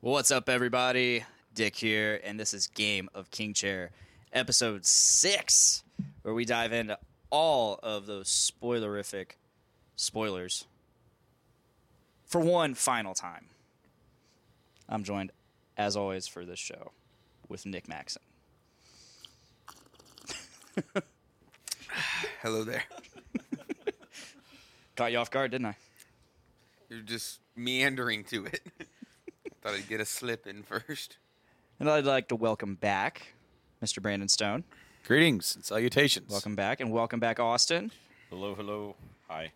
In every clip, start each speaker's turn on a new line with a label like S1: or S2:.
S1: What's up, everybody? Dick here, and this is Game of King Chair, episode six, where we dive into all of those spoilerific spoilers for one final time. I'm joined, as always, for this show with Nick Maxon.
S2: Hello there.
S1: Caught you off guard, didn't I?
S2: You're just meandering to it. Thought I'd get a slip in first.
S1: And I'd like to welcome back Mr. Brandon Stone.
S3: Greetings and salutations.
S1: Welcome back, and welcome back, Austin.
S4: Hello, hello. Hi.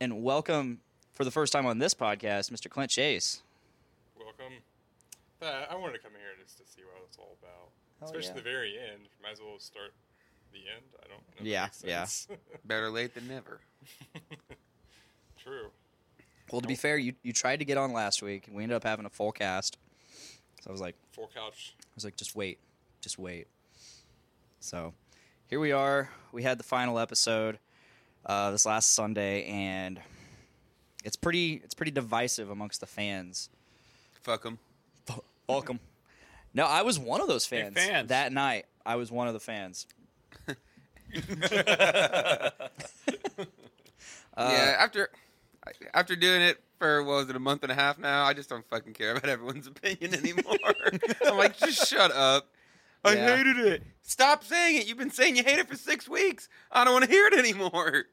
S1: And welcome for the first time on this podcast, Mr. Clint Chase.
S5: Welcome. Uh, I wanted to come here just to see what it's all about, especially
S1: yeah.
S5: the very end. Might as well start the end. I don't. know if that
S1: Yeah,
S5: makes
S1: yeah.
S5: sense.
S2: Better late than never.
S5: True.
S1: Well, to be fair, you, you tried to get on last week, and we ended up having a full cast. So I was like,
S5: Full couch.
S1: I was like, just wait, just wait. So here we are. We had the final episode uh, this last Sunday, and it's pretty it's pretty divisive amongst the fans.
S2: Fuck them.
S1: Welcome. No, I was one of those fans,
S4: fans.
S1: that night. I was one of the fans.
S4: Uh,
S1: Uh,
S2: yeah, after after doing it for what was it a month and a half now, I just don't fucking care about everyone's opinion anymore. I'm like, just shut up. I
S1: Yeah.
S2: hated it. Stop saying it. You've been saying you hate it for six weeks. I don't want to hear it anymore.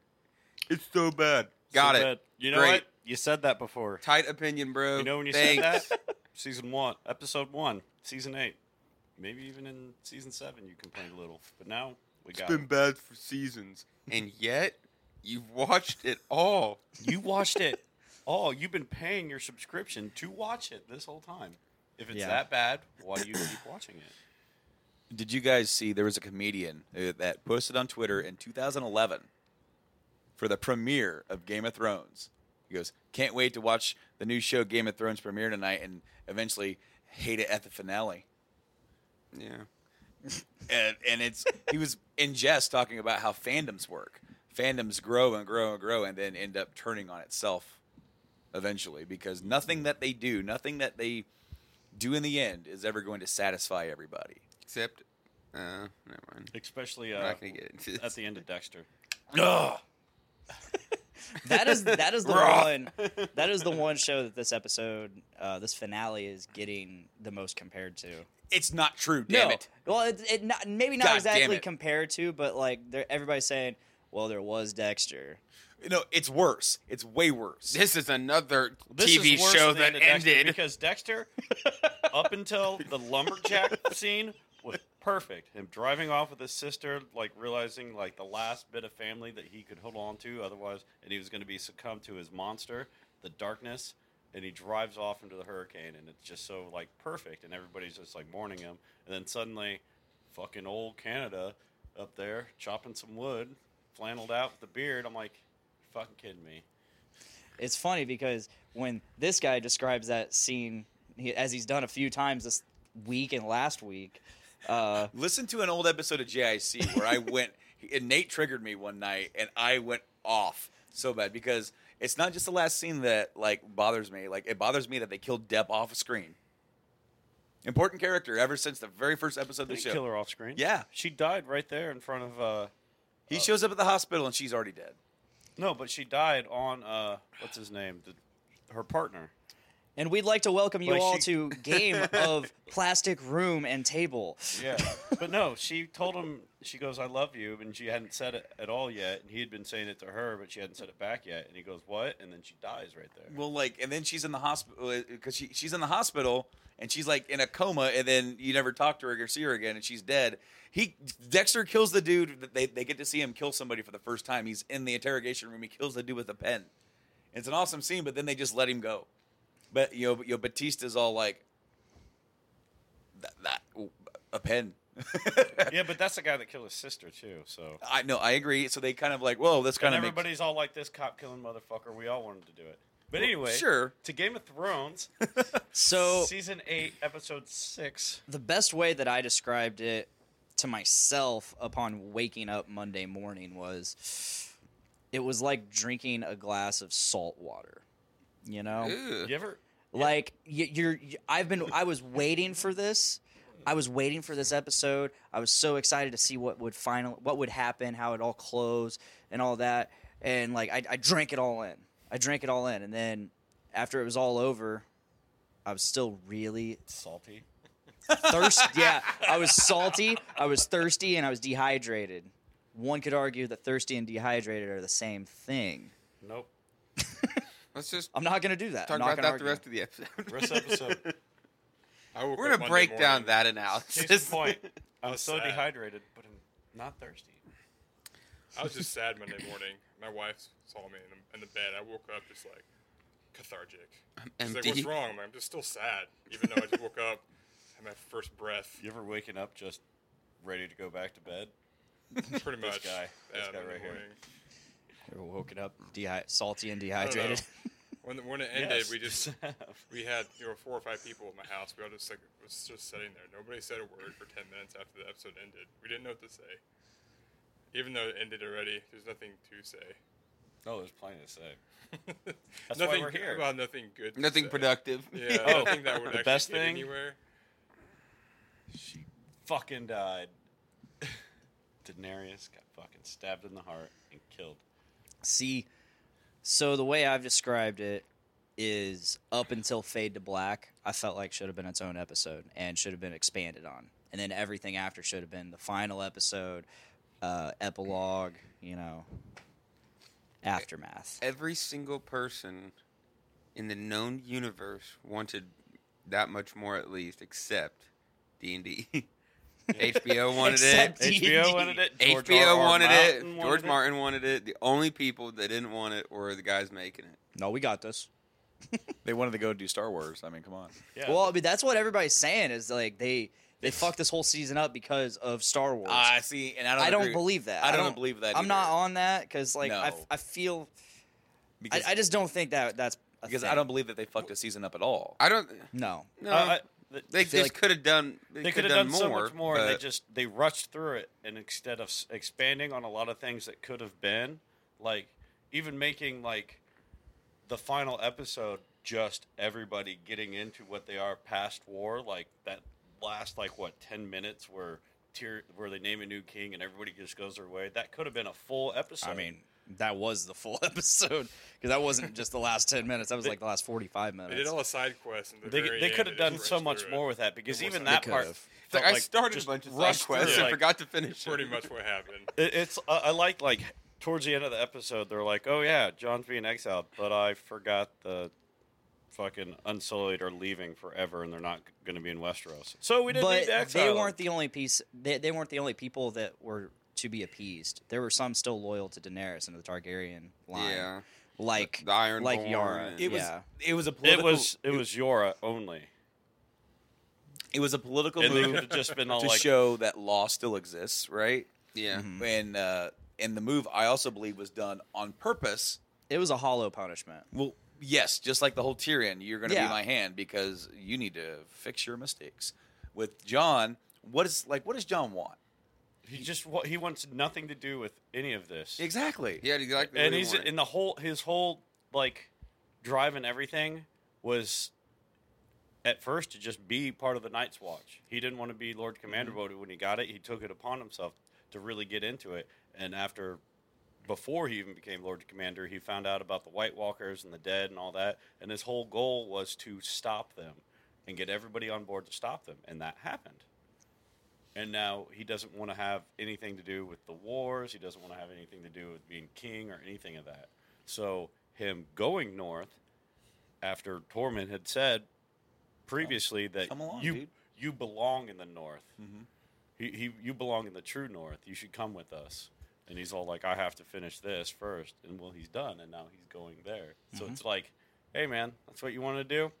S2: It's so bad. Got
S4: So
S2: it.
S4: that- you know
S2: Great.
S4: what? You said that before.
S2: Tight opinion, bro.
S4: You know when you
S2: Thanks.
S4: said that? season one, episode one, season eight, maybe even in season seven, you complained a little. But now we got
S2: It's been
S4: it.
S2: bad for seasons, and yet you've watched it all.
S4: you watched it. Oh, you've been paying your subscription to watch it this whole time. If it's
S1: Yeah.
S4: that bad, why do you keep watching it?
S3: Did you guys see there was a comedian uh, that posted on Twitter in 2011 for the premiere of Game of Thrones? He goes, "Can't wait to watch the new show Game of Thrones premiere tonight and eventually hate it at the finale."
S2: Yeah.
S3: And, and it's he was in jest talking about how fandoms work. Fandoms grow and grow and grow and then end up turning on itself eventually because nothing that they do, nothing that they do in the end is ever going to satisfy everybody.
S2: Except, uh, never mind.
S4: Especially
S2: We're
S4: uh,
S2: not gonna get into this.
S4: at the end of Dexter.
S1: That is that is the
S2: Raw.
S1: one that is the one show that this episode uh, this finale is getting the most compared to.
S3: It's not true, damn
S1: no.
S3: it.
S1: Well, it, it not, maybe not
S3: God damn
S1: exactly
S3: it.
S1: compared to, but like they're, everybody's saying, well, there was Dexter.
S3: No, it's worse. It's way worse.
S2: This is another
S4: This
S2: TV
S4: is worse
S2: show
S4: than
S2: that
S4: the Dexter,
S2: ended.
S4: because Dexter, up until the lumberjack scene, was perfect. Him driving off with his sister, like realizing like the last bit of family that he could hold on to, otherwise, and he was going to be succumbed to his monster, the darkness. And he drives off into the hurricane, and it's just so like perfect, and everybody's just like mourning him. And then suddenly, fucking old Canada up there chopping some wood, flanneled out with the beard. I'm like, You're fucking kidding me.
S1: It's funny because when this guy describes that scene, he, as he's done a few times this week and last week, uh,
S3: Listen to an old episode of JIC where I went, and Nate triggered me one night, and I went off so bad because it's not just the last scene that like bothers me. Like it bothers me that they killed Depp off screen. Important character ever since the very first episode of the
S4: Did kill
S3: show.
S4: her off screen?
S3: Yeah.
S4: she died right there in front of. uh
S3: He shows up at the hospital and she's already dead.
S4: No, but she died on uh what's his name? The, her partner.
S1: and we'd like to welcome you
S4: Like
S1: all
S4: she-
S1: to Game of Plastic Room and Table.
S4: Yeah, but no, she told him. She goes, "I love you," and she hadn't said it at all yet. And he had been saying it to her, but she hadn't said it back yet. And he goes, "What?" And then she dies right there.
S3: Well, like, and then she's in the hospital because she, she's in the hospital and she's like in a coma, and then you never talk to her or see her again, and she's dead. He Dexter kills the dude. that They they get to see him kill somebody for the first time. He's in the interrogation room. He kills the dude with a pen. It's an awesome scene, but then they just let him go. But you know, but, you know Batista's all like, that, that a pen.
S4: yeah, but that's the guy that killed his sister too. So
S3: I no, I agree. So they kind of like, whoa, this kind
S4: and
S3: of makes-
S4: everybody's all like, "This cop killing motherfucker." We all wanted to do it. But anyway,
S3: sure.
S4: To Game of Thrones,
S1: So
S4: season eight, episode six.
S1: the best way that I described it to myself upon waking up Monday morning was it was like drinking a glass of salt water. You know?
S2: Ugh.
S3: Uh.
S4: You ever?
S1: Like you, you're, you- I've been, I was waiting for this. I was waiting for this episode. I was so excited to see what would final, what would happen, how it all closed, and all that. And like, I, I drank it all in. I drank it all in, and then after it was all over, I was still really
S4: Salty.
S1: thirsty. yeah, I was salty. I was thirsty, and I was dehydrated. One could argue that thirsty and dehydrated are the same thing.
S4: Nope.
S2: Let's just
S1: I'm not gonna do that.
S2: talk
S1: I'm not gonna
S2: about that
S1: argue.
S2: the rest of the episode.
S4: Rest episode.
S5: I woke
S2: We're gonna
S5: up Monday
S2: break down
S5: morning-
S2: that
S4: Case
S2: analysis.
S4: in point. I was
S5: That's
S4: so
S5: sad.
S4: dehydrated, but I'm not thirsty.
S5: I was just sad Monday morning. My wife saw me in the, in the bed. I woke up just like cathartic. She's like,
S2: empty.
S5: "What's wrong?" I'm like, "I'm just still sad, even though I just woke up, had my first breath."
S4: You ever waking up just ready to go back to bed?
S5: Pretty
S4: This
S5: much.
S4: guy. This guy
S5: Monday
S4: right here.
S5: morning.
S1: I woken up dehy- salty and
S5: I don't know.
S1: dehydrated.
S5: When the, when it ended,
S4: Yes.
S5: we just we had you know four or five people in my house. We all just like was just sitting there. Nobody said a word for ten minutes after the episode ended. We didn't know what to say. Even though it ended already, there's nothing to say.
S4: Oh, there's plenty to say. That's why
S5: nothing,
S4: we're here.
S5: Well, nothing good. to
S2: Nothing
S5: say.
S2: productive.
S5: Yeah,
S4: Oh,
S5: nothing that would
S4: the
S5: actually
S4: best
S5: get
S4: thing?
S5: anywhere.
S4: She fucking died. Daenerys got fucking stabbed in the heart and killed.
S1: See, so the way I've described it is up until Fade to Black, I felt like should have been its own episode and should have been expanded on. And then everything after should have been the final episode, uh, epilogue, you know, aftermath.
S2: Every single person in the known universe wanted that much more, at least, except D and D. HBO wanted
S1: Except
S2: it.
S4: HBO wanted it. George
S2: HBO
S4: R. R.
S2: wanted it.
S4: Martin
S2: George
S4: wanted it.
S2: Martin wanted it. The only people that didn't want it were the guys making it.
S1: No, we got this.
S3: They wanted to go do Star Wars. I mean, come on.
S4: Yeah. Uh,
S1: Well, I mean, that's what everybody's saying is like they they fucked this whole season up because of Star Wars.
S3: I see, and I don't.
S1: I don't
S3: agree-
S1: believe that.
S3: I don't believe that
S1: I'm not
S3: either.
S1: on that because like I,
S3: No.
S1: I feel I,
S3: because
S1: I just don't think that that's a
S3: because
S1: thing.
S3: I don't believe that they fucked a season up at all.
S2: I don't.
S1: no
S2: No,
S4: I- I- th-
S2: they
S1: feel
S2: just
S1: like-
S2: could have done. They,
S4: they could have
S2: done,
S4: done, so
S2: more.
S4: much more. and they
S2: but
S4: just they rushed through it, and instead of s- expanding on a lot of things that could have been, like even making like the final episode just everybody getting into what they are past war, like that last like what ten minutes where tier where they name a new king and everybody just goes their way. That could have been a full episode.
S1: I mean, that was the full episode because that wasn't just the last 10 minutes. That was like the last 45
S5: They
S1: minutes.
S5: did all the side quests. And the
S4: Oh, They,
S5: very
S4: they
S5: end,
S4: could have
S5: just
S4: done
S5: raced
S4: so much
S5: through it.
S4: more with that because
S5: It
S4: even
S5: wasn't-
S4: that
S1: They
S4: part.
S1: could've.
S2: It's like,
S4: felt
S2: I started a
S4: just
S2: bunch of side
S4: rushed through it,
S2: quests and
S4: like,
S2: forgot to finish.
S5: Pretty
S2: it.
S5: much what happened.
S4: It, it's I, I like like towards the end of the episode, they're like, "Oh yeah, John's being exiled, but I forgot the fucking Unsullied are leaving forever, and they're not going to be in Westeros, so we didn't need to
S1: but
S4: exile."
S1: they
S4: them."
S1: weren't the only piece. They, they weren't the only people that were to be appeased. There were some still loyal to Daenerys and the Targaryen line.
S2: Yeah.
S1: Like
S2: The Ironborn
S1: like Yara.
S2: and-
S3: It was.
S1: yeah.
S3: It was a
S4: It
S3: political.
S4: was it was Yora only,
S3: It was a political
S4: and they could
S3: move
S4: have just been all
S3: to
S4: like,
S3: show that law still exists, right?
S2: Yeah.
S4: Mm-hmm.
S1: Hmm.
S3: And uh, and the move I also believe was done on purpose.
S1: It was a hollow punishment.
S3: Well, yes, just like the whole Tyrion, you're going to
S1: Yeah.
S3: be my hand because you need to fix your mistakes. With John, what is like? What does John want?
S4: "He just wa- he wants nothing to do with any of this."
S3: Exactly.
S2: Yeah, exactly. what
S4: and
S2: he
S4: he's
S2: wanted.
S4: in the whole his whole like drive and everything was at first to just be part of the Night's Watch. He didn't want to be
S2: Mm-hmm.
S4: Lord Commander, but when he got it, he took it upon himself to really get into it. And after, before he even became Lord Commander, he found out about the White Walkers and the dead and all that. And his whole goal was to stop them and get everybody on board to stop them, and that happened and now he doesn't want to have anything to do with the wars. He doesn't want to have anything to do with being king or anything of that. So him going north after Tormund had said previously that
S3: come along,
S4: you
S3: dude. Mm-hmm.
S4: you belong in the north. He, he you belong in the true north. You should come with us. And he's all like, I have to finish this first. And well, he's done, and now he's going there. So
S3: Mm-hmm.
S4: it's like, hey man, that's what you want to do.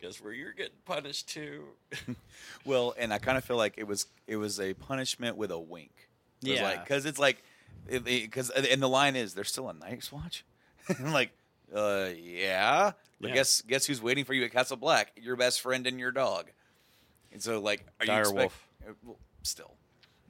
S4: Guess where you're getting punished too.
S3: Well, and I kind of feel like it was it was a punishment with a wink. It was
S1: Yeah.
S3: Because it's like, because and the line is there's still a Night's Watch. I'm like, uh, yeah. But
S4: Yeah.
S3: guess guess who's waiting for you at Castle Black? Your best friend and your dog. And so like, are you expect-
S4: Direwolf.
S3: uh, well, still,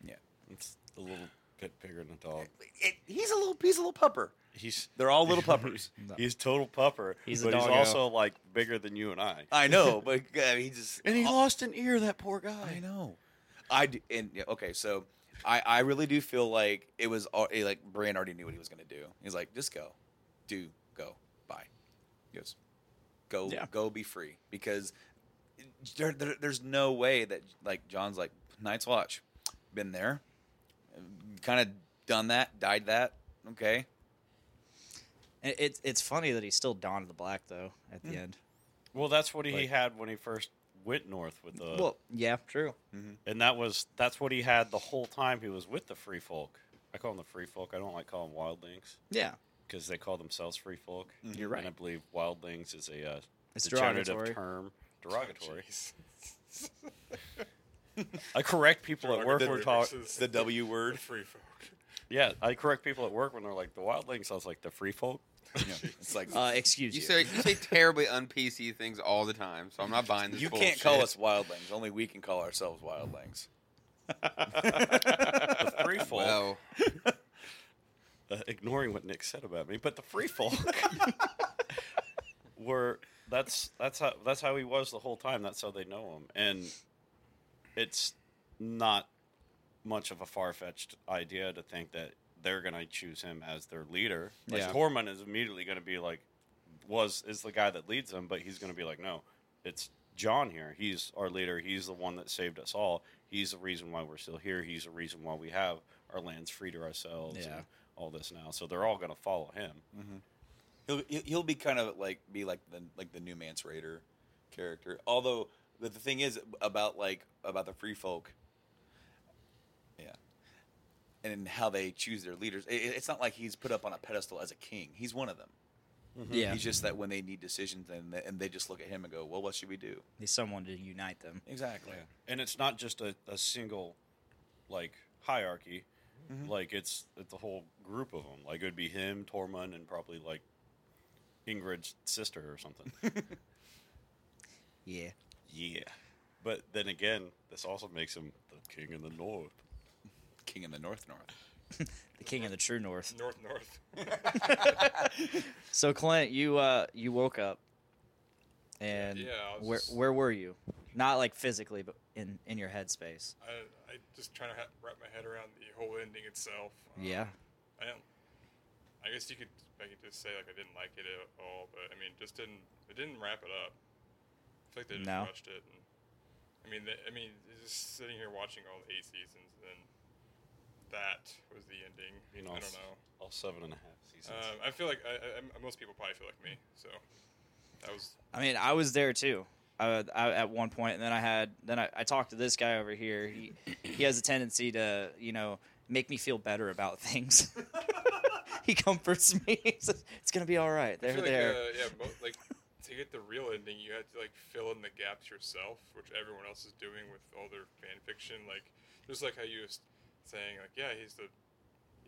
S3: yeah. It's a little
S4: pit pigger than a dog.
S3: It, he's a little he's a little pupper.
S4: He's
S3: They're all little puppers.
S4: he's total pupper.
S1: He's a
S4: but he's
S1: doggo.
S4: also like bigger than you and I.
S3: I know, but uh, he just
S4: And he
S3: all-
S4: lost an ear. That poor guy.
S3: I know. I do, and yeah, okay, so I I really do feel like it was all eh, like Brian already knew what he was gonna do. He's like, just go, do go, bye. He goes, go
S4: Yeah.
S3: go be free because there, there, there's no way that like John's like Night's Watch, been there, kind of done that, died that. Okay,
S1: And It's it's funny that he's still Don of the Black though at the end.
S4: Well, that's what he
S3: Like-
S4: had when he first went north with the.
S1: well, yeah, true.
S4: and that was that's what he had the whole time he was with the free folk. I call them the free folk. I don't like calling them wildlings
S1: Yeah,
S4: because they call themselves free folk.
S1: Mm-hmm. You're right.
S4: And I believe wildlings is a uh,
S1: It's
S4: degenerative
S1: derogatory.
S4: term, derogatory.
S5: Jeez.
S4: I correct people at work.
S5: Derogatory
S4: We're talking.
S5: versus
S3: the W
S5: the
S3: word.
S5: free folk.
S4: Yeah, I correct people at work when they're like the wildlings. I was like the free folk.
S3: You know, it's like
S1: Uh, excuse
S2: You
S1: you.
S2: say you say terribly un PC things all the time, so I'm not buying this.
S3: you
S2: bullshit.
S3: can't call us wildlings. Only we can call ourselves wildlings.
S4: The free folk.
S2: Well,
S4: uh, ignoring what Nick said about me, but the free folk were that's that's how that's how he was the whole time. That's how they know him, and it's not much of a far fetched idea to think that they're going to choose him as their leader. Like
S1: Yeah.
S4: Tormund is immediately going to be like, was is the guy that leads them, but he's going to be like, no, it's John here. He's our leader. He's the one that saved us all. He's the reason why we're still here. He's the reason why we have our lands free to ourselves.
S1: Yeah.
S4: And all this now, so they're all going to follow him.
S3: He'll he'll- he'll be kind of like be like the like the new Mance Raider character. Although the, the thing is about like about the free folk, yeah, and how they choose their leaders. It, it- it's not like he's put up on a pedestal as a king. He's one of them.
S1: yeah,
S3: He's just that when they need decisions and they, and they just look at him and go, well, what should we do?
S1: he's someone to unite them.
S3: Exactly.
S4: And it's not just a, a single like hierarchy. Like it's it's a whole group of them. Like it would be him, Tormund, and probably like Ingrid's sister or something.
S1: Yeah,
S4: yeah. But then again, this also makes him the king in the north.
S3: King in the North North.
S1: the king of the true north.
S5: North North.
S1: So Clint, you uh you woke up, and
S5: Yeah, I was
S1: where
S5: just-
S1: where were you? Not like physically, but in in your headspace.
S5: I, I just trying to ha- wrap my head around the whole ending itself. Um,
S1: Yeah,
S5: I don't. I guess you could make it just say like I didn't like it at all, but I mean, just didn't. It didn't wrap it up. I feel like they just
S1: No.
S5: rushed it. And, I mean, they, I mean, it's just sitting here watching all the eight seasons, and then that was the ending.
S4: You know,
S5: I
S4: s-
S5: don't know.
S4: All seven and a half seasons.
S5: Um, I feel like I, I, I'm- most people probably feel like me. So that was
S1: I mean, I was there too. I, I, at one point, and then I had, then I, I talked to this guy over here. He, he has a tendency to, you know, make me feel better about things. he comforts me. He says, it's gonna be all right.
S5: I
S1: They're
S5: feel
S1: there.
S5: Like, uh, yeah, mo- like to get the real ending, you had to like fill in the gaps yourself, which everyone else is doing with all their fan fiction. Like just like how you was saying, like yeah, he's the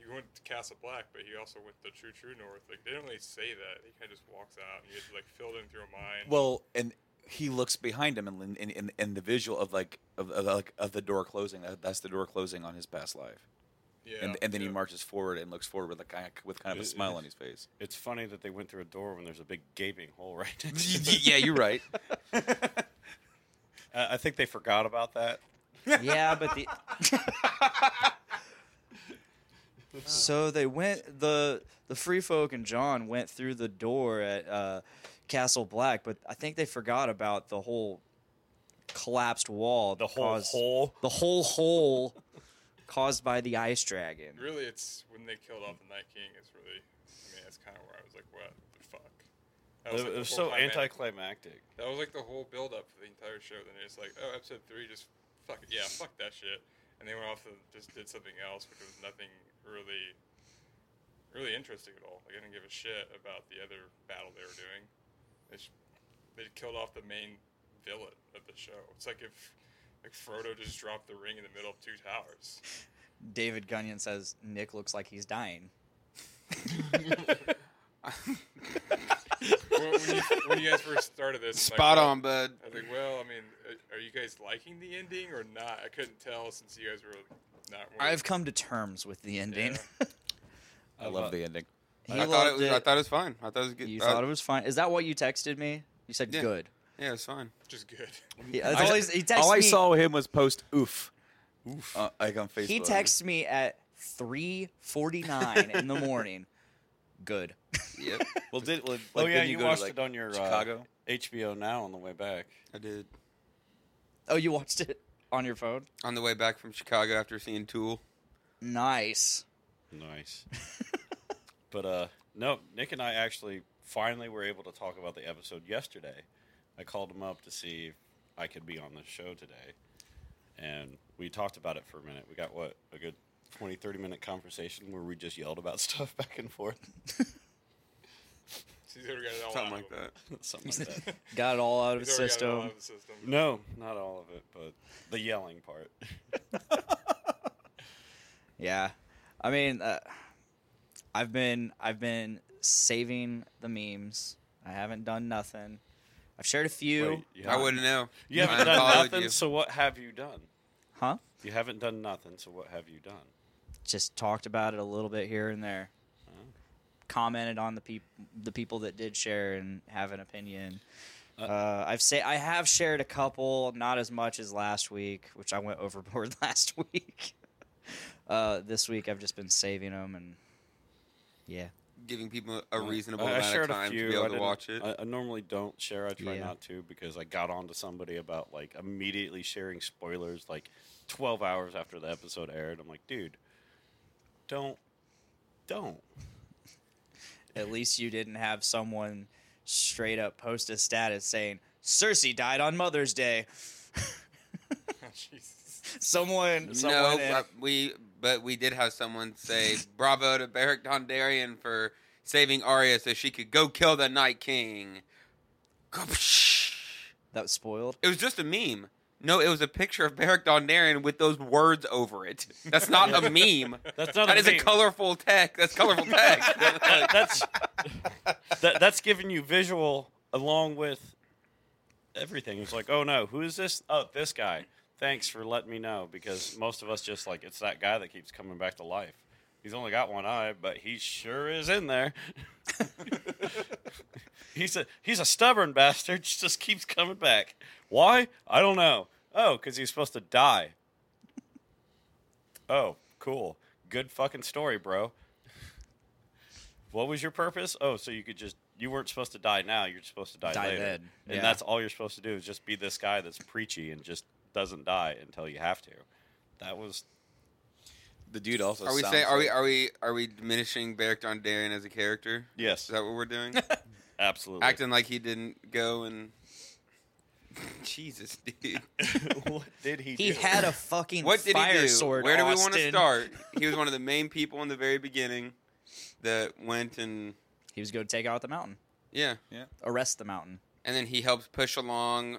S5: you went to Castle Black, but he also went to True True North. Like they didn't really say that. He kind of just walks out, and you had to like fill it in through a mind.
S3: Well, and he looks behind him and and, and, and the visual of like of, of like of the door closing. That, that's the door closing on his past life.
S5: yeah,
S3: and, and then he
S5: yeah.
S3: marches forward and looks forward with a kind of, with kind of a
S4: It-
S3: smile
S4: it-
S3: on his face.
S4: it's funny that they went through a door when there's a big gaping hole right next to them.
S3: yeah, you're right.
S4: Uh, I think they forgot about that.
S1: yeah, but the. so they went the the free folk and John went through the door at uh, Castle Black, but I think they forgot about the whole collapsed wall.
S4: The
S1: that
S4: whole
S1: caused-
S4: hole.
S1: the whole hole caused by the ice dragon.
S5: really, it's when they killed off the Night King. It's really, I mean, that's kind of where I was like, what the fuck. That
S4: It,
S5: like,
S4: it
S5: the
S4: was
S5: whole
S4: so
S5: climactic.
S4: anticlimactic.
S5: That was like the whole build up for the entire show. Then it's like, oh, episode three, just fuck it, yeah, fuck that shit. And they went off and just did something else, which was nothing really, really interesting at all. Like I didn't give a shit about the other battle they were doing. They, sh- they killed off the main villain of the show. It's like if like Frodo just dropped the ring in the middle of two towers.
S1: David Gunyon says Nick looks like he's dying.
S5: when, when, you, when you guys first started this, I'm like,
S2: spot
S5: "Well,
S2: on, bud.
S5: I was like, well, I mean, are- are you guys liking the ending or not? I couldn't tell since you guys were not wait.
S1: I've come to terms with the ending.
S3: I love the ending.
S1: He
S2: I thought it
S1: loved
S2: was. I thought it was fine. I thought it was good. Uh,
S1: you
S2: I-
S1: thought it was fine. Is that what you texted me? You said
S2: Yeah.
S1: good.
S2: Yeah, it's fine.
S5: just good.
S1: Yeah, that's all, he's- he texted
S3: all I
S1: me,
S3: saw him was post oof, oof, uh, like on Facebook.
S1: He texted me at 3:49 in the morning. Good.
S2: Yep,
S3: Well, did well,
S4: oh
S3: like,
S4: yeah,
S3: did
S4: you,
S3: go to,
S4: watched
S3: like,
S4: it on your
S3: Chicago.
S4: uh, HBO Now on the way back.
S2: I did.
S1: Oh, you watched it on your phone?
S2: On the way back from Chicago after seeing Tool.
S1: Nice.
S4: Nice. but uh no, Nick and I actually finally were able to talk about the episode yesterday. I called him up to see if I could be on the show today. And we talked about it for a minute. We got what? A good 20 30 minute conversation where we just yelled about stuff back and forth.
S5: He's already got it
S4: Oh,
S5: all
S2: Something
S5: out
S2: like
S5: of him.
S2: that.
S4: Something like that.
S1: Got it all out of his
S5: He's already got it all
S1: system.
S5: out of the system.
S4: No, not all of it, but the yelling part.
S1: Yeah, I mean, uh, I've been I've been saving the memes. I haven't done nothing. I've shared a few,
S4: Wait, you
S2: I
S4: haven't-
S2: wouldn't know.
S4: You
S2: I
S4: haven't done
S2: unfollowed
S4: nothing,
S2: you.
S4: so what have you done?
S1: huh?
S4: You haven't done nothing, so what have you done?
S1: Just talked about it a little bit here and there. Commented on the peop the people that did share and have an opinion. Uh, I've say I have shared a couple, not as much as last week, which I went overboard last week. uh, this week I've just been saving them and yeah.
S2: giving people a
S4: Uh,
S2: reasonable
S4: I- I
S2: amount of
S4: shared a
S2: time to
S4: few.
S2: be
S4: I
S2: able to
S4: didn't-
S2: watch it.
S4: I, I normally don't share. I try
S1: Yeah.
S4: not to because I got on to somebody about like immediately sharing spoilers like 12 hours after the episode aired. I'm like, dude, don't, don't.
S1: At least you didn't have someone straight up post a status saying Cersei died on Mother's Day.
S5: Jesus.
S1: Someone,
S2: no,
S1: someone. in-
S2: uh, we but we did have someone say bravo to Beric Dondarrion for saving Arya so she could go kill the Night King. It
S1: that was spoiled.
S2: was just a meme. No, it was a picture of Beric Dondarrion with those words over it. That's not a meme.
S4: That's not
S2: That
S4: a
S2: is a
S4: meme.
S2: colorful text. That's colorful text.
S4: That- that's that, that's giving you visual along with everything. It's like, oh no, who is this? Oh, this guy. Thanks for letting me know because most of us just like it's that guy that keeps coming back to life. He's only got one eye, but he sure is in there. he's a he's a stubborn bastard. Just keeps coming back. Why? I don't know. Oh, because he's supposed to die. Oh, cool. Good fucking story, bro. What was your purpose? Oh, so you could just you weren't supposed to die now, you're supposed to die,
S1: Die
S4: later.
S1: then,
S4: And
S1: yeah.
S4: that's all you're supposed to do is just be this guy that's preachy and just doesn't die until you have to. That was
S3: The dude also.
S2: Are we
S3: sounds
S2: saying are we
S3: like-
S2: are we are we diminishing Beric Dondarrion as a character?
S4: yes,
S2: Is that what we're doing?
S4: absolutely.
S2: Acting like he didn't go and Jesus, dude.
S4: what did he?
S1: He
S4: do?
S1: had a fucking
S2: What did
S1: fire
S2: he do?
S1: sword.
S2: Where do we want to
S1: Austin.
S2: start? He was one of the main people in the very beginning that went and
S1: He was going to take out the mountain,
S2: yeah,
S1: arrest the mountain.
S2: and then he helps push along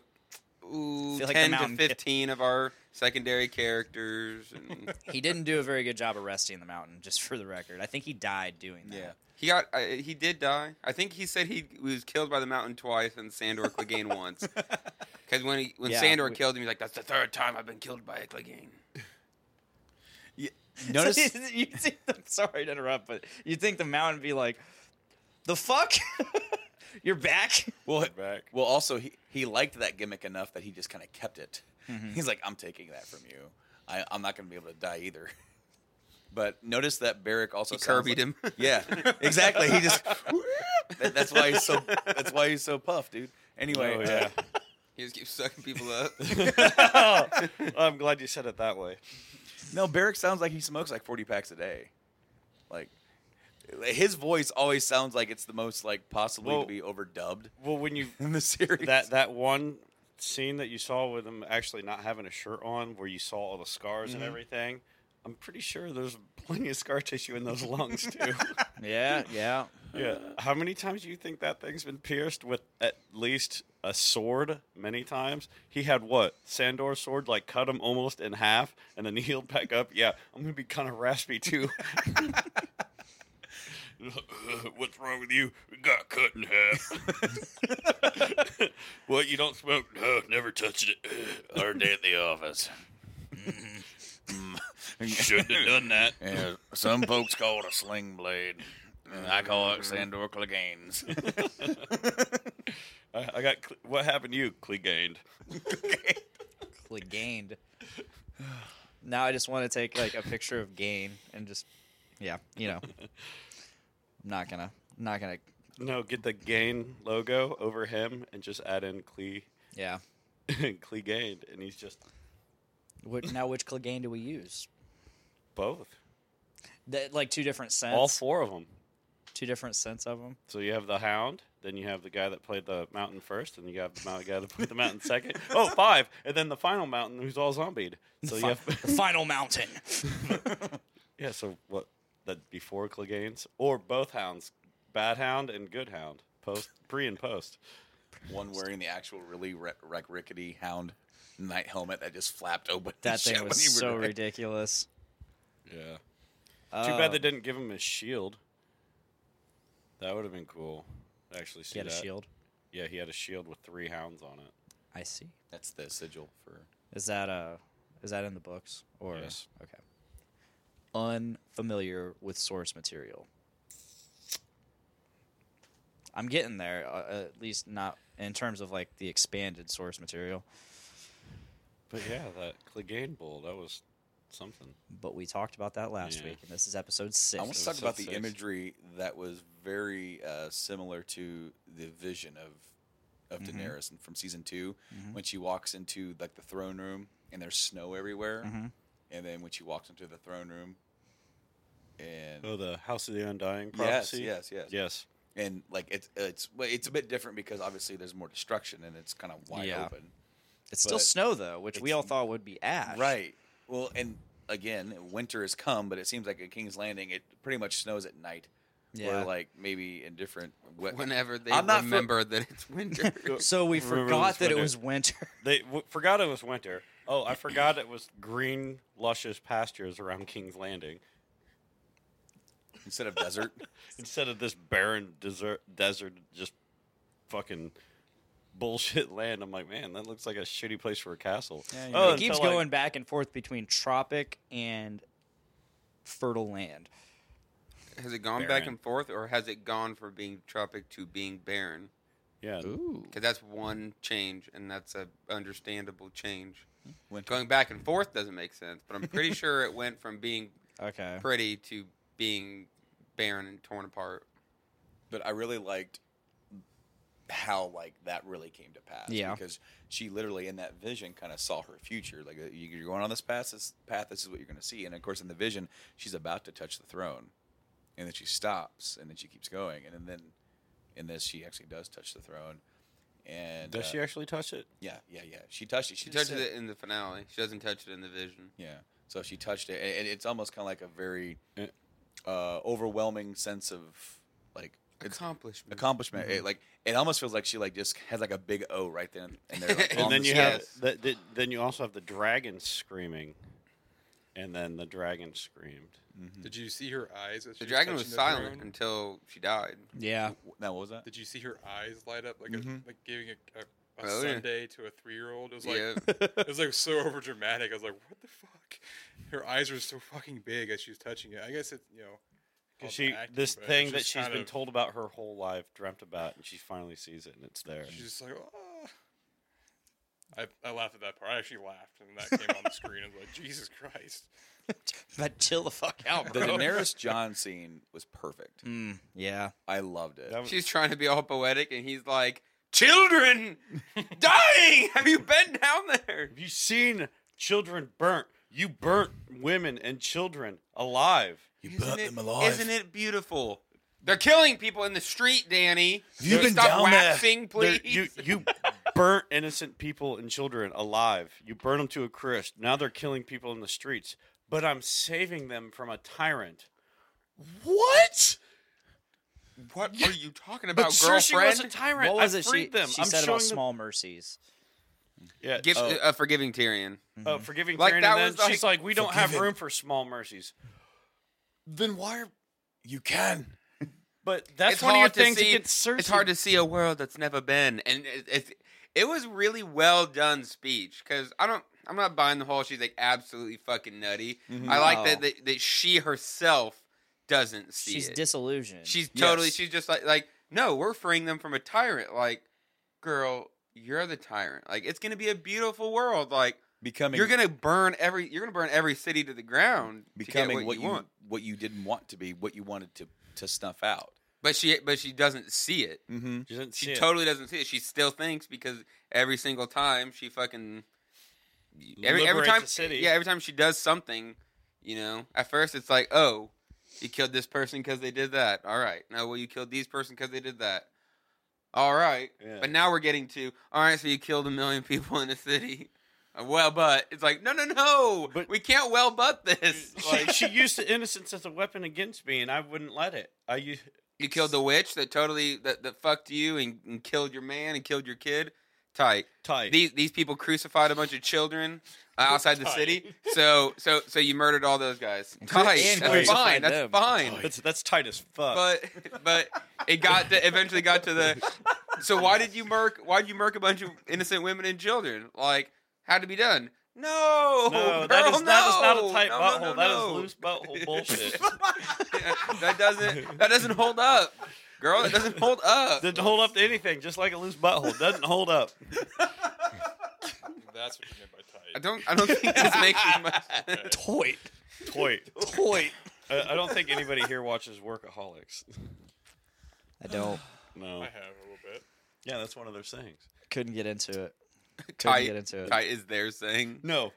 S2: ooh,
S1: Feel like the
S2: ten to
S1: mountain kid.
S2: fifteen of our secondary characters, and
S1: He didn't do a very good job arresting the mountain, just for the record. I think he died doing that.
S3: Yeah.
S2: he got uh, he did die. I think he said he was killed by the mountain twice and Sandor Clegane once. Because when he, when
S1: Yeah,
S2: Sandor
S1: we-
S2: killed him, he's like, "That's the third time I've been killed by a Clegane."
S3: Notice
S1: you think the, sorry to interrupt, but you think the mountain be like, the fuck? You're back?
S3: well,
S4: Get back.
S3: well, also he he liked that gimmick enough that he just kind of kept it. He's like, I'm taking that from you. I, I'm not going to be able to die either. But notice that Barrick also
S2: He
S3: sounds
S2: Kirby'd him.
S3: like- Yeah, exactly. He just that- that's why he's so that's why he's so puffed, dude. Anyway,
S4: Oh yeah.
S2: He just keeps sucking people up.
S4: I'm glad you said it that way.
S3: No, Barrick sounds like he smokes like 40 packs a day. Like his voice always sounds like it's the most like possibly
S4: Well-
S3: to be overdubbed
S4: Well, when you
S3: in the series.
S4: that that one scene that you saw with him actually not having a shirt on, where you saw all the scars and everything, I'm pretty sure there's plenty of scar tissue in those lungs too.
S1: Yeah, yeah.
S4: yeah. How many times do you think that thing's been pierced with at least a sword? Many times. He had what Sandor's sword like cut him almost in half, and then he healed back up. Yeah, I'm gonna be kind of raspy too. What's wrong with you? We got cut in half. what you don't smoke? No, never touched it. Learned it at the office. Mm-hmm. Shouldn't have done that.
S3: Yeah, some folks call it a sling blade. and I call it Sandor Clegane's.
S4: I, I got. Cle- What happened to you? Clegained.
S1: Click gained. Now I just want to take like a picture of gain and just, yeah, you know, I'm not gonna, not gonna,
S4: No, get the gain logo over him and just add in Cle
S1: yeah.
S4: Clegained, and he's just
S1: What now? Which Clegane do we use?
S4: both.
S1: That like two different scents.
S4: All four of them.
S1: Two different scents of them.
S4: So you have the hound, then you have the guy that played the mountain first, and you have the mou- guy that played the mountain second. Oh, five, and then the final mountain who's all zombied. So you have
S1: the final mountain.
S4: yeah. So what? That before Clegane's or both hounds, bad hound and good hound, post pre and post.
S3: One wearing the actual really re- like rickety hound night helmet that just flapped open.
S1: That
S3: Shit,
S1: thing
S3: when
S1: was
S3: you were
S1: so
S3: doing it.
S1: ridiculous.
S4: Yeah. Too bad
S1: Oh,
S4: they didn't give him his shield. That would have been cool. to Actually, see
S1: He had a
S4: that.
S1: shield.
S4: Yeah, he had a shield with three hounds on it.
S1: I see.
S3: That's the sigil for.
S1: Is that uh is that in the books or
S4: Yes.
S1: okay. Unfamiliar with source material. I'm getting there uh, at least not in terms of like the expanded source material,
S4: But yeah, that Clegane bull, that was something.
S1: but we talked about that last
S4: Yeah.
S1: week and this is episode 6.
S3: I want to talk
S4: so
S3: about the
S4: sick.
S3: imagery that was very uh, similar to the vision of of
S4: Mm-hmm.
S3: Daenerys and from season 2 when she walks into like the throne room and there's snow everywhere,
S4: Mm-hmm.
S3: and then when she walks into the throne room, and
S4: Oh, the House of the Undying
S3: yes,
S4: prophecy.
S3: yes, yes,
S4: yes.
S3: and like it's it's well, it's a bit different because obviously there's more destruction and it's kind of wide
S1: Yeah.
S3: open,
S1: it's still
S3: but
S1: snow though, which we
S3: it's-
S1: all thought would be ash.
S3: right? Well, and again, winter has come, but it seems like at King's Landing, it pretty much snows at night.
S1: Yeah.
S3: Or like maybe in different we-
S2: Whenever they
S3: I'm not for-
S2: remember that it's winter.
S1: So we
S4: Remember
S1: forgot
S4: this
S1: that it
S4: winter.
S1: was winter.
S4: They w- forgot it was winter. Oh, I forgot it was green, luscious pastures around King's Landing
S3: instead of desert.
S4: instead of this barren desert, desert just fucking bullshit land. I'm like, man, that looks like a shitty place for a castle.
S1: Yeah,
S4: oh,
S1: it keeps
S4: until I-
S1: going back and forth between tropic and fertile land.
S2: has it gone back
S4: Barren.
S2: and forth, or has it gone from being tropic to being barren?
S4: yeah,
S1: Ooh.
S2: Because that's one change, and that's a understandable change.
S3: Winter.
S2: Going back and forth doesn't make sense, but I'm pretty sure it went from being
S1: Okay.
S2: pretty to being barren and torn apart.
S3: But I really liked how like that really came to pass.
S1: Yeah.
S3: Because she literally in that vision kind of saw her future. Like uh, you- you're going on this path. This path. This is what you're going to see. And of course, in the vision, she's about to touch the throne, and then she stops, and then she keeps going, and then in this, she actually does touch the throne. And
S4: does
S3: uh,
S4: she actually touch it?
S3: Yeah, yeah, yeah. She touched it. She,
S2: She
S3: just
S2: touches
S3: said-
S2: it in the finale. She doesn't touch it in the vision.
S3: Yeah. So she touched it, and it's almost kind of like a very
S4: Yeah.
S3: uh, overwhelming sense of like it's
S2: Accomplishment.
S3: accomplishment. It, like it almost feels like she like just has like a big O right then and there. Like,
S2: And
S3: on
S4: and then
S3: the
S4: you
S3: screen.
S4: have
S2: Yes.
S4: th- th- then you also have the dragon screaming, and then the dragon screamed.
S3: Mm-hmm.
S5: Did you see her eyes? As she
S2: the dragon was
S5: touching the
S2: silent
S5: throne?
S2: until she died.
S1: Yeah.
S3: Uh, now what was that?
S5: Did you see her eyes light up like
S3: Mhm.
S2: Mm-hmm.
S5: a, like giving a, a, a
S2: Oh, yeah.
S5: Sunday to a three year old? It was like
S2: Yeah.
S5: it was like so over dramatic. I was like, what the fuck? Her eyes were so fucking big as she was touching it. I guess it you know called
S4: 'Cause she,
S5: acting,
S4: this
S5: but it
S4: thing
S5: was
S4: that
S5: just
S4: she's
S5: kind
S4: been
S5: of-
S4: told about her whole life, dreamt about, and she finally sees it, and it's there.
S5: She's just like, oh. I, I laughed at that part. I actually laughed, and that came on the screen. I was like, Jesus Christ!
S1: But chill the fuck out,
S3: The
S1: bro.
S3: Daenerys John scene was perfect.
S1: Mm, yeah.
S3: I loved it.
S4: That was-
S2: She's trying to be all poetic, and he's like, "Children dying. Have you been down there?"
S4: have you seen children burnt? You burnt women and children alive.
S3: You
S2: Isn't
S3: burnt
S2: it-
S3: them alive.
S2: Isn't it beautiful? They're killing people in the street, Danny.
S3: you been
S2: Stop
S3: down there?
S2: waxing,
S4: They're-
S2: please.
S4: You you burnt innocent people and children alive. You burn them to a crisp. Now they're killing people in the streets. But I'm saving them from a tyrant.
S3: What?
S2: what are you talking
S4: But
S2: about,
S4: sure, she was a
S2: girlfriend?
S4: tyrant.
S1: What was
S4: I
S1: it
S4: freed
S1: she,
S4: them.
S1: she
S4: I'm
S1: said
S4: showing
S1: about
S4: them-
S1: small mercies?
S4: Yeah,
S2: Gives,
S4: oh,
S2: uh, forgiving Tyrion.
S1: Mm.
S4: oh, forgiving
S2: Like,
S4: Tyrion.
S2: that
S4: and then
S2: was like-
S4: she's like, we don't have
S3: Forgiving.
S4: room for small mercies.
S3: Then why are you can?
S4: But that's
S2: it's
S4: one of your
S2: hard to
S4: things
S2: see.
S4: against Cersei.
S2: It's hard to see a world that's never been, and it, it's it was really well done speech because I don't. I'm not buying the whole she's like absolutely fucking nutty. I like that,
S1: No.
S2: that that she herself doesn't see
S1: She's
S2: it.
S1: disillusioned.
S2: She's totally.
S3: Yes.
S2: She's just like like no, we're freeing them from a tyrant. Like, girl, you're the tyrant. Like, it's gonna be a beautiful world. Like,
S3: becoming
S2: you're gonna burn every. You're gonna burn every city to the ground. to get
S3: becoming
S2: what you want.
S3: what you didn't want to be, what you wanted to to snuff out.
S2: But she but she doesn't see it.
S3: Mm-hmm.
S4: She doesn't
S2: She
S4: see it.
S2: totally doesn't see it. She still thinks because every single time she fucking every, every
S4: Liberate
S2: time
S4: the city.
S2: yeah every time she does something, you know. At first it's like oh, you killed this person because they did that. All right, now well you killed these person because they did that. All right,
S4: Yeah.
S2: but now we're getting to all right. So you killed a million people in a city. Uh, Well, but it's like no, no, no.
S4: But-
S2: we can't well but this.
S4: like she used the innocence as a weapon against me, and I wouldn't let it. I used,
S2: You killed the witch that totally that, that fucked you and, and killed your man and killed your kid. Tight.
S4: tight.
S2: These these people crucified a bunch of children uh, outside the city. So so so you murdered all those guys. Tight.
S1: and
S2: That's
S4: crucified
S2: fine. That's
S1: them.
S2: fine.
S4: that's that's tight as fuck.
S2: But but it got to, eventually got to the. So why did you murk? Why did you murk a bunch of innocent women and children? Like had to be done. No,
S4: no,
S2: girl,
S4: that is
S2: no.
S4: that is not a tight
S2: oh, No, no, no,
S4: butthole. That is
S2: no.
S4: loose butthole bullshit.
S2: that doesn't that doesn't hold up, girl. That doesn't hold up.
S4: Doesn't hold up to anything, just like a loose butthole. Doesn't hold up.
S5: That's what you meant by
S2: I
S5: tight.
S2: don't. I don't think this makes as much. sense.
S1: toy.
S4: Toy.
S1: Toy.
S4: I, I don't think anybody here watches Workaholics.
S1: I don't.
S4: No.
S5: I have a little bit.
S4: Yeah, that's one of those things.
S1: Couldn't get into it. Couldn't get
S2: Tight,
S1: into it.
S2: tight is there saying.
S4: No.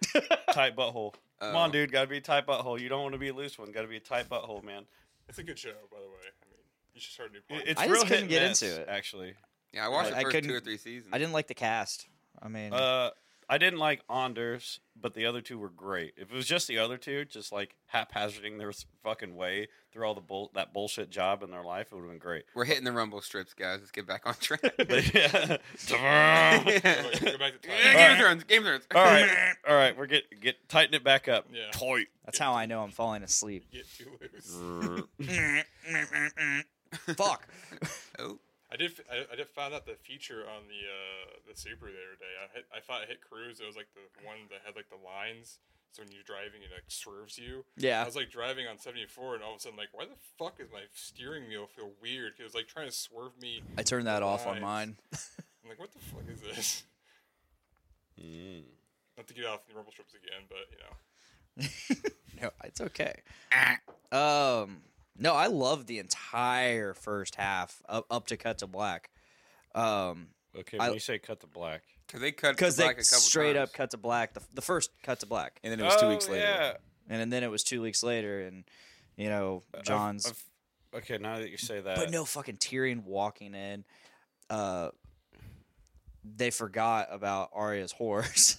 S4: tight butthole. Come
S2: Oh.
S4: on, dude. Gotta be a tight butthole. You don't want to be a loose one. Gotta be a tight butthole, man.
S5: It's a good show, by the way. I mean, you should start a new
S4: It-
S5: podcast.
S4: It's
S1: I just
S4: real
S1: couldn't
S4: hit and
S1: get
S4: miss,
S1: into it.
S4: Actually,
S2: Yeah, I watched
S1: I-
S2: the
S1: I
S2: first two
S1: couldn't-
S2: or three seasons.
S1: I didn't like the cast. I mean,
S4: uh, I didn't like Anders, but the other two were great. If it was just the other two, just like haphazarding their s- fucking way through all the bull that bullshit job in their life, it would have been great.
S2: We're hitting the rumble strips, guys. Let's get back on track.
S4: But yeah.
S5: Go back- go back to
S2: Yeah,
S5: tight.
S2: Game of Thrones. Game of Thrones.
S4: all right, all right, we're get get tighten it back up.
S5: Yeah.
S4: Tight. Mm.
S1: that's how I know I'm falling asleep.
S5: Get too loose.
S1: Fuck.
S2: Oh,
S5: I did. f- I, I did find out the feature on the uh, the Subaru the other day. I hit, I thought I hit cruise. It was like the one that had like the lines. So when you're driving, it like swerves you.
S1: Yeah.
S5: I was like driving on 74, and all of a sudden, like, why the fuck is my steering wheel feel weird? 'Cause It was like trying to swerve me.
S1: I turned that off on
S5: Nice.
S1: mine.
S5: I'm like, what the fuck is this? Not to get off the rumble strips again, but you know,
S1: No, it's okay.
S2: Ah.
S1: um, no, I love the entire first half up, up to cut to black. Um,
S4: Okay,
S1: I-
S4: when you say cut the black,
S2: because they cut
S1: because they
S2: back a couple
S1: straight
S2: times.
S1: up cut to black. The, the first cut to black,
S3: And then it was two
S4: two
S3: weeks later.
S1: and, then it was two weeks later, and you know
S2: Uh,
S1: John's,
S4: I've- okay, now that you say that,
S1: but no fucking Tyrion walking in. Uh, they forgot about Arya's horse.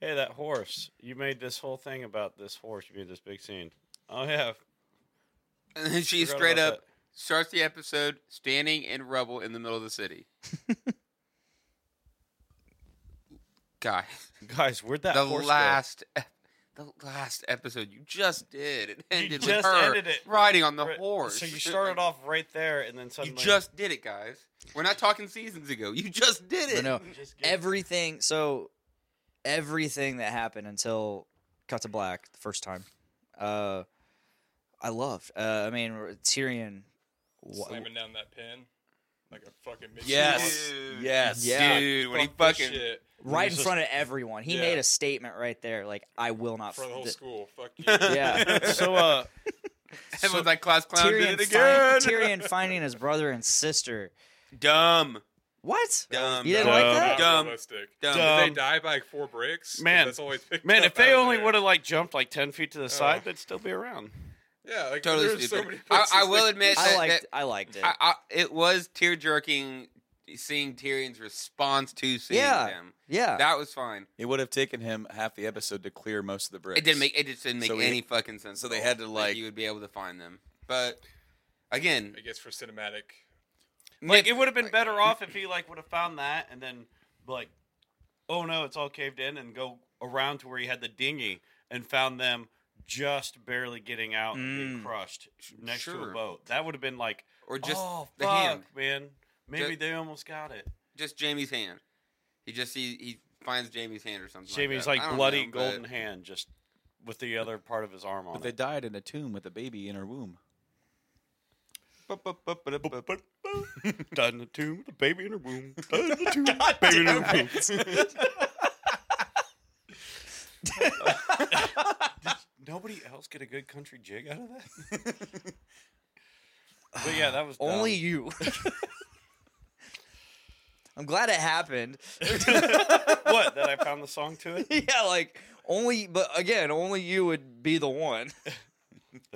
S4: Hey, that horse. You made this whole thing about this horse. You made this big scene. Oh, yeah.
S2: And then she
S4: Forgot
S2: straight
S4: about
S2: up starts the episode standing in rubble in the middle of the city. Guys,
S4: that. Guys, where'd that
S2: the
S4: horse go?
S2: last, ep- the last episode you just did. It ended with
S4: just
S2: her
S4: ended it.
S2: riding on the
S4: Right,
S2: horse.
S4: So you started off right there, and then
S2: You
S4: suddenly.
S2: just did it, guys. We're not talking seasons ago. You just did
S1: But
S2: it.
S1: no,
S4: Just get-
S1: everything. So everything that happened until cut to black the first time, uh, I loved. Uh, I mean Tyrion. wa-
S5: slamming down that pin like a fucking midget.
S3: Yes.
S2: Dude.
S3: Yes.
S1: Yeah.
S2: Dude, when he
S5: Fuck this
S2: fucking
S5: shit
S1: right
S4: He's
S1: in
S4: just-
S1: front of everyone. He
S5: Yeah.
S1: made a statement right there, like I will not.
S5: for the whole
S1: th-
S5: school. Fuck you.
S1: Yeah.
S4: So, uh.
S2: everyone's like class clown
S1: Tyrion,
S2: did it again.
S1: find- Tyrion finding his brother and sister.
S2: Dumb,
S1: What?
S2: dumb,
S1: You didn't
S2: dumb,
S1: like
S4: Dumb.
S1: that?
S2: Dumb.
S5: Realistic.
S2: Um, dumb.
S4: Dumb.
S5: Did they die by like four breaks? 'Cause
S4: Man.
S5: that's always picked
S4: Man,
S5: up
S4: if they
S5: out of
S4: only
S5: there.
S4: would have, like, jumped, like, 10 feet to the side,
S5: Oh.
S4: they'd still be around.
S5: yeah, like
S2: Totally
S5: there's So
S2: stupid.
S5: many
S2: I,
S5: places,
S2: I will
S5: like,
S2: admit,
S1: I
S2: that,
S1: liked.
S2: that
S1: I liked it.
S2: I, I, it was tear jerking seeing Tyrion's response to seeing
S1: Yeah.
S2: him.
S1: yeah.
S2: That was fine.
S3: It would have taken him half the episode to clear most of the bricks.
S2: It didn't make. It just didn't make
S3: So we-
S2: any fucking sense.
S3: so
S2: at
S3: they
S2: all
S3: had to,
S2: that
S3: like-
S2: you would be able to find them, but again,
S5: I guess for cinematic.
S4: Like, it would have been better off if he, like, would have found that, and then, like, oh no, it's all caved in, and go around to where he had the dinghy and found them just barely getting out and being
S1: Mm.
S4: crushed next to
S2: Sure.
S4: a boat. That would have been like,
S2: or just
S4: oh,
S2: the
S4: fuck,
S2: hand,
S4: man.
S2: Ju-
S4: Maybe they almost got it.
S2: just Jamie's hand. He just he, he finds Jamie's hand or something.
S4: Jamie's
S2: like,
S4: like
S2: that. I don't
S4: bloody
S2: know, but-
S4: golden hand, just with the other part of his arm on
S3: But they
S4: it.
S3: died in a tomb with a baby in her womb.
S4: Died in the tomb with a baby in her womb. Died in the tomb, baby in her womb. Did Nobody else get a good country jig out of that? but yeah, that was dumb.
S2: Um,
S1: Only you. I'm glad it happened.
S4: what that I found the song to it.
S1: yeah, like only, but again, only you would be the one.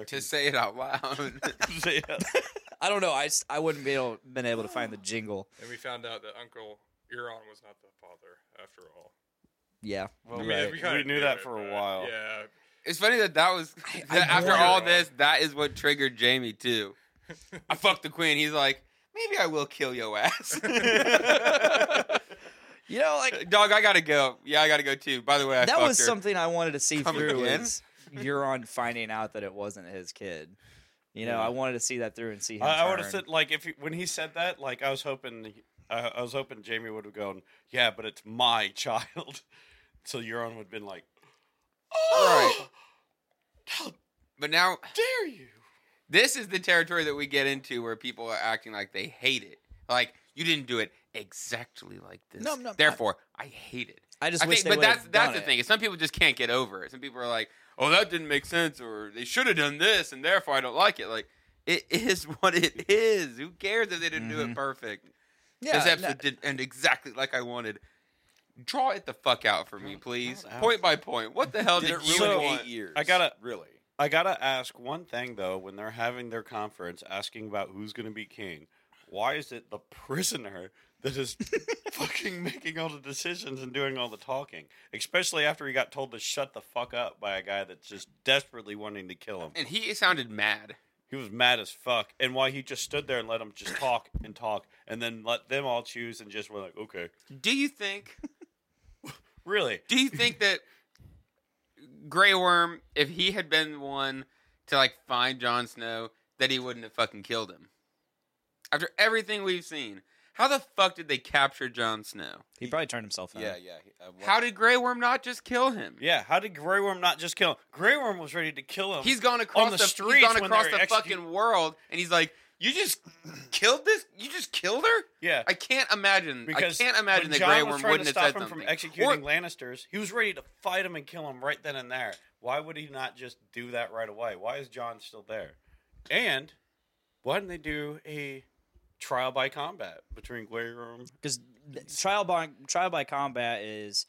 S2: to say it out loud.
S1: I don't know. I, s- I wouldn't be able been able to find the jingle.
S5: And we found out that Uncle Iron was not the father after all.
S1: Yeah,
S4: Well,
S5: I mean,
S4: right.
S5: we, kinda
S4: we knew that
S5: it,
S4: for
S5: but
S4: a while.
S5: Yeah,
S2: it's funny that that was
S1: I
S2: that after
S1: wonder-
S2: all this, that is what triggered Jamie too. I fucked the queen. He's like, maybe I will kill your ass.
S1: you know, like
S2: Dog, I gotta go. Yeah, I gotta go too. By the way, I
S1: that
S2: fucked
S1: was
S2: her.
S1: something I wanted to see
S2: Come
S1: through.
S2: again?
S1: Is Euron finding out that it wasn't his kid? You know, I wanted to see that through and see him.
S4: I, I would have
S1: turn.
S4: said like if he, when he said that, like I was hoping, I I was hoping Jamie would have gone, yeah, but it's my child. So Euron would have been like,
S2: Right. But now
S4: dare you?
S2: this is the territory that we get into where people are acting like they hate it. Like you didn't do it exactly like this.
S1: No, no, I-
S2: Therefore, I, hate it.
S1: I just
S2: I
S1: wish
S2: think,
S1: they
S2: but
S1: would've
S2: that's that's
S1: done
S2: the
S1: it.
S2: thing. Is some people just can't get over it. Some people are like, "Oh, that didn't make sense," or "They should have done this," and therefore I don't like it. Like it is what it is. Who cares if they didn't do it perfect?
S1: Yeah,
S2: this episode
S1: no,
S2: did end exactly like I wanted. Draw it the fuck out for me, please.
S4: out.
S2: Point by point. What the hell
S3: Did
S2: did,
S3: it
S2: you
S3: ruin
S4: So-
S2: want?
S3: eight years?
S4: I gotta-
S3: really.
S4: I gotta ask one thing though. When they're having their conference, asking about who's gonna be king, why is it the prisoner that is fucking making all the decisions and doing all the talking? Especially after he got told to shut the fuck up by a guy that's just desperately wanting to kill him.
S2: And he sounded mad.
S4: He was mad as fuck, and why he just stood there and let them just talk and talk, and then let them all choose and just were like, okay,
S2: Do you think?
S4: really?
S2: Do you think that Grey Worm, if he had been the one to like find Jon Snow, that he wouldn't have fucking killed him? After everything we've seen, how the fuck did they capture Jon Snow?
S1: he probably turned himself in.
S3: Yeah, yeah. I
S4: uh,
S3: want-
S2: How did Grey Worm not just kill him?
S4: Yeah. How did Grey Worm not just kill him? Grey Worm was ready to kill him.
S2: He's gone across
S4: the
S2: the,
S4: streets
S2: He's gone
S4: when
S2: across
S4: they're
S2: the
S4: execu-
S2: fucking world, and he's like, "You just killed this? You just killed her?"
S4: yeah.
S2: I can't imagine.
S4: Because
S2: I can't imagine
S4: when
S2: that
S4: Jon
S2: Grey
S4: was
S2: Worm
S4: trying
S2: wouldn't
S4: to
S2: have
S4: stop
S2: said
S4: him
S2: something.
S4: from executing
S2: Or-
S4: Lannisters. He was ready to fight him and kill him right then and there. Why would he not just do that right away? Why is John still there? And why didn't they do a trial by combat between Grey Worm?
S1: because trial by trial by combat is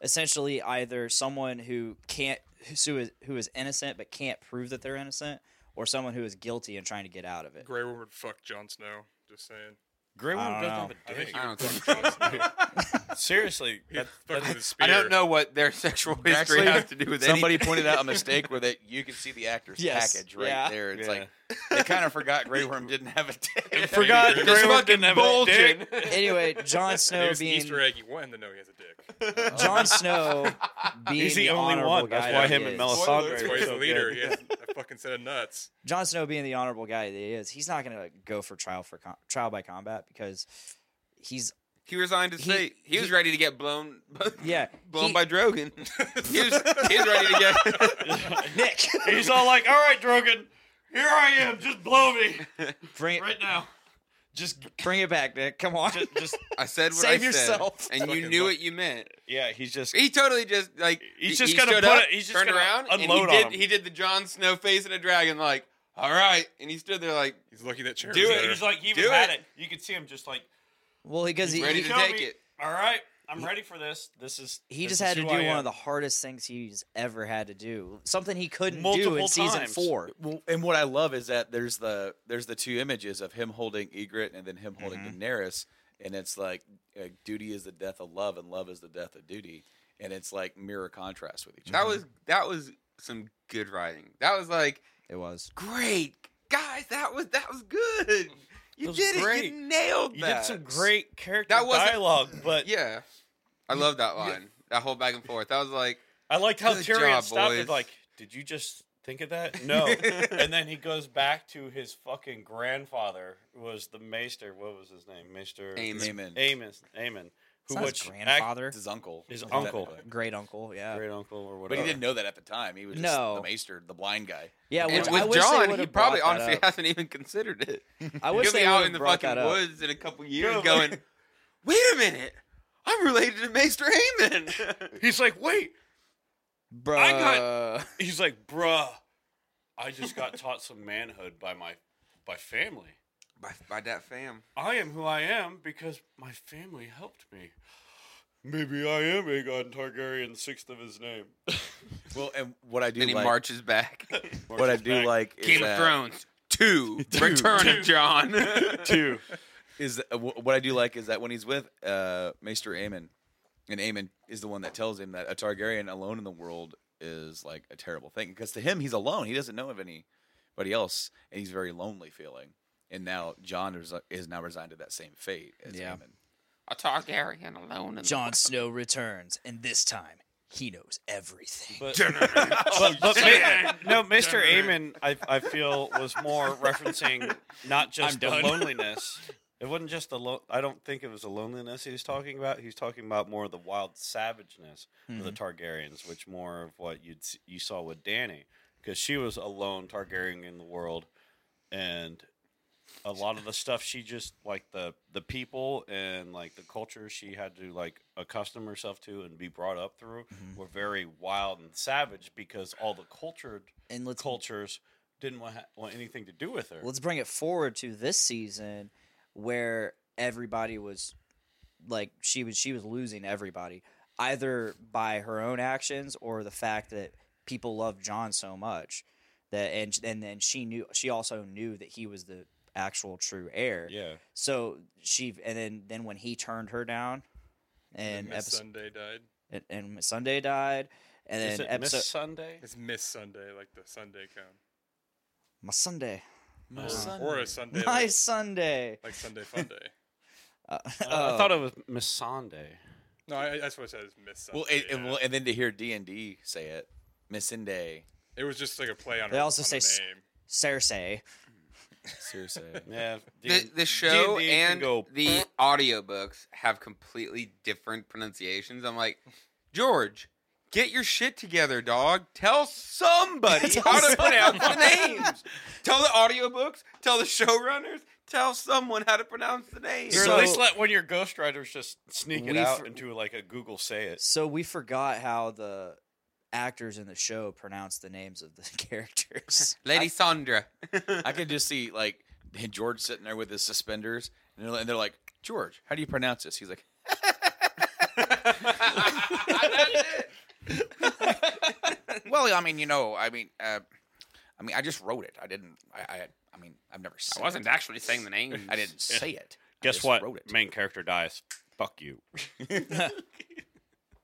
S1: essentially either someone who can't who is who is innocent but can't prove that they're innocent, or someone who is guilty and trying to get out of it.
S5: Grey Worm would fuck Jon Snow. Just saying.
S4: Grey
S1: I
S4: Worm
S1: don't
S4: doesn't
S1: know.
S4: have
S5: I
S4: a
S5: think
S4: dick.
S5: he
S2: I
S5: would
S2: don't
S5: fuck Jon Snow.
S4: Seriously,
S5: He'd
S4: that-
S5: fuck him
S4: that-
S5: with a
S2: I
S5: spear.
S2: don't know what their sexual history
S3: Actually,
S2: has to do with
S3: Somebody
S2: anything.
S3: pointed out a mistake where that you can see the actor's
S1: Yes.
S3: package right
S1: Yeah.
S3: there. It's
S4: Yeah.
S3: like they kind of forgot Grey Worm didn't have a dick.
S4: forgot
S5: Just
S4: Grey Worm
S2: fucking
S4: didn't have a dick.
S2: bulging.
S1: Anyway, Jon
S5: Maybe
S1: Snow
S5: it's an
S1: being
S5: Easter egg. You want him to know he has a dick.
S1: Jon Snow being
S4: He's the only
S1: honorable
S4: one.
S1: guy
S4: That's why
S1: that
S4: him
S1: he
S4: and
S1: is.
S4: Melisandre.
S5: That's
S4: were
S5: why he's
S4: so
S5: the leader.
S4: good.
S5: He has a fucking set of nuts.
S1: Jon Snow being the honorable guy that he is, he's not going to go for trial for com- trial by combat because he's
S2: He resigned his
S1: He-
S2: seat. He, was
S1: he-
S2: ready to get blown.
S1: yeah
S2: blown
S1: he-
S2: by Drogon. he, was, he was ready to get.
S1: Nick.
S4: He's all like, "All right, Drogon, here I am. Just blow me
S1: bring it
S4: right now. Just,
S1: bring it back, Nick. Come on.
S4: just, just
S2: I said what I
S1: Save
S2: said,
S1: yourself.
S2: and you
S5: Fucking
S2: knew
S5: bu-
S2: what you meant.
S4: yeah." He's just
S2: He totally just like
S4: He's
S2: he-
S4: just
S2: he
S4: gonna
S2: stood
S4: put
S2: up,
S4: it- he's just
S2: turned
S4: gonna
S2: around,
S4: unload
S2: and he
S4: on
S2: did,
S4: him.
S2: He did the Jon Snow face in a dragon, like all right, and he stood there like
S5: He's lucky that chair.
S2: Do
S5: was
S2: it.
S5: there.
S4: He's like, he
S2: Do
S4: even had
S2: it.
S4: it. You could see him just like
S1: Well, because he, he-
S2: ready to
S4: "Kill
S2: take
S4: me.
S2: it."
S4: All right, I'm ready for this. This is.
S1: he
S4: this
S1: just
S4: is
S1: had to
S4: who
S1: do
S4: I
S1: one
S4: am."
S1: of the hardest things he's ever had to do. Something he couldn't do in
S4: Multiple
S1: season
S4: times.
S1: four.
S3: Well, and what I love is that there's the there's the two images of him holding Egret and then him holding Daenerys, and it's like uh, duty is the death of love and love is the death of duty, and it's like mirror contrast with each other.
S2: That was that was some good writing. That was like
S1: It was.
S2: great guys. That was that was good. You
S4: was
S2: did it.
S4: great.
S2: You nailed that.
S4: You did some great character
S2: That wasn't-
S4: dialogue, but
S2: Yeah, I love that line. That whole back and forth. That was like
S4: I liked how
S2: Good
S4: Tyrion
S2: job,
S4: stopped
S2: boys.
S4: and like, did you just think of that? No. and then he goes back to his fucking grandfather, who was the maester. What was his name? Maester
S2: Amen.
S3: Amen.
S4: Amos. Amen.
S1: It's
S4: Who
S1: not
S4: was
S1: his grandfather,
S3: It's his uncle.
S4: His
S3: technically.
S4: uncle.
S1: great uncle. Yeah,
S4: great uncle, or whatever.
S3: But he didn't know that at the time. He was just
S1: No.
S3: the maester, the blind guy.
S1: yeah.
S2: And
S1: Which I
S2: with
S1: wish they
S2: John,
S1: would
S2: he
S1: have
S2: probably
S1: brought that
S2: honestly
S1: up.
S2: hasn't even considered it.
S1: I wish
S2: He'll
S1: they
S2: be
S1: would
S2: out
S1: have
S2: in the
S1: brought that
S2: fucking
S1: up.
S2: woods in a couple years
S4: Yeah, like-
S2: going, wait a minute, I'm related to Maester Aemon.
S4: He's like, wait.
S1: Bruh.
S4: I got- He's like, bruh. I just got taught some manhood by my by family.
S2: by, by that fam.
S4: I am who I am because my family helped me. Maybe I am Aegon Targaryen, sixth of his name.
S3: Well, and what I do
S2: Then he
S3: like,
S2: marches back.
S3: what I do like is
S2: Game of
S3: that-
S2: Thrones. Two, Return of John.
S4: too.
S3: is that- uh, wh- what I do like is that when he's with uh, Maester Aemon, and Aemon is the one that tells him that a Targaryen alone in the world is like a terrible thing because to him he's alone. He doesn't know of anybody else, and he's very lonely feeling. And now John is, is now resigned to that same fate as
S1: Yeah.
S3: Aemon.
S2: a Targaryen alone. in the
S1: Jon Snow returns, and this time he knows everything.
S4: But, but, but ma- no, Mr. Aemon, I, I feel was more referencing not just the loneliness. It wasn't just the lo- I don't think it was the loneliness he was talking about. He was talking about more of the wild savageness of the Targaryens, which more of what you you saw with Danny, because she was a lone Targaryen in the world, and a lot of the stuff she just like the the people and like the culture she had to like accustom herself to and be brought up through were very wild and savage because all the cultured
S1: and let's
S4: cultures didn't want, ha- want anything to do with her.
S1: let's bring it forward to this season where everybody was like she was she was losing everybody either by her own actions or the fact that people loved John so much that and and then she knew she also knew that he was the actual true heir.
S4: yeah,
S1: So she and then then when he turned her down and
S5: Miss
S1: episode
S5: Sunday died.
S1: and, and Miss Sunday died and
S4: is
S1: then
S4: it
S1: episode
S4: Miss Sunday?
S5: It's Miss Sunday, like the Sunday cone,
S1: my Sunday
S3: My
S5: or a Sunday,
S1: my
S5: like,
S1: Sunday.
S5: like Sunday Fun Day.
S1: Uh,
S4: I
S3: Oh.
S4: thought it was Miss Sunday.
S5: No, I, I- that's what I said. Is Miss Sunday.
S3: Well, and,
S5: yeah.
S3: and, well, and then to hear D and D say it, Missinde,
S5: It was just like a play on.
S1: They
S5: her-
S1: also
S5: on
S1: say
S5: her
S1: s- Cersei.
S5: name.
S3: seriously.
S4: Yeah,
S2: the, the show
S4: D&D can
S2: and
S4: go-
S2: the audiobooks have completely different pronunciations. I'm like, George, get your shit together, dog. Tell somebody
S1: Tell
S2: how to
S1: somebody.
S2: pronounce the names. Tell the audiobooks, tell the showrunners, tell someone how to pronounce the names.
S4: Or
S1: So-
S4: at least let one of your ghostwriters just sneak it
S1: We
S4: out
S1: for-
S4: into like a Google say it.
S1: So we forgot how the actors in the show pronounce the names of the characters.
S2: Lady Sandra.
S3: I could just see like George sitting there with his suspenders, and they're, and they're like, George, how do you pronounce this? He's like, Well, I mean, you know, I mean, uh, I mean, I just wrote it. I didn't. I, I, I mean, I've never.
S2: I
S3: Said
S2: wasn't
S3: It.
S2: actually saying the name.
S3: I didn't say it. I
S4: Guess
S3: just
S4: what?
S3: Wrote it.
S4: Main character dies. Fuck you.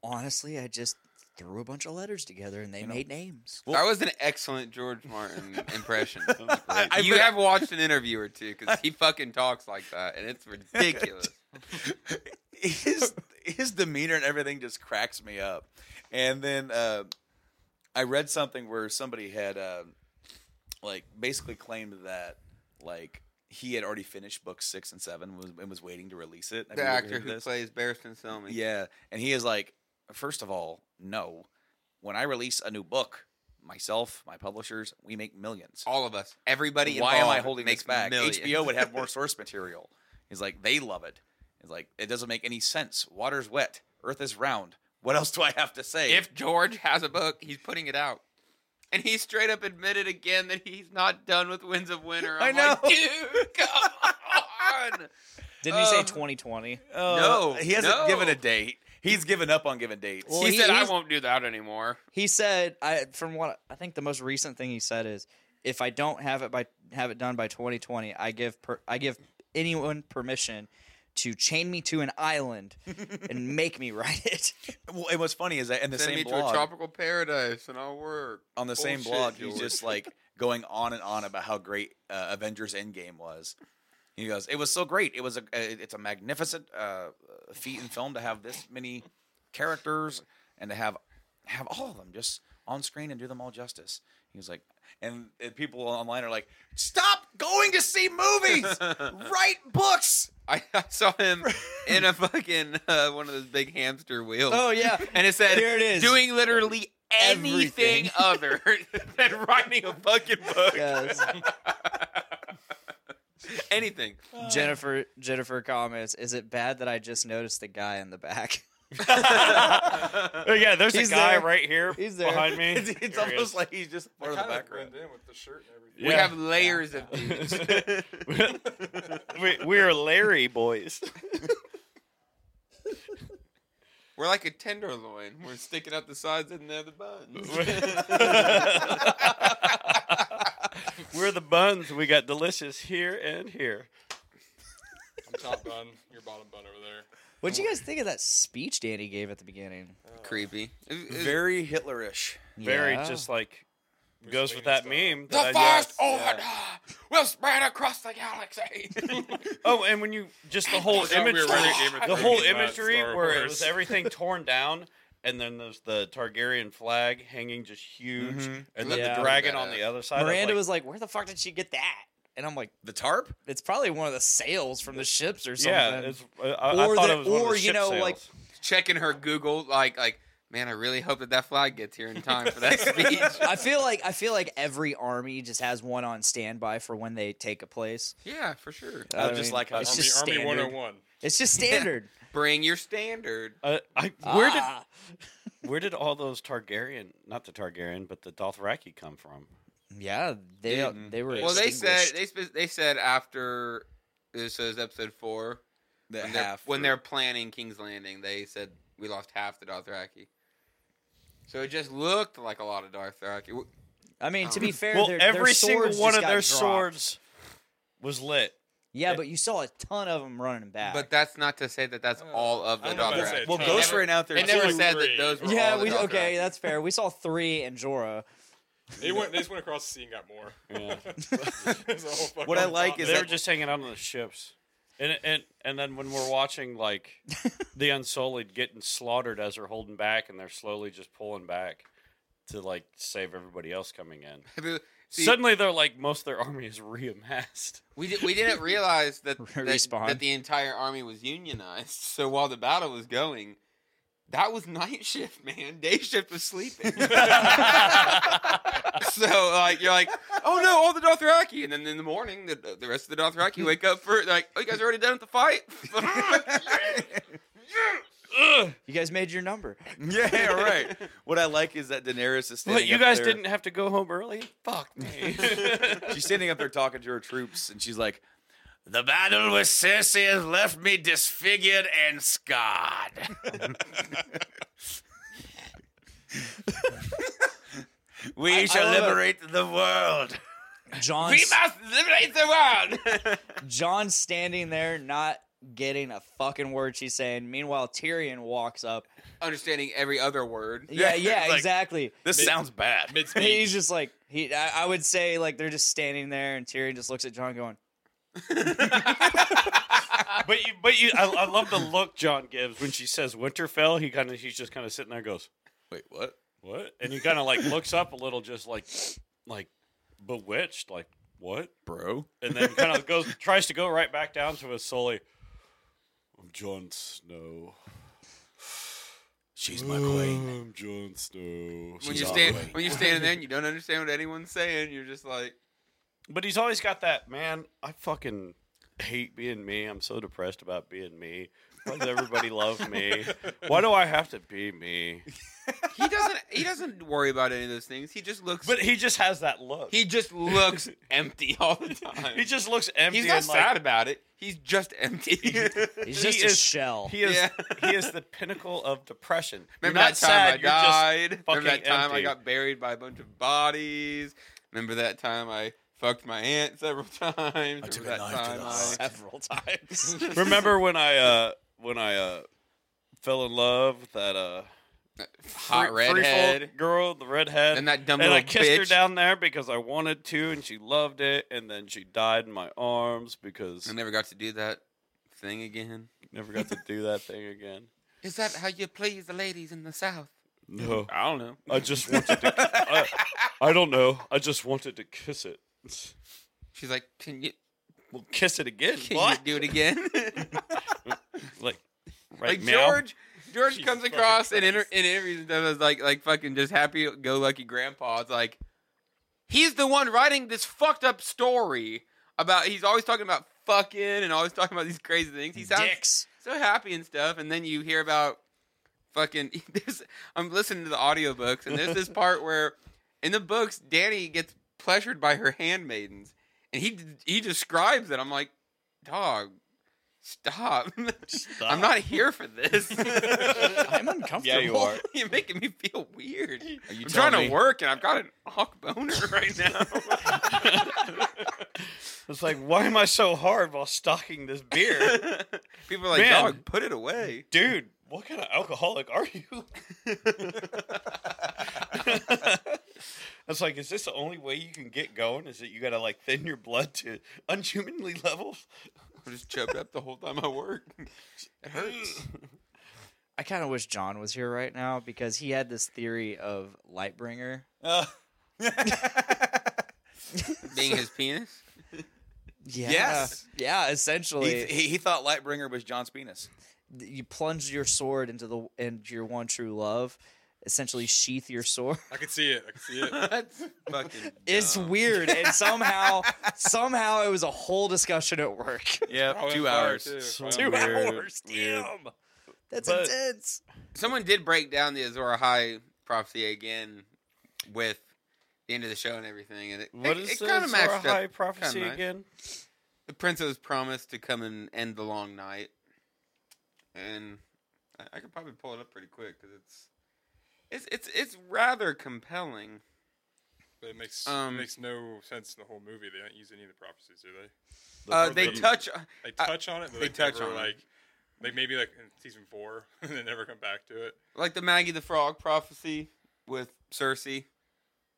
S1: Honestly, I just threw a bunch of letters together and they made names.
S2: That was an excellent George Martin impression.
S4: I-
S2: you have watched an interview or two because he fucking talks like that, and it's ridiculous.
S3: his his demeanor and everything just cracks me up. And then uh, I read something where somebody had uh, like basically claimed that like he had already finished book six and seven was, and was waiting to release it. Have
S2: the
S3: you ever
S2: actor
S3: heard
S2: who
S3: this?
S2: plays Barristan Selmy.
S3: Yeah, and he is like, first of all, no. When I release a new book, myself, my publishers, we make millions.
S2: all of us, everybody.
S3: Why am I
S2: involved
S3: holding
S2: makes
S3: this back?
S2: Millions.
S3: HBO would have more source material. He's like, they love it. He's like, it doesn't make any sense. Water's wet. Earth is round. What else do I have to say?
S2: If George has a book, he's putting it out, and he straight up admitted again that he's not done with Winds of Winter. I'm
S3: I
S2: like, dude, come on.
S1: Didn't he say
S2: uh,
S1: 2020?
S3: Uh,
S2: No,
S3: he hasn't
S2: no.
S3: given a date. He's given up on giving dates.
S1: Well,
S2: he,
S1: he-
S2: said, "I
S1: he's-
S2: won't do that anymore."
S1: He said, "I from what I think the most recent thing he said is, if I don't have it by have it done by 2020, I give per, I give anyone permission to chain me to an island and make me write it."
S3: well, and what's funny is that in the
S2: Send
S3: same
S2: me to a
S3: blog,
S2: tropical paradise, and I'll work.
S3: on the same
S2: Bullshit,
S3: blog, he's
S2: George.
S3: just like going on and on about how great uh, Avengers Endgame was. He goes, "It was so great. It was a, uh, it's a magnificent uh, feat in film to have this many characters and to have have all of them just on screen and do them all justice. He was like, and, and people online are like, stop going to see movies, write books.
S2: I, I saw him in a fucking uh, one of those big hamster wheels.
S1: Oh yeah,
S2: and it said
S1: Here it is.
S2: doing literally anything
S1: Everything.
S2: other than writing a fucking book.
S1: Yes.
S2: Anything.
S1: Jennifer Jennifer comments, is it bad that I just noticed the guy in the back?
S2: Uh-uh.
S4: Oh, yeah, there's
S1: He's
S4: a guy
S1: there.
S4: right here
S1: He's there.
S4: behind me.
S3: It's, it's
S4: Here he
S3: almost
S4: is.
S3: like he's just part of the
S5: Kinda
S3: background.
S5: blend in with the shirt and everything.
S2: We
S4: Yeah.
S2: have layers of dudes.
S4: we, we are Larry boys.
S2: We're like a tenderloin. We're sticking out the sides and they're the buns.
S4: We're the buns. We got delicious here and here.
S5: I'm top bun, your bottom bun over there.
S1: What would you guys think of that speech Danny gave at the beginning?
S2: Creepy. It- it-
S3: Very Hitlerish.
S4: Very
S1: Yeah.
S4: just like goes with that
S5: Mussolini
S4: meme.
S2: the
S4: that I
S2: first
S4: just-
S2: order will spread across the galaxy.
S4: Oh, and when you just the whole
S5: I thought we
S4: image,
S5: were really aiming
S4: the
S5: for
S4: whole
S5: Star
S4: imagery
S5: Wars.
S4: where it was everything torn down, and then there's the Targaryen flag hanging just huge,
S5: Mm-hmm.
S4: and then
S1: Yeah.
S4: the dragon on the other side.
S1: Miranda
S4: I'm like,
S1: was like, "Where the fuck did she get that?" And I'm like,
S3: The tarp?
S1: "It's probably one of the sails from the ships or something."
S4: yeah, it's, uh, I,
S1: Or
S4: I thought
S1: the-
S4: it was one of
S1: or,
S4: the
S1: you
S4: ship
S1: know, like-
S4: sails.
S2: Checking her Google, like, like, man, I really hope that that flag gets here in time for that speech.
S1: I feel like I feel like every army just has one on standby for when they take a place.
S2: yeah, for sure.
S1: I
S3: just like how-
S1: it's
S5: Army,
S1: just
S5: Army
S1: standard.
S5: 101.
S1: It's just standard.
S2: Bring your standard.
S4: Uh, I, where did
S1: Ah.
S4: Where did all those Targaryen, not the Targaryen, but the Dothraki come from?
S1: Yeah, they
S2: Dude.
S1: they were.
S2: Well, they said
S1: extinguished.
S2: they spe- they said after this was episode four
S3: The
S2: when they're,
S3: half.
S2: when they're planning King's Landing, they said we lost half the Dothraki. So it just looked like a lot of Dothraki. W-
S1: I mean, to
S2: Oh.
S1: be fair,
S4: well,
S1: their,
S4: every
S1: their
S4: single
S1: swords
S4: one
S1: just
S4: of
S1: got
S4: their
S1: dropped.
S4: swords was lit.
S1: Yeah, but you saw a ton of them running back.
S2: But that's not to say that that's all of the
S5: Uh, I don't know about
S2: Dothraki.
S5: that.
S3: well,
S5: They
S3: Ghost
S2: never-
S3: Rain out there.
S2: They never
S3: too.
S2: said that
S5: Three.
S2: those were all
S1: yeah,
S2: the
S1: we
S2: Dothraki.
S1: okay. That's fair. We saw three and Jorah.
S5: They went. They just went across the sea and got more. There's a whole fucking
S3: What I like
S5: plot
S3: is
S4: they
S5: there.
S4: were just hanging out on the ships. And, and and then when we're watching like the Unsullied getting slaughtered as they're holding back and they're slowly just pulling back to like save everybody else coming in.
S2: See,
S4: Suddenly they're like most of their army is reamassed.
S2: we, di- we didn't realize that, that
S1: Respawn.
S2: that the entire army was unionized. So while the battle was going, that was night shift, man. Day shift was sleeping. so like you're like, oh no, all the Dothraki, and then in the morning, the, the rest of the Dothraki wake up for like, oh, you guys are already done with the fight.
S1: You guys made your number.
S3: Yeah, right. What I like is that Daenerys is standing.
S4: But you
S3: up
S4: guys
S3: there.
S4: didn't have to go home early? Fuck me.
S3: She's standing up there talking to her troops, and she's like, "The battle with Cersei has left me disfigured and scarred." we
S1: I
S3: shall
S1: love it.
S3: liberate the world.
S1: John,
S2: we must liberate the world.
S1: John standing there, not getting a fucking word she's saying. Meanwhile, Tyrion walks up.
S2: Understanding every other word.
S1: Yeah, yeah,
S3: Like-
S1: exactly.
S3: This sounds bad.
S5: Mid speech.
S1: He's just like he. I, I would say like they're just standing there, and Tyrion just looks at John, going,
S4: But you, but you, I, I love the look John gives when she says Winterfell. He kind of, he's just kind of sitting there, and goes,
S3: Wait, what?
S4: "What?" And he kind of like looks up a little, just like, like bewitched, like what?
S3: Bro.
S4: And then kind of goes, tries to go right back down to his solely. I'm Jon Snow.
S3: She's my queen.
S4: I'm Jon Snow.
S2: When you stand, when you're standing there, and you don't understand what anyone's saying. You're just like,
S4: But he's always got that man. I fucking hate being me. I'm so depressed about being me. Why does everybody love me? Why do I have to be me?
S2: he doesn't. He doesn't worry about any of those things. He just looks.
S4: But he just has that look.
S2: he just looks empty all the time.
S4: He just looks empty.
S2: He's not
S4: and like,
S2: sad about it. He's just empty.
S1: "He's
S4: He
S1: just a
S4: is-
S1: shell."
S4: He is
S2: Yeah.
S4: he is the pinnacle of depression. You're
S2: Remember
S4: not
S2: that time
S4: sad,
S2: I
S4: you're just
S2: died?
S4: fucking
S2: Remember that time I
S4: empty.
S2: got buried by a bunch of bodies? Remember that time I fucked my aunt several times? Remember
S3: took a
S2: that
S3: knife to
S2: time
S3: the
S2: I...
S3: heart.
S1: several times.
S4: Remember when I uh when I uh fell in love with that uh
S2: Hot
S4: free-
S2: redhead.
S4: freefold girl, the redhead,
S2: And that dumb
S4: and I
S2: little
S4: kissed her
S2: bitch.
S4: down there because I wanted to, and she loved it, and then she died in my arms because
S2: I never got to do that thing again.
S4: never got to do that thing again.
S2: Is that how you please the ladies in the South?
S4: No.
S2: I don't know.
S4: I just wanted to. I, I don't know. I just wanted to kiss it.
S2: She's like, can you
S4: Well, kiss it again.
S2: can
S4: what?
S2: you do it again?
S4: Like, right
S2: like
S4: now?
S2: George, George
S5: Jesus
S2: comes
S5: fucking
S2: across in, inter-
S5: Christ.
S2: in interviews and stuff as like like fucking just happy go lucky grandpa. It's like he's the one writing this fucked up story about. He's always talking about fucking and always talking about these crazy things. He sounds
S1: Dicks.
S2: so happy and stuff, and then you hear about fucking. There's, I'm listening to the audiobooks, and there's this part where in the books Danny gets pleasured by her handmaidens, and he he describes it. I'm like, dog, stop. I'm not here for this.
S1: I'm uncomfortable.
S4: you are.
S2: You're making me feel weird.
S3: Are you
S2: I'm trying
S3: telling
S2: to
S3: me-
S2: work, and I've got an hawk boner right now.
S4: It's like, why am I so hard while stocking this beer?
S2: People are like,
S4: Man.
S2: dog, put it away.
S4: Dude, what kind of alcoholic are you? It's like, is this the only way you can get going? Is that you gotta like thin your blood to unhumanly levels?
S2: I'm just choked up the whole time I work. It hurts.
S1: I kind of wish John was here right now because he had this theory of Lightbringer.
S3: Uh,
S2: Being his penis.
S1: Yeah.
S3: Yes.
S1: Yeah, essentially.
S3: he, he, he thought Lightbringer was John's penis.
S1: th- you plunge your sword into the into your one true love essentially sheath your sword
S5: I could see it. I could see it.
S2: That's fucking.
S1: it's
S2: dumb.
S1: weird and somehow somehow it was a whole discussion at work
S3: Yeah,
S5: Probably
S3: two
S5: on fire,
S3: hours.
S5: too.
S4: So-
S5: Probably
S1: two
S5: on fire.
S1: hours damn that's
S4: Oh, But-
S1: intense
S2: Someone did break down the Azor High prophecy again with the end of the show and everything, and it,
S4: What
S2: it,
S4: is
S2: it
S4: the
S2: kind of matched
S4: Zorahai
S2: up.
S4: prophecy
S2: Kinda nice.
S4: again?
S2: The princess promised to come and end the long night, and I, I could probably pull it up pretty quick because it's it's it's it's rather compelling.
S5: But it makes
S2: Um,
S5: it makes no sense in the whole movie. They don't use any of the prophecies, do they?
S2: Uh,
S5: word
S2: they
S5: that-
S2: touch. uh,
S5: They
S2: I-
S5: touch on it, but
S2: they
S5: they,
S2: touch
S5: never,
S2: on it.
S5: like like maybe like in season four, and they never come back to it.
S2: like the Maggie the Frog prophecy with Cersei,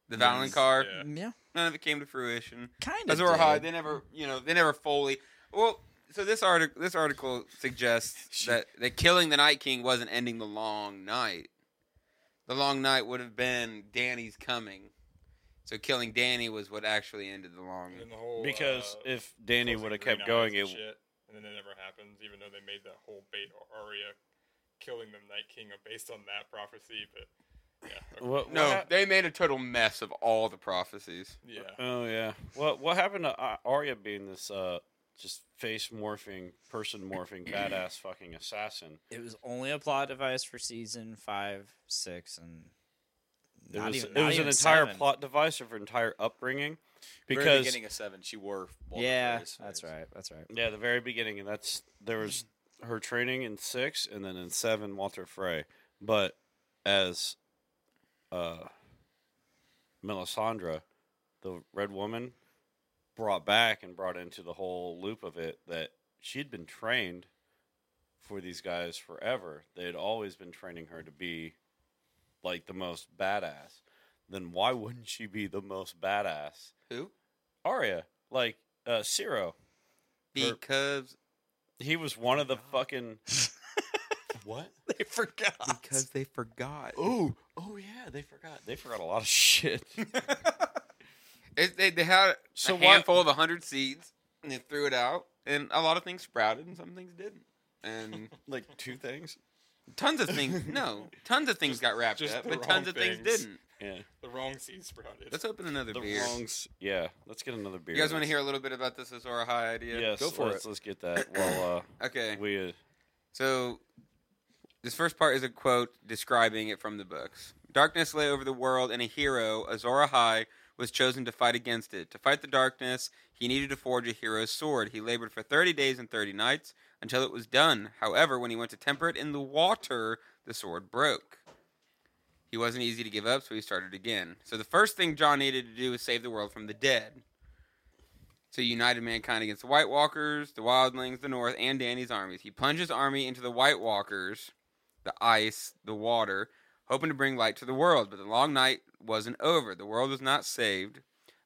S2: the Valen
S5: Yeah.
S1: yeah
S2: None of it came to fruition.
S1: kind of
S2: Azor High, they never, you know, they never fully. Well, so this article, this article suggests that that killing the Night King wasn't ending the Long Night. The Long Night would have been Danny's coming. So killing Danny was what actually ended the Long.
S5: And then the whole
S4: Because
S5: uh,
S4: if Danny
S5: closing
S4: would have
S5: Green
S4: kept
S5: Eyes
S4: going,
S5: and
S4: it
S5: shit, and then it never happens. Even though they made that whole bait Arya killing them Night King based on that prophecy, but yeah, okay.
S4: what, what
S2: No,
S4: hap-
S2: they made a total mess of all the prophecies.
S5: yeah.
S4: oh yeah. What what happened to A- Arya being this uh just face morphing, person morphing, badass fucking assassin?
S1: it was only a plot device for season five six and
S4: It
S1: not
S4: was
S1: even,
S4: it
S1: not
S4: was an
S1: even
S4: entire
S1: seven.
S4: plot device of her entire upbringing.
S3: Very
S4: Because
S3: beginning of seven, she wore. Walter
S1: yeah
S3: Frey's
S1: that's
S3: face.
S1: right that's right
S4: yeah, the very beginning, and that's there was her training in six, and then in seven, Walter Frey. But as uh, Melisandre, the Red Woman, brought back and brought into the whole loop of it that she'd been trained for these guys forever. They had always been training her to be like the most badass. Then why wouldn't she be the most badass?
S2: Who?
S4: Arya, like uh, Ciro.
S2: Because
S4: He was one of the fucking. what?
S1: they forgot
S2: because they forgot.
S4: Oh, oh yeah, they forgot. They forgot a lot of shit.
S2: It, they, they had
S4: So
S2: a
S4: what-
S2: handful of 100 seeds, and they threw it out, and a lot of things sprouted, and some things didn't. And
S4: like two things.
S2: tons of things, no, tons of things got wrapped
S5: just
S2: up,
S5: the
S2: but
S5: wrong
S2: tons of things
S5: things.
S2: didn't.
S4: Yeah.
S5: The wrong seed sprouted.
S2: Let's open another
S4: The
S2: beer.
S4: wrongs. Yeah. Let's get another beer.
S2: You guys want to hear a little bit about this Azora High idea?
S4: Yes.
S3: Go for
S4: let's,
S3: it.
S4: Let's get that. Well, uh,
S2: Okay.
S4: we. Uh,
S2: So, this first part is a quote describing it from the books. Darkness lay over the world, and a hero, Azor Ahai, was chosen to fight against it. To fight the darkness, he needed to forge a hero's sword. He labored for 30 days and 30 nights until it was done. However, when he went to temper it in the water, the sword broke. He wasn't easy to give up, so he started again. So, the first thing John needed to do was save the world from the dead. So he united mankind against the White Walkers, the Wildlings, the North, and Danny's armies. He plunged his army into the White Walkers, the ice, the water, hoping to bring light to the world. But the long night wasn't over. The world was not saved.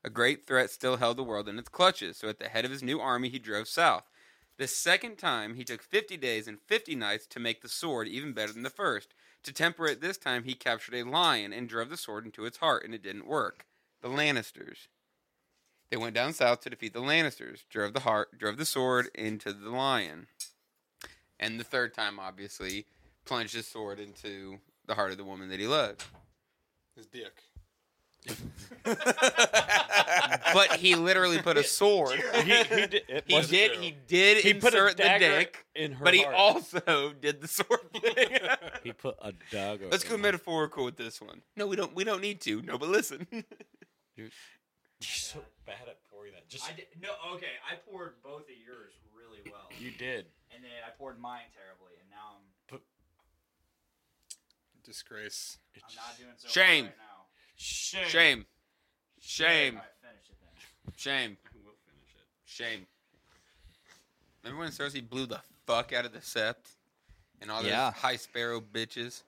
S2: A great threat still held the world in its clutches. So at the head of his new army, he drove south. The second time, he took 50 days and 50 nights to make the sword even better than the first. To temper it this time, he captured a lion and drove the sword into its heart, and it didn't work. The Lannisters. They went down south to defeat the Lannisters, drove the heart, drove the sword into the lion. And the third time, obviously, plunged his sword into the heart of the woman that he loved.
S5: His dick.
S2: But he literally put a sword.
S4: he, he did. It
S2: He
S4: was,
S2: did.
S5: true.
S2: He did
S4: he put a
S2: insert the
S4: dagger
S2: dick,
S4: in her.
S2: but he
S4: heart.
S2: also did the sword thing.
S6: He put a dagger.
S2: Let's go
S6: in.
S2: metaphorical with this one. No, we don't. We don't need to. No, but listen.
S4: You're so bad at pouring that. Just
S1: did, no, okay. I poured both of yours really well,
S4: you did.
S1: and then I poured mine terribly, and now I'm,
S5: Disgrace.
S1: I'm not doing so
S2: Shame.
S1: well right
S4: Shame.
S2: Shame.
S1: now.
S2: Shame.
S1: All right, finish it then.
S2: Shame. Shame. Remember when Cersei blew the fuck out of the Sept and all those
S1: Yeah.
S2: high sparrow bitches?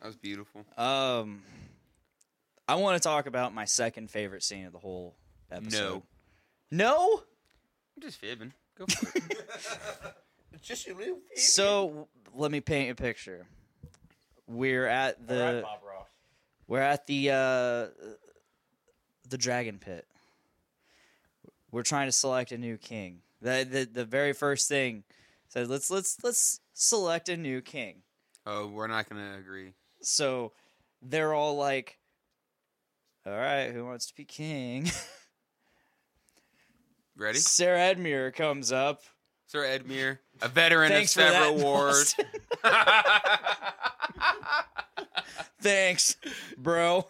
S2: That was beautiful.
S1: Um, I want to talk about my second favorite scene of the whole episode. No. No?
S2: I'm just fibbing. Go for it.
S6: Just a little bit.
S1: So let me paint a picture. We're at
S4: All right,
S1: the
S4: Bob Ross.
S1: we're at the uh, the dragon pit. We're trying to select a new king. The the, the very first thing says let's let's let's select a new king.
S2: oh, we're not gonna agree.
S1: So they're all like, "All right, who wants to be king?"
S2: Ready?
S1: Sarah Edmure comes up.
S2: Sir Edmure, a veteran
S1: Thanks for
S2: of
S1: that.
S2: several wars.
S1: Boston. Thanks, bro.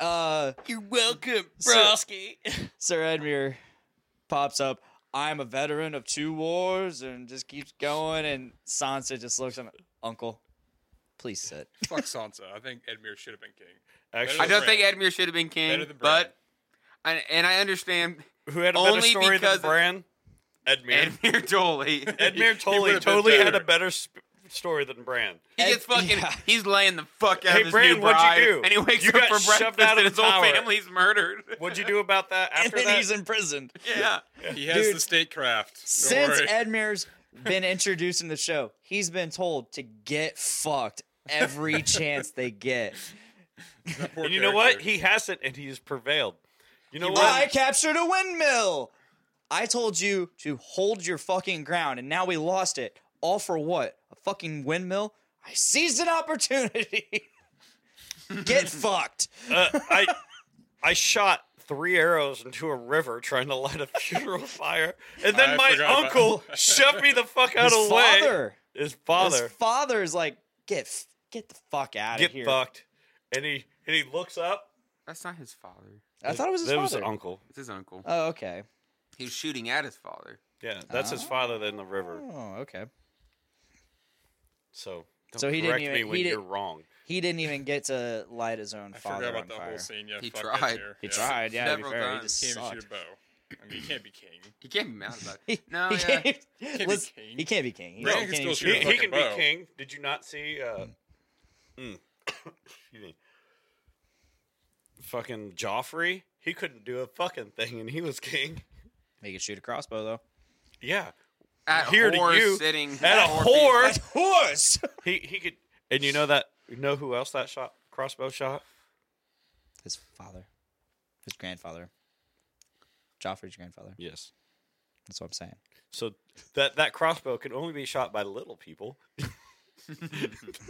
S1: uh,
S2: You're welcome,
S1: Broski. Sir Edmure pops up. I'm a veteran of two wars, and just keeps going. And Sansa just looks at him, Uncle. Please sit.
S5: Fuck Sansa. I think Edmure should have been king.
S4: Actually,
S2: I don't
S5: Brand.
S2: think Edmure should have been
S5: Better
S2: king,
S5: than Bran.
S2: but I, and I understand
S4: who had a better
S2: only
S4: story
S2: because
S4: than
S2: of-
S4: Bran? Edmure.
S2: Edmure Tully.
S4: Edmure totally,
S5: would've been
S4: totally had a
S5: better.
S4: better sp- story than Bran.
S2: He
S1: Ed-
S2: gets fucking.
S1: yeah.
S2: He's laying the fuck out
S4: Hey,
S2: of his
S4: Bran,
S2: new
S4: what'd you
S2: bride,
S4: do?
S2: and he wakes
S4: You
S2: up
S4: got
S2: for
S4: shoved
S2: breakfast,
S4: out of
S2: and
S4: the
S2: his whole
S4: tower.
S2: family's murdered.
S4: What'd you do about that
S1: And
S4: after
S1: then
S4: that?
S1: he's imprisoned.
S2: Yeah,
S5: He has
S1: Dude.
S5: the statecraft. Don't
S1: Since
S5: worry.
S1: Edmure's been introduced in the show, he's been told to get fucked every chance they get.
S5: That poor
S4: and you know
S5: character.
S4: what? He hasn't, and he's prevailed. You know what?
S1: I captured a windmill. I told you to hold your fucking ground, and now we lost it. All for what? A fucking windmill? I seized an opportunity. Get fucked.
S4: Uh, I I shot three arrows into a river trying to light a funeral fire, and then
S5: I
S4: my
S5: forgot about-
S4: uncle shoved me the fuck out
S1: His
S4: of the way.
S1: father.
S4: His
S1: His
S4: father
S1: father is like, get f- get the fuck out
S4: get
S1: of here.
S4: fucked, and he and he looks up.
S2: that's not his father.
S1: I thought it was his
S4: that
S1: father.
S4: was uncle.
S2: It's his uncle.
S1: Oh, okay.
S2: He was shooting at his father.
S4: Yeah, that's his father in the river.
S1: Oh, okay.
S4: So don't
S1: So he didn't
S4: correct
S1: even-
S4: me when
S1: he
S4: you're
S1: didn't-
S4: wrong.
S1: He didn't even get to light his own
S5: I
S1: father
S5: forgot about
S1: on
S5: that
S1: fire.
S5: whole scene. Yeah,
S2: He
S5: fuck
S2: tried.
S5: Edmure.
S1: He
S5: Yeah.
S1: tried, yeah. To be
S2: Several
S1: fair, he
S2: times.
S1: just
S5: Can't even shoot
S1: sucked.
S5: a bow. I mean, you can't be king.
S2: He can't be mad about
S1: He,
S2: it. No,
S1: he
S2: yeah.
S1: can't, even-
S5: be
S1: let's-
S5: king.
S1: He can't be king. He
S5: Bran
S1: can't
S5: can
S1: can't
S5: still
S1: even
S5: shoot
S1: shoot
S4: He,
S1: a
S5: a fucking
S4: he
S5: Hmm.
S4: can
S5: bow.
S4: be king. Did you not see? Uh, mm. Excuse me. Fucking Joffrey, he couldn't do a fucking thing, and he was king.
S1: He can shoot a crossbow though.
S4: Yeah,
S2: At
S4: Here to
S2: whore
S4: you,
S2: sitting
S4: at a
S2: four
S4: whore.
S2: feet-
S1: horse.
S4: He he could, and you know that. You know who else that shot crossbow shot?
S1: His father, his grandfather, Joffrey's grandfather.
S4: Yes.
S1: That's what I'm saying.
S4: So that that crossbow can only be shot by little people.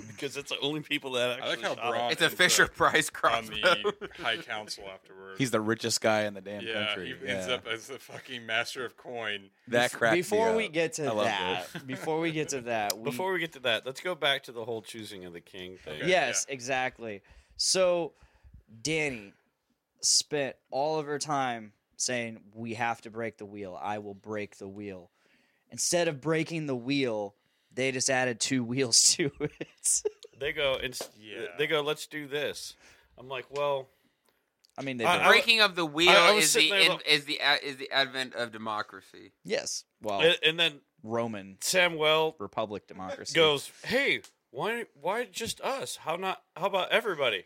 S4: because it's the only people that actually
S5: I like how
S4: shot it.
S5: Braun
S2: It's a Fisher Price
S5: on
S2: crossbow.
S5: the High Council afterward.
S6: He's the richest guy in the damn
S5: yeah,
S6: country.
S5: he ends up as the fucking master of coin.
S6: that crap.
S1: before we get to
S6: I love
S1: that, before we get to that, we,
S4: Before we get to that, let's go back to the whole choosing of the king thing.
S5: Okay.
S1: yes, exactly. So, Danny spent all of her time saying, "We have to break the wheel. I will break the wheel." Instead of breaking the wheel, they just added two wheels to it.
S4: They go and s-
S5: Yeah.
S4: they go. Let's do this. I'm like, well,
S1: I mean, they
S4: I-
S1: did.
S4: I-
S2: Breaking of the wheel
S4: I was
S2: is
S4: sitting
S2: the
S4: there
S2: in,
S4: look-
S2: is the a- is the advent of democracy.
S1: yes.
S5: Oh.
S1: Well,
S4: and, and then
S1: Roman
S4: Samuel
S1: Republic democracy
S4: goes, hey, why why just us? How not? How about everybody?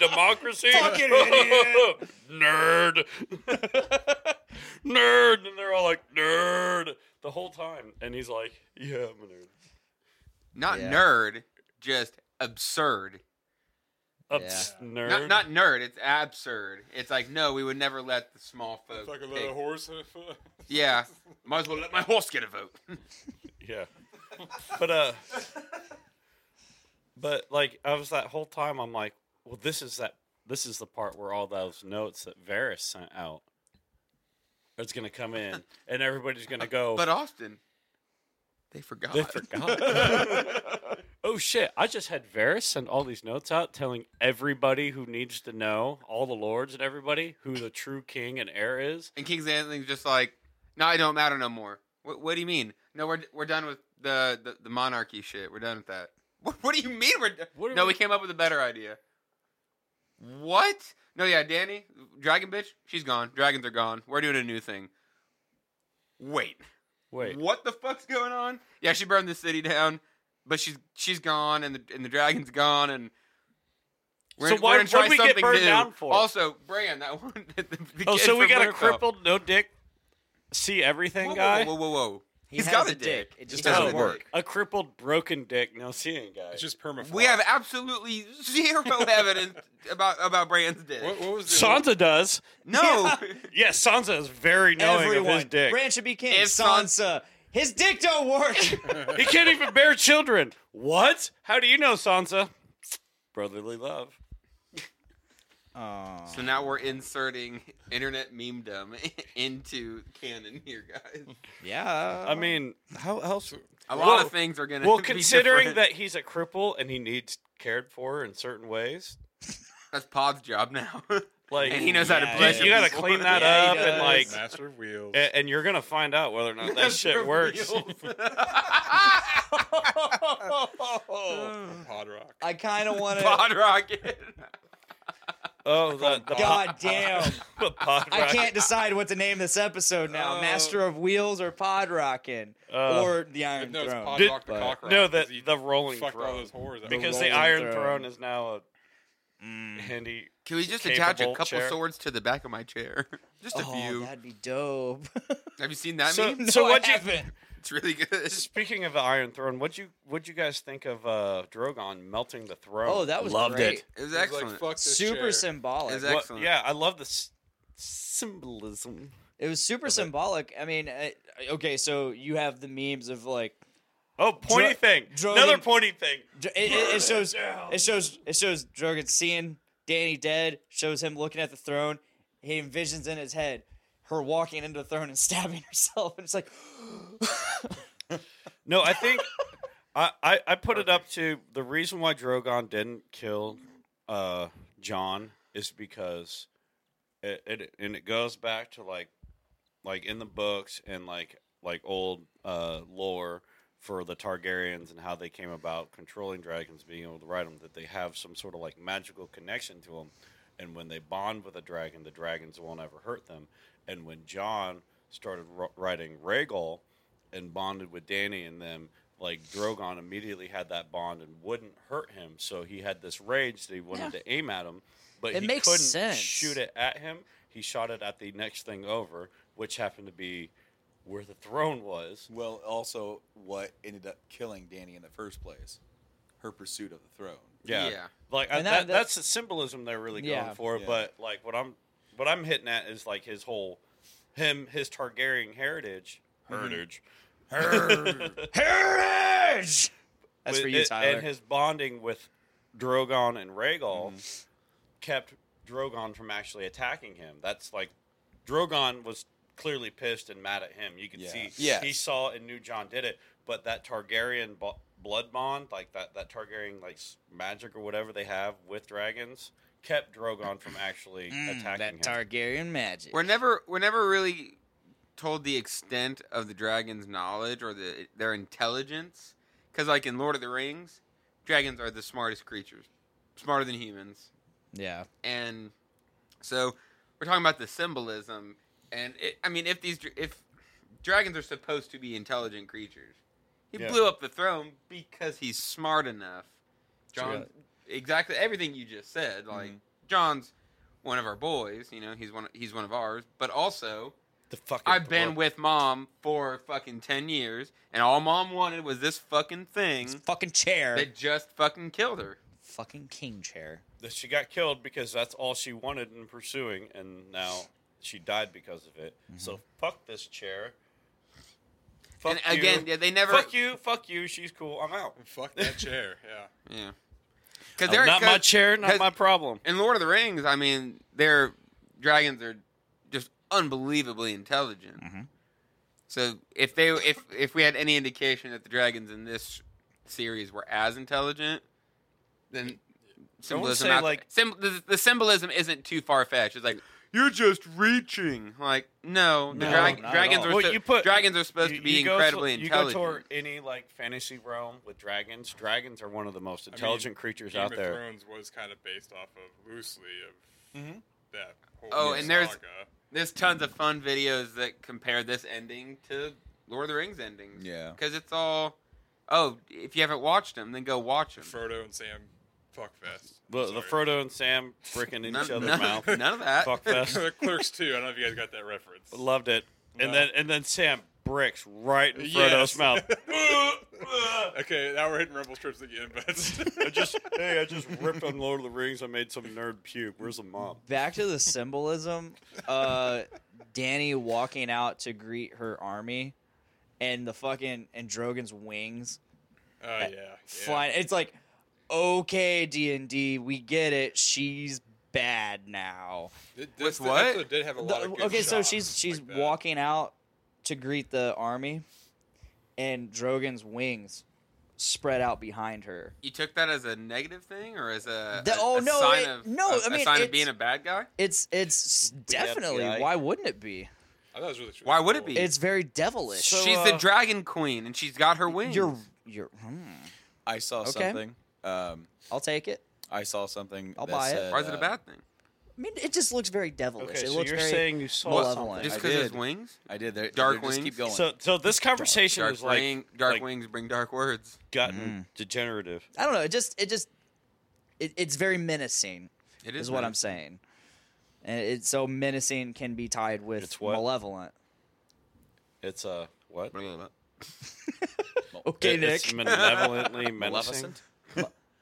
S4: Democracy,
S1: Fucking idiot.
S4: nerd. nerd, and they're all like, nerd, the whole time. And he's like, yeah, I'm a nerd.
S2: Not
S1: Yeah.
S2: nerd, just absurd.
S4: Ups,
S2: Not
S4: nerd.
S2: not nerd, it's absurd. It's like no, we would never let the small folk.
S5: It's like a
S2: take-
S5: little horse.
S2: Yeah, might as well let my horse get a vote.
S4: Yeah. But uh but like I was that whole time I'm like, well this is that this is the part where all those notes that Varys sent out it's gonna come in and everybody's gonna go
S2: But uh, often they forgot.
S4: they forgot. oh shit, I just had Varys send all these notes out telling everybody who needs to know, all the lords and everybody, who the true king and heir is.
S2: And King's Landing's just like, no, I don't matter no more. What, what do you mean? No, we're we're done with the, the, the monarchy shit. We're done with that. What, what do you mean we're done?
S4: What are
S2: No,
S4: we-
S2: we came up with a better idea. What? No, yeah, Danny, dragon bitch, she's gone. Dragons are gone. We're doing a new thing. Wait,
S4: Wait.
S2: what the fuck's going on? Yeah, she burned the city down, but she's she's gone, and the and the dragon's gone, and we're
S4: So
S2: gonna,
S4: why-
S2: we're gonna try
S4: what'd we get
S2: something
S4: burned
S2: new.
S4: down for?
S2: Also, Bran, that one. The, the
S4: Oh,
S2: kid
S4: so we
S2: from
S4: got a
S2: Winterfell.
S4: crippled no dick see everything
S2: Whoa, whoa,
S4: guy?
S2: Whoa, whoa, whoa! whoa.
S1: He
S2: He's
S1: has
S2: got
S1: a
S2: a
S1: dick.
S2: dick.
S1: It just
S2: He has
S4: doesn't
S2: a
S1: work.
S2: dick.
S4: a crippled, broken dick no seeing guy.
S5: It's just permafrost.
S2: We have absolutely zero evidence about about Bran's dick.
S5: What, what was the
S4: Sansa does.
S2: No,
S4: Yes, Sansa is very knowing of his
S1: Everyone,
S4: dick.
S1: Bran should be king.
S2: If
S1: Sansa,
S2: Sansa-
S1: his dick don't work.
S4: he can't even bear children. What? How do you know, Sansa? Brotherly love.
S1: Aw.
S2: so now we're inserting internet memedom into canon here, guys.
S1: yeah.
S4: I mean, how else?
S2: A lot
S4: Well-
S2: of things are gonna.
S4: Well,
S2: be
S4: considering
S2: different.
S4: that he's a cripple and he needs cared for in certain ways,
S2: that's Pod's job now,
S4: like
S2: and he knows how
S1: Yeah,
S2: to
S4: you,
S2: play.
S1: yeah.
S4: you gotta clean that
S1: Yeah,
S4: up
S1: he
S4: and
S1: does.
S4: like,
S5: master of wheels?
S4: a- and you're gonna find out whether or not that shit works.
S5: Pod rock.
S1: I kind of want to.
S2: Pod rocket.
S4: Oh, the, the
S1: God
S4: pot-
S1: damn.
S4: the pot
S1: I
S4: rocket.
S1: can't decide what to name this episode now.
S2: Oh.
S1: Master of Wheels or Pod Rockin'
S4: Uh,
S1: or the Iron
S5: No, it's
S1: Throne.
S5: pod
S4: Did-
S5: rock the
S1: but-
S5: cock rock.
S4: No,
S5: 'cause
S4: the
S5: he
S4: the rolling
S5: fucked all
S4: throne.
S5: those whores. out.
S4: Because the
S1: rolling
S4: Iron
S1: throne.
S4: Throne is now a
S1: Mm.
S4: handy.
S2: Can we just
S4: Capable
S2: attach a couple
S4: chair.
S2: swords to the back of my chair? Just a
S1: Oh,
S2: few.
S1: that'd be dope.
S2: Have you seen that
S4: So-
S2: meme?
S4: so
S1: No, I
S4: what'd you-
S1: haven't.
S2: It's really good.
S4: Speaking of the Iron Throne, what you what you guys think of uh, Drogon melting the throne?
S1: Oh, that was
S6: Loved it.
S1: great.
S2: It was
S5: He was
S2: excellent.
S5: Like, Fuck this
S1: Super
S5: chair.
S1: symbolic.
S2: Is that-
S4: What-
S2: excellent.
S4: yeah, I love the s- symbolism.
S1: It was super symbolic. I mean, uh, okay, so you have the memes of like
S4: Oh, pointy
S1: Dro-
S4: thing.
S1: Drogon-
S4: Another pointy thing.
S1: Dr- it, it, it shows it shows it shows Drogon seeing Danny dead, shows him looking at the throne. He envisions in his head her walking into the throne and stabbing herself, and it's like
S4: No, I think I, I I put it up to the reason why Drogon didn't kill uh, John is because it, it and it goes back to like like in the books and like like old uh, lore for the Targaryens and how they came about controlling dragons, being able to ride them, that they have some sort of like magical connection to them, and when they bond with a dragon, the dragons won't ever hurt them. And when John started r- riding Rhaegal and bonded with Danny and them, like Drogon immediately had that bond and wouldn't hurt him, so he had this rage that he wanted to aim at him, but
S1: It
S4: he
S1: makes
S4: couldn't
S1: sense.
S4: shoot it at him. He shot it at the next thing over, which happened to be where the throne was.
S3: Well, also what ended up killing Danny in the first place, her pursuit of the throne.
S4: Yeah.
S2: Yeah.
S4: Like I,
S1: And
S4: that,
S1: that- that-
S4: that's the symbolism they're really going
S1: Yeah.
S4: for.
S3: Yeah.
S4: But like what I'm what I'm hitting at is like his whole him his Targaryen heritage. Heritage.
S1: heritage. That's
S4: with-
S1: for you,
S4: it-
S1: Tyler.
S4: And his bonding with Drogon and Rhaegal
S1: Mm-hmm.
S4: kept Drogon from actually attacking him. That's like Drogon was clearly pissed and mad at him. You could
S3: Yeah.
S4: see
S3: Yes.
S4: he saw and knew John did it, but that Targaryen bo- blood bond, like that that Targaryen like s- magic or whatever they have with dragons, kept Drogon from actually attacking
S1: Mm, that
S4: him.
S1: Targaryen magic.
S2: We're never we're never really told the extent of the dragon's knowledge or the their intelligence cuz like in Lord of the Rings, dragons are the smartest creatures, smarter than humans.
S1: yeah,
S2: And so we're talking about the symbolism and it, I mean if these dr- if dragons are supposed to be intelligent creatures. He
S4: Yeah.
S2: blew up the throne because he's smart enough. John
S1: Sure.
S2: exactly everything you just
S4: Mm-hmm.
S2: said like John's one of our boys. You know, he's one he's one of ours. But also,
S6: The fucking
S2: I've been
S6: book.
S2: with mom for fucking 10 years, and all mom wanted was this fucking thing
S1: Fucking chair.
S2: that just fucking killed her.
S1: Fucking king chair.
S4: that she got killed because that's all she wanted in pursuing, and now she died because of it. So fuck this chair. Fuck
S2: and again,
S4: you.
S2: yeah, they never.
S4: fuck you, fuck you. She's cool. I'm out.
S5: Fuck that chair. Yeah.
S2: Yeah. Because they're
S4: not
S2: 'cause
S4: my chair,
S2: has-
S4: not my problem.
S2: In Lord of the Rings, I mean, their dragons are just unbelievably intelligent.
S4: Mm-hmm.
S2: So if they if if we had any indication that the dragons in this series were as intelligent, then symbolism
S4: say,
S2: out-
S4: like-
S2: sym- the, the symbolism isn't too far fetched. It's like you're just reaching. Like no, the
S1: No,
S2: drag-
S1: not at
S2: dragons
S1: all.
S2: are
S4: Well,
S2: so-
S4: you put-
S2: dragons are supposed to be
S4: go
S2: incredibly
S4: to-
S2: intelligent.
S4: You go to any like fantasy realm with dragons. Dragons are one of the most
S5: mean,
S4: intelligent creatures
S5: Game
S4: out
S5: of
S4: there.
S5: Thrones was kind of based off of loosely of that
S2: Mm-hmm.
S5: whole
S2: Oh, and there's-
S5: saga.
S2: There's tons of fun videos that compare this ending to Lord of the Rings endings.
S3: Yeah.
S2: Because it's all, oh, if you haven't watched them, then go watch them.
S5: Frodo and Sam fuck fest.
S4: The, the Frodo and Sam freaking in each
S2: none,
S4: other's
S2: none,
S4: mouth.
S2: none of that.
S4: Fuck fest.
S5: the Clerks too. I don't know if you guys got that reference.
S4: Loved it. And
S5: No.
S4: then and then Sam bricks right in Frodo's
S5: Yes.
S4: mouth.
S5: okay, now we're hitting Rebel strips again, but
S4: I just hey, I just ripped on Lord of the Rings. I made some nerd puke. Where's the mom?
S1: Back to the symbolism. Uh, Danny walking out to greet her army, and the fucking and Drogon's wings
S5: Oh yeah, yeah.
S1: flying. It's like, okay, D and D, we get it. She's bad now.
S5: Th-
S2: With
S5: this
S2: what?
S5: episode did have a lot
S1: The-
S5: of good
S1: okay, so
S5: shots
S1: she's she's
S5: like that.
S1: walking out to greet the army, and Drogon's wings spread out behind her.
S2: You took that as a negative thing or as a,
S1: The-
S2: a-
S1: oh,
S2: a
S1: no,
S2: sign
S1: it-
S2: of,
S1: no,
S2: of-
S1: I mean,
S2: a sign
S1: it's-
S2: of being a bad guy?
S1: It's it's definitely.
S6: FBI.
S1: Why wouldn't it be?
S5: I thought it was really
S2: Why would it
S5: cool.
S2: be?
S1: It's very devilish.
S4: So,
S2: she's the
S4: uh,
S2: dragon queen and she's got her wings.
S1: you're you're. Hmm.
S3: I saw
S1: Okay.
S3: something. Um,
S1: I'll take it.
S3: I saw something.
S1: I'll
S3: that
S1: buy it.
S3: said,
S2: Why is it
S3: uh,
S2: a bad thing?
S1: I mean, it just looks very devilish.
S4: Okay,
S1: it
S4: so
S1: looks
S4: you're
S1: very
S4: saying you saw
S1: malevolent.
S2: Just
S3: I
S2: because there's
S3: did.
S2: wings?
S3: I did. They're,
S2: Dark
S3: they're just
S2: wings?
S3: keep going.
S4: So so this conversation
S2: Dark,
S4: is like
S2: ring, dark
S4: like
S2: wings bring dark words.
S4: gotten degenerative.
S1: I don't know. It just it just it, it's very menacing.
S2: It
S1: Is
S2: is
S1: what
S2: nice.
S1: I'm saying. And it's so menacing can be tied with
S4: It's what?
S1: malevolent.
S4: It's uh what?
S1: Okay,
S4: It- it's
S1: Nick.
S4: malevolently menacing.
S3: Maleficent.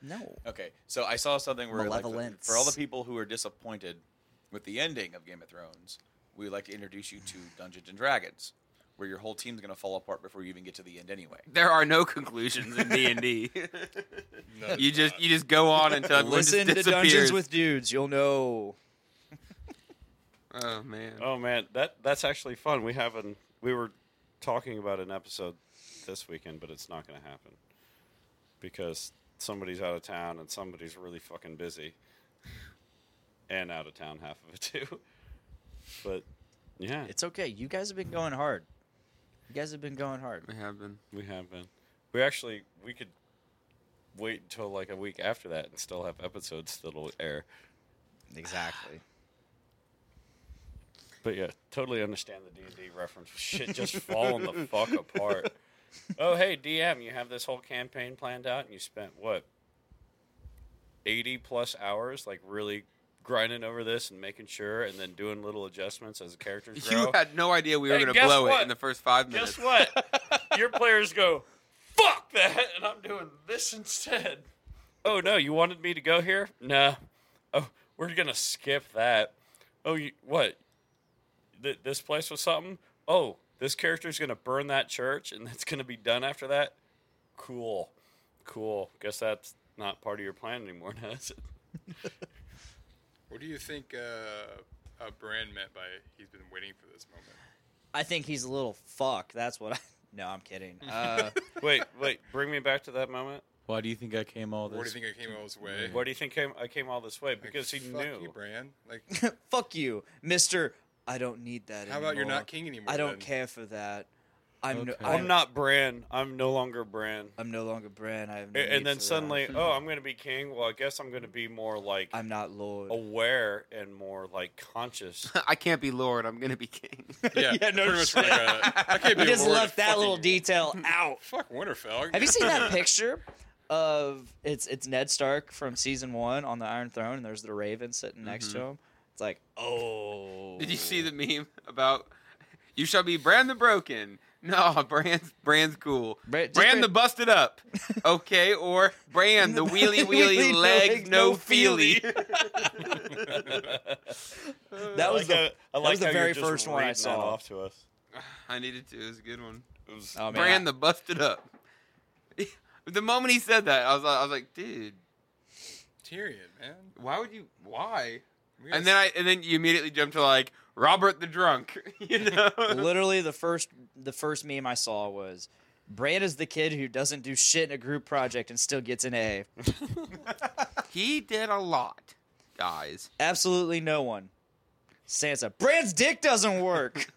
S1: No.
S3: Okay, so I saw something where like,
S1: Malevolence.
S3: for all the people who are disappointed with the ending of Game of Thrones, we would like to introduce you to Dungeons and Dragons, where your whole team's going to fall apart before you even get to the end anyway.
S2: There are no conclusions in D and D.
S5: No,
S2: You
S5: it's
S2: just
S5: not.
S2: you just go on until everyone
S1: Listen
S2: just
S1: to
S2: disappears.
S1: Dungeons with Dudes. You'll know.
S2: Oh man.
S4: Oh man, that that's actually fun. We haven't we were talking about an episode this weekend, but it's not going to happen because somebody's out of town and somebody's really fucking busy and out of town half of it too. But yeah,
S1: It's okay. You guys have been going hard. You guys have been going hard.
S2: We have been.
S4: we have been. We actually we could wait until like a week after that and still have episodes that'll air.
S1: Exactly.
S4: But yeah, totally understand the D and D reference. Shit just falling the fuck apart. Oh hey DM, you have this whole campaign planned out, and you spent what eighty plus hours, like really grinding over this and making sure, and then doing little adjustments as the characters grow.
S2: You had no idea we were
S4: Hey,
S2: going to
S4: guess
S2: blow it
S4: what?
S2: in the first five minutes.
S4: Guess what? Your players go, fuck that, and I'm doing this instead. Oh no, you wanted me to go here? Nah. Oh, we're gonna skip that. Oh, you, what? Th- this place was something. Oh, this character's gonna burn that church, and it's gonna be done after that. Cool, cool. Guess that's not part of your plan anymore, now, is it?
S5: What do you think uh, uh, Brand meant by he's been waiting for this moment?
S1: I think he's a little fuck. That's what I. No, I'm kidding. Uh,
S4: Wait, wait. Bring me back to that moment.
S6: Why do you think I came all
S5: What do you
S6: this?
S5: think it came all this way?
S4: Why do you think came, I came all this way?
S5: Like,
S4: Because he
S5: fuck
S4: knew.
S5: You, Bran. Like,
S1: fuck you, Mister. I don't need that.
S5: how about you're
S1: anymore.
S5: not king anymore?
S1: I don't
S5: then?
S1: care for that. I'm no,
S6: Okay.
S1: I'm,
S4: I'm
S1: not.
S4: not Bran. I'm no longer Bran.
S1: I'm no longer Bran. I have no
S4: A-
S1: need
S4: and then
S1: for that.
S4: suddenly, oh, I'm going to be king. Well, I guess I'm going to be more like
S1: I'm not Lord.
S4: aware and more like conscious.
S2: I can't be lord. I'm going to be king.
S5: Yeah,
S1: Yeah, no
S5: pretty much
S1: shit.
S5: like a, I can't
S1: we
S5: be a
S1: just
S5: lord.
S1: left that
S5: Fucking-
S1: little detail out.
S5: Fuck Winterfell.
S1: Have you seen that picture of it's it's Ned Stark from season one on the Iron Throne, and there's
S4: Mm-hmm.
S1: the Raven sitting next to him. It's like, oh,
S2: Did you see the meme about You shall be brand the broken. No, brand's brand's cool.
S1: Bra- just
S2: brand the
S1: brand-
S2: busted up. Okay, or brand the wheelie wheelie legs no feely.
S1: That was
S4: I like
S1: the
S4: how- I
S1: that
S4: like
S1: was the
S4: how you're
S1: very
S4: just
S1: first one I
S4: reading that
S1: saw.
S4: off to us.
S2: I needed to. It was a good one.
S4: It was-
S1: Oh, man,
S2: brand
S1: I-
S2: the busted up. the moment he said that, I was like, I was like, dude,
S5: Tyrion, man.
S2: why would you? Why?
S5: We
S2: And
S5: gotta
S2: then I and then you immediately jump to like Robert the drunk. You know.
S1: literally the first the first meme I saw was Brand is the kid who doesn't do shit in a group project and still gets an A.
S2: He did a lot, guys.
S1: Absolutely no one. Sansa, Brand's dick doesn't work.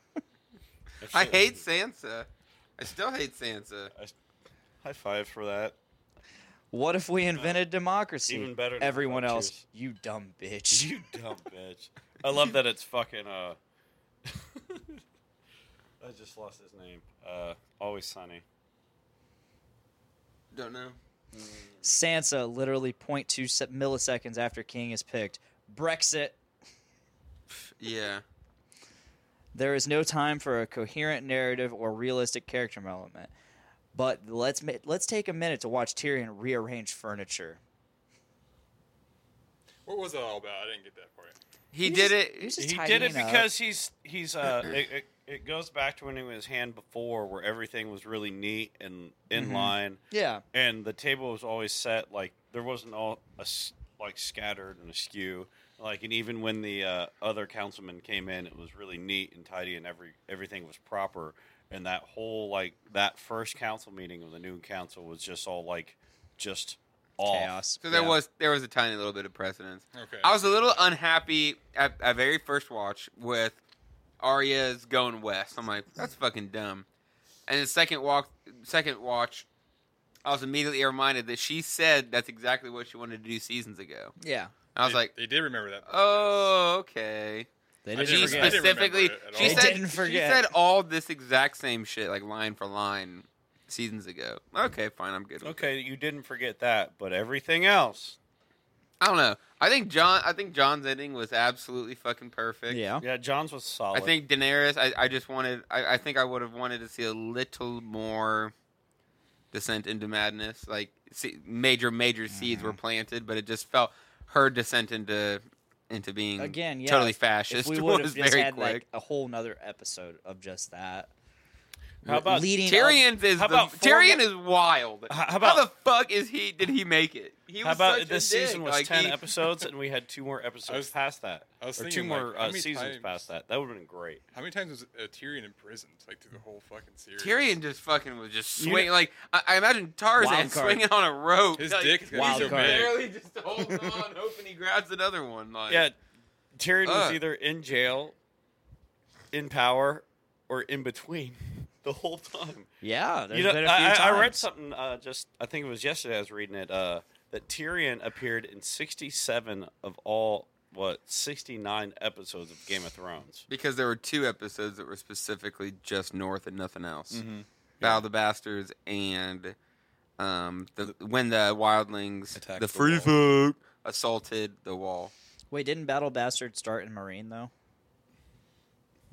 S2: I hate Sansa. I still hate Sansa.
S4: High five for that.
S1: what if we invented democracy?
S4: Even better than
S1: Everyone
S4: fuck
S1: else,
S4: cheers.
S1: you dumb bitch.
S4: You dumb bitch. I love that it's fucking. uh I just lost his name. Uh, always sunny.
S2: Don't know.
S1: Sansa literally 0.2 se- milliseconds after King is picked. Brexit.
S2: Yeah.
S1: There is no time for a coherent narrative or realistic character development. But let's ma- let's take a minute to watch Tyrion rearrange furniture.
S5: What was that all about? I didn't get that part.
S2: He,
S1: He
S2: did
S1: just-
S2: it.
S1: he was just-
S4: he did
S1: tidying
S4: it
S1: up.
S4: because he's he's uh it, it, it goes back to when he was hand before where everything was really neat and in
S1: Mm-hmm.
S4: line
S1: Yeah.
S4: and the table was always set like there wasn't all a s like scattered and askew like and even when the uh, other councilman came in it was really neat and tidy and every everything was proper and that whole like that first council meeting of the new council was just all like just off.
S1: Chaos.
S2: so there
S1: Yeah.
S2: was there was a tiny little bit of precedence.
S5: Okay.
S2: I was a little unhappy at, at very first watch with Arya's going west. I'm like, that's fucking dumb. And the second walk, second watch, I was immediately reminded that she said that's exactly what she wanted to do seasons ago.
S1: Yeah.
S2: I was
S5: They-
S2: like,
S5: they did remember that. part, yes.
S2: oh, okay.
S1: They
S5: I
S1: didn't
S2: She
S5: didn't forget. I
S1: forget.
S5: didn't remember
S2: specifically,
S5: it at
S2: she
S5: all.
S2: said,
S1: I didn't forget.
S2: she said all this exact same shit, like line for line, seasons ago. Okay, fine, I'm good. with it.
S4: okay you didn't forget that but everything else
S2: I don't know. I think John. I think John's ending was absolutely fucking perfect.
S1: Yeah.
S4: yeah John's was solid
S2: I think Daenerys. I, I just wanted. I, I think I would have wanted to see a little more descent into madness. Like see, major, major seeds
S1: Mm.
S2: were planted, but it just felt her descent into into being
S1: Again, yeah.
S2: totally
S1: if-
S2: fascist
S1: If we would have
S2: was
S1: just
S2: very
S1: had
S2: quick.
S1: like a whole nother episode of just that.
S4: how about
S1: leading up-
S2: Tyrion is
S4: How
S2: the,
S4: about four
S2: Tyrion
S4: mo-
S2: is wild.
S4: How- how about-
S2: the fuck is he? Did he make it? He
S4: How
S2: was
S4: about
S2: such a
S4: this
S2: dick.
S4: season was
S2: Like,
S4: ten
S2: he-
S4: episodes, and we had two more episodes
S5: was-
S4: past that,
S5: I was
S4: or two
S5: thinking,
S4: more
S5: like, how
S4: uh,
S5: many
S4: seasons
S5: times-
S4: past that. That would have been great.
S5: How many times was uh, Tyrion imprisoned? Like through the whole fucking series.
S2: Tyrion just fucking was just
S4: You know-
S2: swinging. Like I, I imagine Tarzan
S1: Wild card.
S2: swinging on a rope.
S5: His
S2: Like,
S5: dick is gonna
S1: Wild
S5: be so
S1: card.
S5: big.
S2: barely just holds on, hoping he grabs another one. Like,
S4: Yeah, Tyrion was
S2: Uh.
S4: either in jail, in power, or in between the whole time.
S1: Yeah. There's
S4: You know,
S1: been a few
S4: I, I- I read
S1: times.
S4: something uh, just I think it was yesterday. I was reading it uh, that Tyrion appeared in sixty-seven of all what sixty-nine episodes of Game of Thrones.
S2: because there were two episodes that were specifically just North and nothing else.
S4: Mm-hmm.
S2: Battle of the Bastards and um, the, when the Wildlings,
S3: Attacked
S2: the
S3: the
S2: Free
S3: Wall.
S2: Folk, assaulted the Wall.
S1: Wait, didn't Battle Bastard start in Marine though?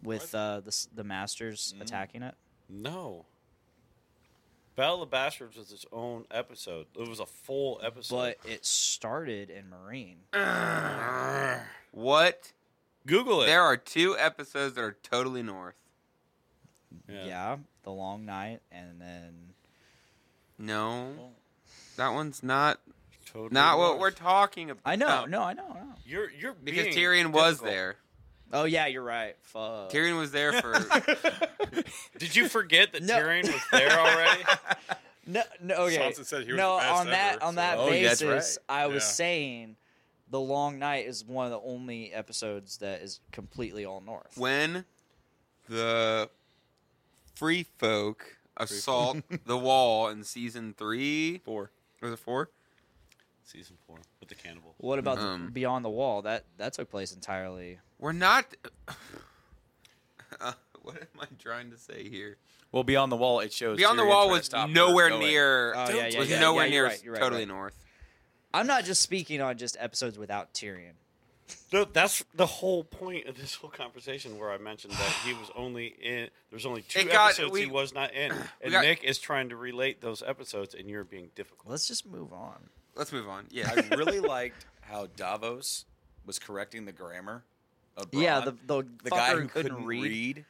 S1: With uh, the s- the Masters
S4: Mm.
S1: attacking it.
S4: No. Battle of the Bastards was its own episode. It was a full episode.
S1: But it started in Marine.
S2: What?
S4: Google it.
S2: There are two episodes that are totally north.
S1: Yeah. the Long Night, and then
S2: No, that one's not
S4: Totally
S2: not what
S4: was.
S2: we're talking about.
S1: I know, no, I know, I know.
S4: You're you're
S2: because
S4: being
S2: Tyrion was
S4: difficult.
S2: there.
S1: Oh yeah, you're right. Fuck.
S2: Tyrion was there for.
S4: Did you forget that
S1: No.
S4: Tyrion was there already?
S1: No, no, okay.
S5: Sansa said he was
S1: no,
S5: the best
S1: on that
S5: ever,
S1: on
S5: so-
S1: that
S2: Oh, that's
S1: basis,
S2: right.
S1: I was
S5: Yeah.
S1: saying the Long Night is one of the only episodes that is completely all North.
S2: when the free folk assault the wall in season three,
S3: Four.
S2: was it four?
S4: Season four with the cannibal.
S1: what about
S2: Um,
S1: the, Beyond the Wall? That that took place entirely.
S2: We're not. Uh, what am I trying to say here?
S3: Well, beyond the wall, it shows.
S2: Beyond the
S3: Tyrion
S2: wall
S3: trying to
S2: was
S3: stop her
S2: nowhere
S3: going.
S2: near.
S1: Oh, yeah, yeah,
S2: was
S1: yeah,
S2: nowhere
S1: yeah,
S2: near
S1: you're right, you're right,
S2: totally
S1: right.
S2: north.
S1: I'm not just speaking on just episodes without Tyrion.
S4: No, that's the whole point of this whole conversation where I mentioned that he was only in. There's only two
S2: It got-
S4: episodes
S2: we-
S4: he was not in, and
S2: got-
S4: Nick is trying to relate those episodes, and you're being difficult.
S1: Let's just move on.
S2: Let's move on. Yeah.
S3: I really liked how Davos was correcting the grammar. Of
S1: Yeah,
S3: Braun.
S1: the- the
S3: guy
S1: fucker
S3: who
S1: couldn't read.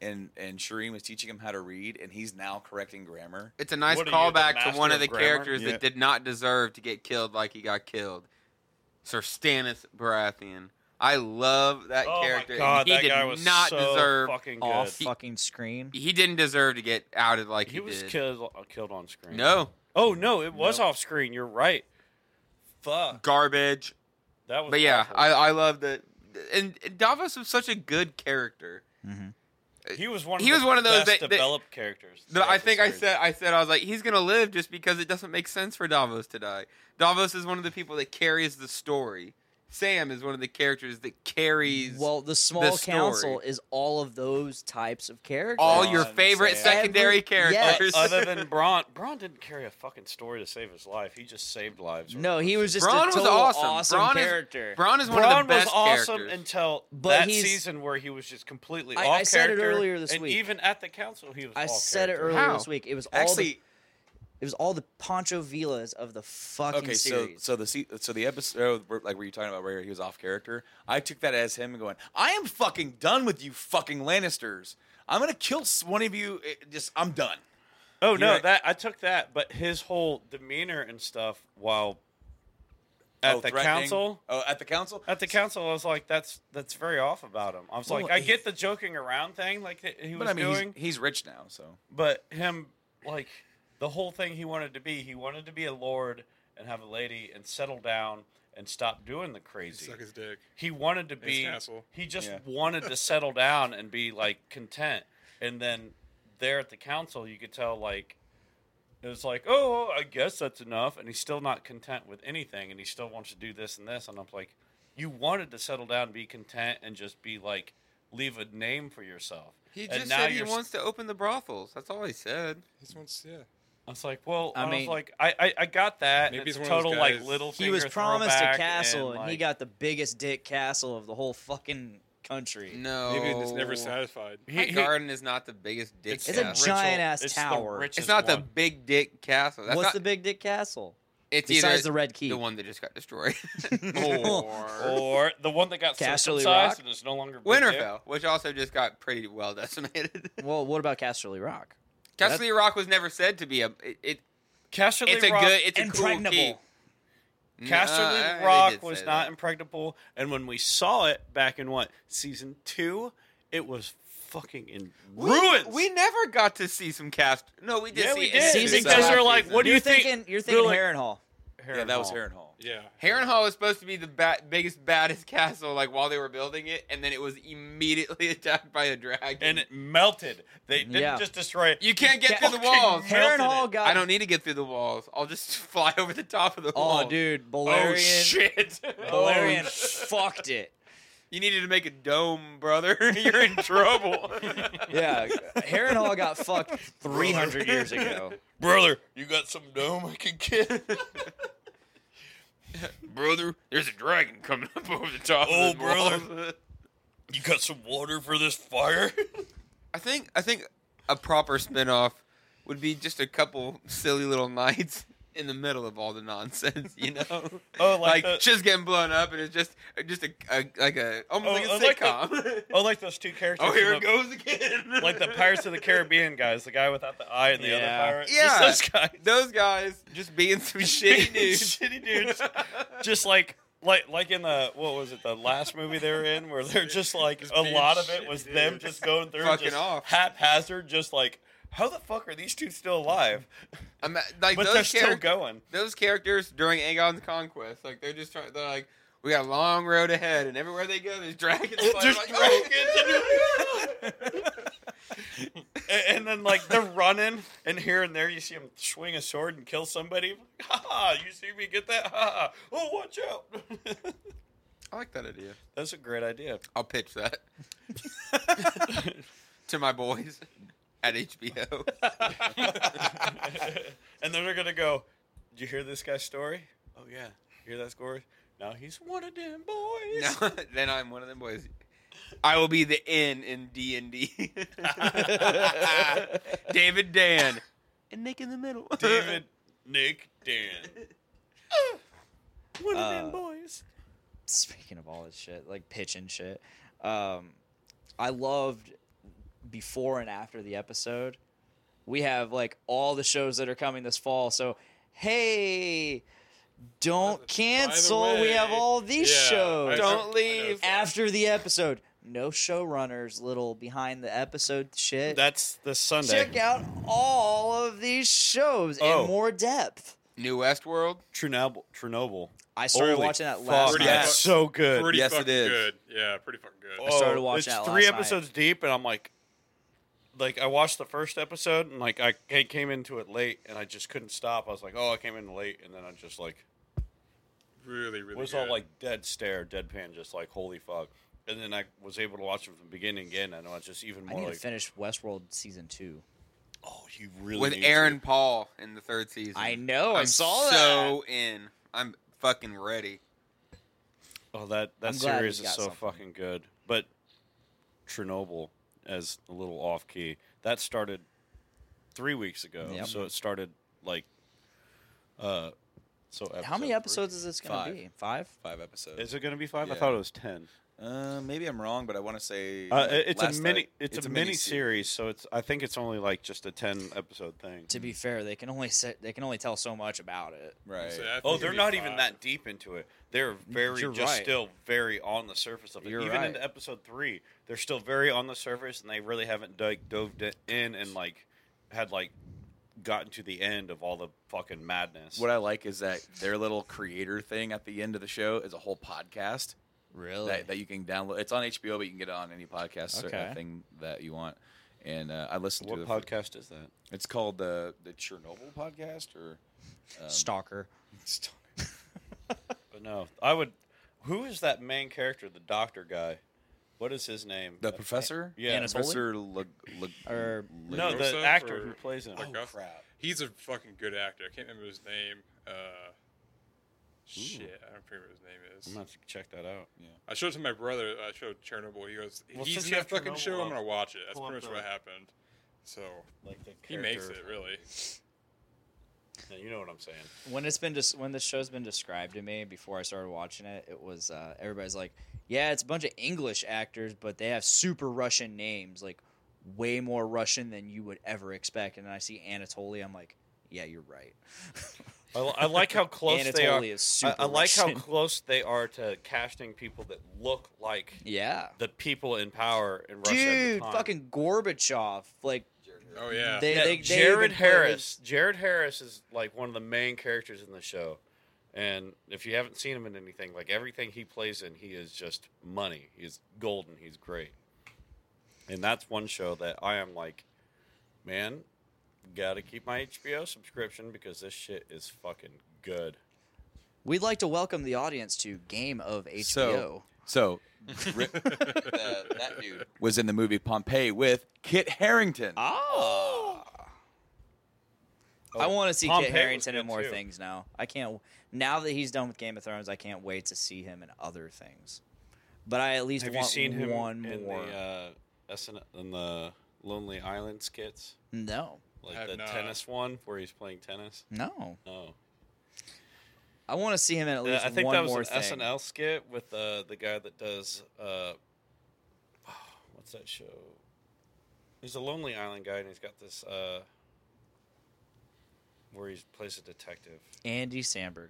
S3: and and Shireen was teaching him how to read, and he's now correcting grammar.
S2: It's a nice
S4: What are you, the
S2: callback
S4: master
S2: to one of
S4: of
S2: the
S4: grammar?
S2: characters
S3: Yeah.
S2: that did not deserve to get killed like he got killed. Sir Stannis Baratheon. I love that
S4: oh
S2: character.
S4: my
S2: and
S4: god,
S2: he
S4: that
S2: did
S4: guy was
S2: not
S4: so
S2: deserve
S4: fucking good.
S1: Off
S2: He-
S1: fucking screen.
S2: he didn't deserve to get outed like he,
S4: he was
S2: did.
S4: killed uh, killed on screen.
S2: No.
S4: Oh no, it was
S3: Nope.
S4: off screen. You're right.
S3: Fuck.
S2: Garbage.
S4: That was.
S2: But yeah,
S4: awful.
S2: I, I love that and and Davos was such a good character.
S1: Mm-hmm.
S4: he was one. Of
S2: he
S4: the
S2: was one of those
S4: best
S2: that- that-
S4: developed characters.
S2: No, I think I
S4: Episodes.
S2: said I said I was like he's gonna live just because it doesn't make sense for Davos to die. Davos is one of the people that carries the story. Sam is one of the characters that carries
S1: Well, the small
S2: story.
S1: council is all your those types of characters.
S2: all your
S4: Ron,
S2: favorite
S4: Sam.
S2: secondary
S1: Every-
S2: characters.
S1: yes.
S4: Uh, Other than Braun, Braun didn't carry a fucking story to save his life. He just saved lives.
S1: no, he was just
S2: Braun
S1: a
S2: was
S1: total
S2: awesome.
S1: awesome
S2: Braun is-
S1: character.
S2: Braun is one
S4: Braun
S2: of the best
S4: was awesome
S2: characters.
S4: until
S1: But
S4: that
S1: he's-
S4: season where he was just completely
S1: I-
S4: off
S1: I said it
S4: character,
S1: earlier this
S4: and
S1: week.
S4: Even at the council, he was.
S1: I
S4: off
S1: said it
S4: character.
S1: earlier
S2: How?
S1: this week. It was all
S3: Actually,
S1: the, it was all the Pancho Vilas of the fucking
S3: okay, so
S1: series.
S3: so the se- so the episode where- like were you talking about where he was off character? I took that as him going, "I am fucking done with you, fucking Lannisters. I'm gonna kill s- one of you. It- just I'm done."
S4: Oh no,
S3: You're right.
S4: that I took that, but his whole demeanor and stuff while at
S3: Oh,
S4: the
S3: threatening.
S4: council.
S3: Oh, at the council.
S4: At the council, I was like, "That's that's very off about him." I was like,
S3: Well,
S4: "I
S3: he-
S4: get the joking around thing, like that he
S3: but
S4: was
S3: I mean, he's-
S4: doing,
S3: he's, rich now, so
S4: but him like the whole thing he wanted to be he wanted to be a lord and have a lady and settle down and stop doing the crazy
S5: Suck his dick.
S4: he wanted to be
S5: castle.
S4: he just
S3: Yeah.
S4: wanted to settle down and be like content and then there at the council you could tell like it was like oh i guess that's enough and he's still not content with anything and he still wants to do this and this and i'm like you wanted to settle down and be content and just be like leave a name for yourself
S2: he
S4: and
S2: just
S4: now
S2: said he
S4: you're
S2: wants to open the brothels. That's all he said.
S5: This one's yeah.
S4: I was like, well,
S1: I
S4: I,
S1: mean-
S4: was like, I, I, I got that.
S5: Maybe
S4: Maybe it's
S5: he's one of
S4: total
S5: those
S4: like
S5: guys-
S4: little.
S1: he was
S4: finger
S1: promised a
S4: throwback
S1: castle, and, he
S4: like-
S1: got the biggest dick castle of the whole fucking country.
S2: No,
S5: Maybe it's never satisfied.
S2: My
S4: He- he-
S2: garden is not the biggest dick.
S1: It's a
S2: castle.
S1: giant ass
S4: it's the
S1: tower.
S4: richest
S2: It's not the
S4: one.
S2: big dick castle. That's
S1: What's
S2: not,
S1: the big dick castle
S2: It's
S1: besides
S2: either
S1: the red key?
S2: the one Oh. that just got destroyed.
S1: Or-
S4: or the one that got
S1: Casterly
S4: circumcised
S1: Rock?
S4: and is no longer big dick.
S2: Winterfell, which also just got pretty well decimated.
S1: Well, what about Casterly Rock?
S2: Castle Rock was never said to be a. It, it-
S4: Casterly
S2: it's a
S4: Rock,
S2: good. It's a cool
S1: Impregnable.
S2: key.
S4: Casterly
S2: Nah, they
S4: Rock
S2: did
S4: was
S2: say
S4: not
S2: that.
S4: impregnable, and when we saw it back in what season two, it was fucking in
S2: We-
S4: ruins.
S2: We never got to see some cast. No, we did.
S4: yeah,
S2: see
S4: we
S2: it.
S4: did
S1: Season
S4: because
S1: two.
S4: they're like, what do
S1: you're
S4: you think?
S1: thinking? You're thinking
S4: like-
S1: Harrenhal.
S3: yeah, that was
S4: Hall.
S3: Harrenhal.
S5: Yeah.
S2: Harrenhal was supposed to be the ba- biggest, baddest castle. Like while they were building it, and then it was immediately attacked by a dragon.
S4: and it melted. They didn't
S1: Yeah.
S4: just destroy it.
S2: you can't get through the
S4: fucking
S2: walls.
S4: Harrenhal
S1: Harrenhal
S4: it.
S1: got.
S2: I don't need to get through the walls. I'll just fly over the top of the
S1: Oh,
S2: wall.
S1: dude,
S2: Oh
S1: Balerion.
S2: shit!
S4: Oh,
S1: Balerion fucked it.
S2: You needed to make a dome, brother. You're in trouble.
S1: Yeah, Harrenhal got fucked 300 years ago.
S4: brother, you got some dome I can get.
S2: brother, there's a dragon coming up over the top.
S4: Oh,
S2: the
S4: brother.
S2: walls.
S4: You got some water for this fire?
S2: I think I think a proper spinoff would be just a couple silly little nights in the middle of all the nonsense, you know?
S4: Oh,
S2: like
S4: like, the-
S2: shit's getting blown up, and it's just just a, a like a
S4: Oh,
S2: almost
S4: oh,
S2: like
S4: like
S2: a
S4: the-
S2: sitcom.
S4: oh, like those two characters.
S2: oh, here
S4: from
S2: it
S4: the-
S2: goes again.
S4: Like the Pirates of the Caribbean guys, the guy without the eye and the
S1: Yeah.
S4: other pirate.
S2: Yeah.
S4: Just those guys.
S2: Those guys just being some shitty dudes.
S4: Shitty dudes. Just like. Like, like in the what was it the last movie they were in where they're just like a
S5: being
S4: lot of it was
S5: shitty
S4: them
S5: dudes.
S4: just going through
S2: Fucking
S4: just
S2: off.
S4: haphazard just like how the fuck are these two still alive
S2: I'm, like
S4: but
S2: those
S4: they're still
S2: characters-
S4: going
S2: those characters during Aegon's conquest, like they're just trying. They're like, we got a long road ahead, and everywhere they go, there's dragons. flying.
S4: There's
S2: Like, oh.
S4: and, and then like they're running, and here and there you see him swing a sword and kill somebody. Ha ha! You see me get that? Ha ha! Oh, watch out!
S2: I like that idea.
S4: That's a great idea.
S2: I'll pitch that to my boys at HBO.
S4: and then they're gonna go. Did you hear this guy's story? Oh yeah, hear that story? Now he's one of them boys.
S2: No, then I'm one of them boys. I will be the N in D and D. David Dan and Nick in the middle.
S4: David, Nick, Dan. one of
S1: Uh,
S4: them boys.
S1: speaking of all this shit, like pitch and shit, um, I loved before and after the episode. We have like all the shows that are coming this fall. So, hey, don't cancel. we have
S5: way,
S1: all these
S5: yeah, I-
S1: shows.
S5: I- I
S2: Don't
S5: know
S2: leave.
S5: that.
S1: after the episode, no showrunners, little behind the episode shit.
S4: That's the Sunday.
S1: Check out all of these shows
S4: Oh.
S1: in more depth.
S2: New Westworld.
S4: Chernobyl. Chernobyl.
S1: I started
S4: Holy
S1: watching that
S4: fuck,
S1: last night.
S4: That's so good.
S5: Pretty
S3: Yes, it
S5: fucking
S3: is.
S5: good. Yeah, pretty fucking good.
S1: I started
S4: Oh,
S1: watching
S4: it's
S1: that
S4: three
S1: last night.
S4: episodes deep, and I'm like, like I watched the first episode, and like I ca- came into it late, and I just couldn't stop. I was like, oh, I came in late, and then I just like
S5: Really, really
S4: was
S5: good.
S4: all like dead stare, deadpan, just like holy fuck. And then I was able to watch it from the beginning again, and I was just even
S1: I
S4: more
S1: need to
S4: like,
S1: finish Westworld season two.
S4: oh, you really
S2: with
S4: need to."
S2: Aaron Paul in the third season.
S1: I know.
S2: I'm
S1: I saw that.
S2: so in. I'm fucking ready.
S4: Oh, that that
S1: I'm glad
S4: series
S1: he's got
S4: is so
S1: something.
S4: fucking good. But Chernobyl, as a little off key, that started three weeks ago.
S1: Yep.
S4: So it started like, uh, so episode
S1: How many
S4: three-
S1: episodes is this going to
S3: Five.
S1: be? Five.
S3: Five episodes.
S4: Is it going to be five? I
S3: Yeah.
S4: thought it was ten.
S3: Uh, maybe I'm wrong, but I want to say
S4: Uh, it- it's
S3: last
S4: a mini.
S3: night-
S4: It's, a, mini
S3: miniseries.
S4: series, so it's. I think it's only like just a ten episode thing.
S1: To be fair, they can only set, they can only tell so much about it.
S3: right?
S5: So I think
S4: Oh,
S5: it'll
S4: they're
S5: be
S4: not
S5: five.
S4: even that deep into it. They're very
S1: You're
S4: just
S1: right.
S4: still very on the surface of it.
S1: You're
S4: even
S1: right.
S4: into episode three, they're still very on the surface, and they really haven't like dove di- in and like had like gotten to the end of all the fucking madness.
S3: What I like is that their little creator thing at the end of the show is a whole podcast
S1: Really?
S3: that, that you can download. It's on HBO, but you can get it on any podcast
S1: Okay.
S3: or uh, thing that you want. And uh, I listened
S4: What
S3: to the
S4: podcast is that?
S3: It's called the the Chernobyl podcast or um,
S1: Stalker.
S4: But no, I would. Who is that main character? The doctor guy. What is his name?
S3: the
S4: Uh,
S3: professor.
S4: Yeah,
S1: Anatoli-
S3: Professor Lag Lag
S1: Or-
S3: Lag-
S4: no, the
S5: Rosa
S4: actor
S5: for-
S4: who plays him.
S5: Like us. He's a fucking good actor. I can't remember his name. Uh, shit, I don't remember what his name is.
S4: I'm gonna have to check that out.
S5: I showed it to my brother. I showed Chernobyl. He goes,
S4: Well,
S5: "He's
S4: since
S5: in
S4: you
S5: that
S4: have
S5: fucking
S4: Chernobyl,
S5: show.
S4: I'll
S5: I'm gonna watch it." That's
S4: pull
S5: pretty much
S4: up the-
S5: what happened. So
S4: Like the
S5: he makes it really.
S4: Yeah, you know what I'm saying.
S1: When it's been just when the show's been described to me before I started watching it, it was uh, everybody's like, "Yeah, it's a bunch of English actors, but they have super Russian names, like way more Russian than you would ever expect." And then I see Anatoly, I'm like, "Yeah, you're right."
S4: I, li- I like how close they are.
S1: Anatoly is super.
S4: I, I like how
S1: Russian.
S4: close they are to casting people that look like
S1: Yeah.
S4: the people in power in Russia. at the
S1: Dude,
S4: time.
S1: fucking Gorbachev. Like
S5: Oh yeah.
S1: they,
S4: Yeah,
S1: they, they
S4: Jared
S1: even put
S4: Harris. Jared Harris is like one of the main characters in the show, and if you haven't seen him in anything, like everything he plays in, he is just money. He's golden. He's great, and that's one show that I am like, man, gotta keep my HBO subscription because this shit is fucking good.
S1: We'd like to welcome the audience to Game of HBO.
S3: So- So Rick, the- that dude was in the movie Pompeii with Kit Harrington.
S1: Ah. oh. I want to see
S4: Pompeii
S1: Kit
S4: was
S1: Harrington in
S4: good,
S1: more
S4: too.
S1: things now. I can't now that he's done with Game of Thrones, I can't wait to see him in other things. But I at least
S4: Have you
S1: want
S4: seen him
S1: one
S4: in
S1: more.
S4: the uh, SN- in the Lonely Island skits,
S1: no.
S4: like
S5: Have
S4: the
S5: not.
S4: tennis one where he's playing tennis?
S1: No.
S4: No,
S1: I want to see him in at
S4: Uh,
S1: least
S4: I think
S1: one
S4: that was
S1: more
S4: an
S1: thing.
S4: SNL skit with uh, the guy that does uh, what's that show? He's a Lonely Island guy, and he's got this uh, where he plays a detective.
S1: Andy Samberg.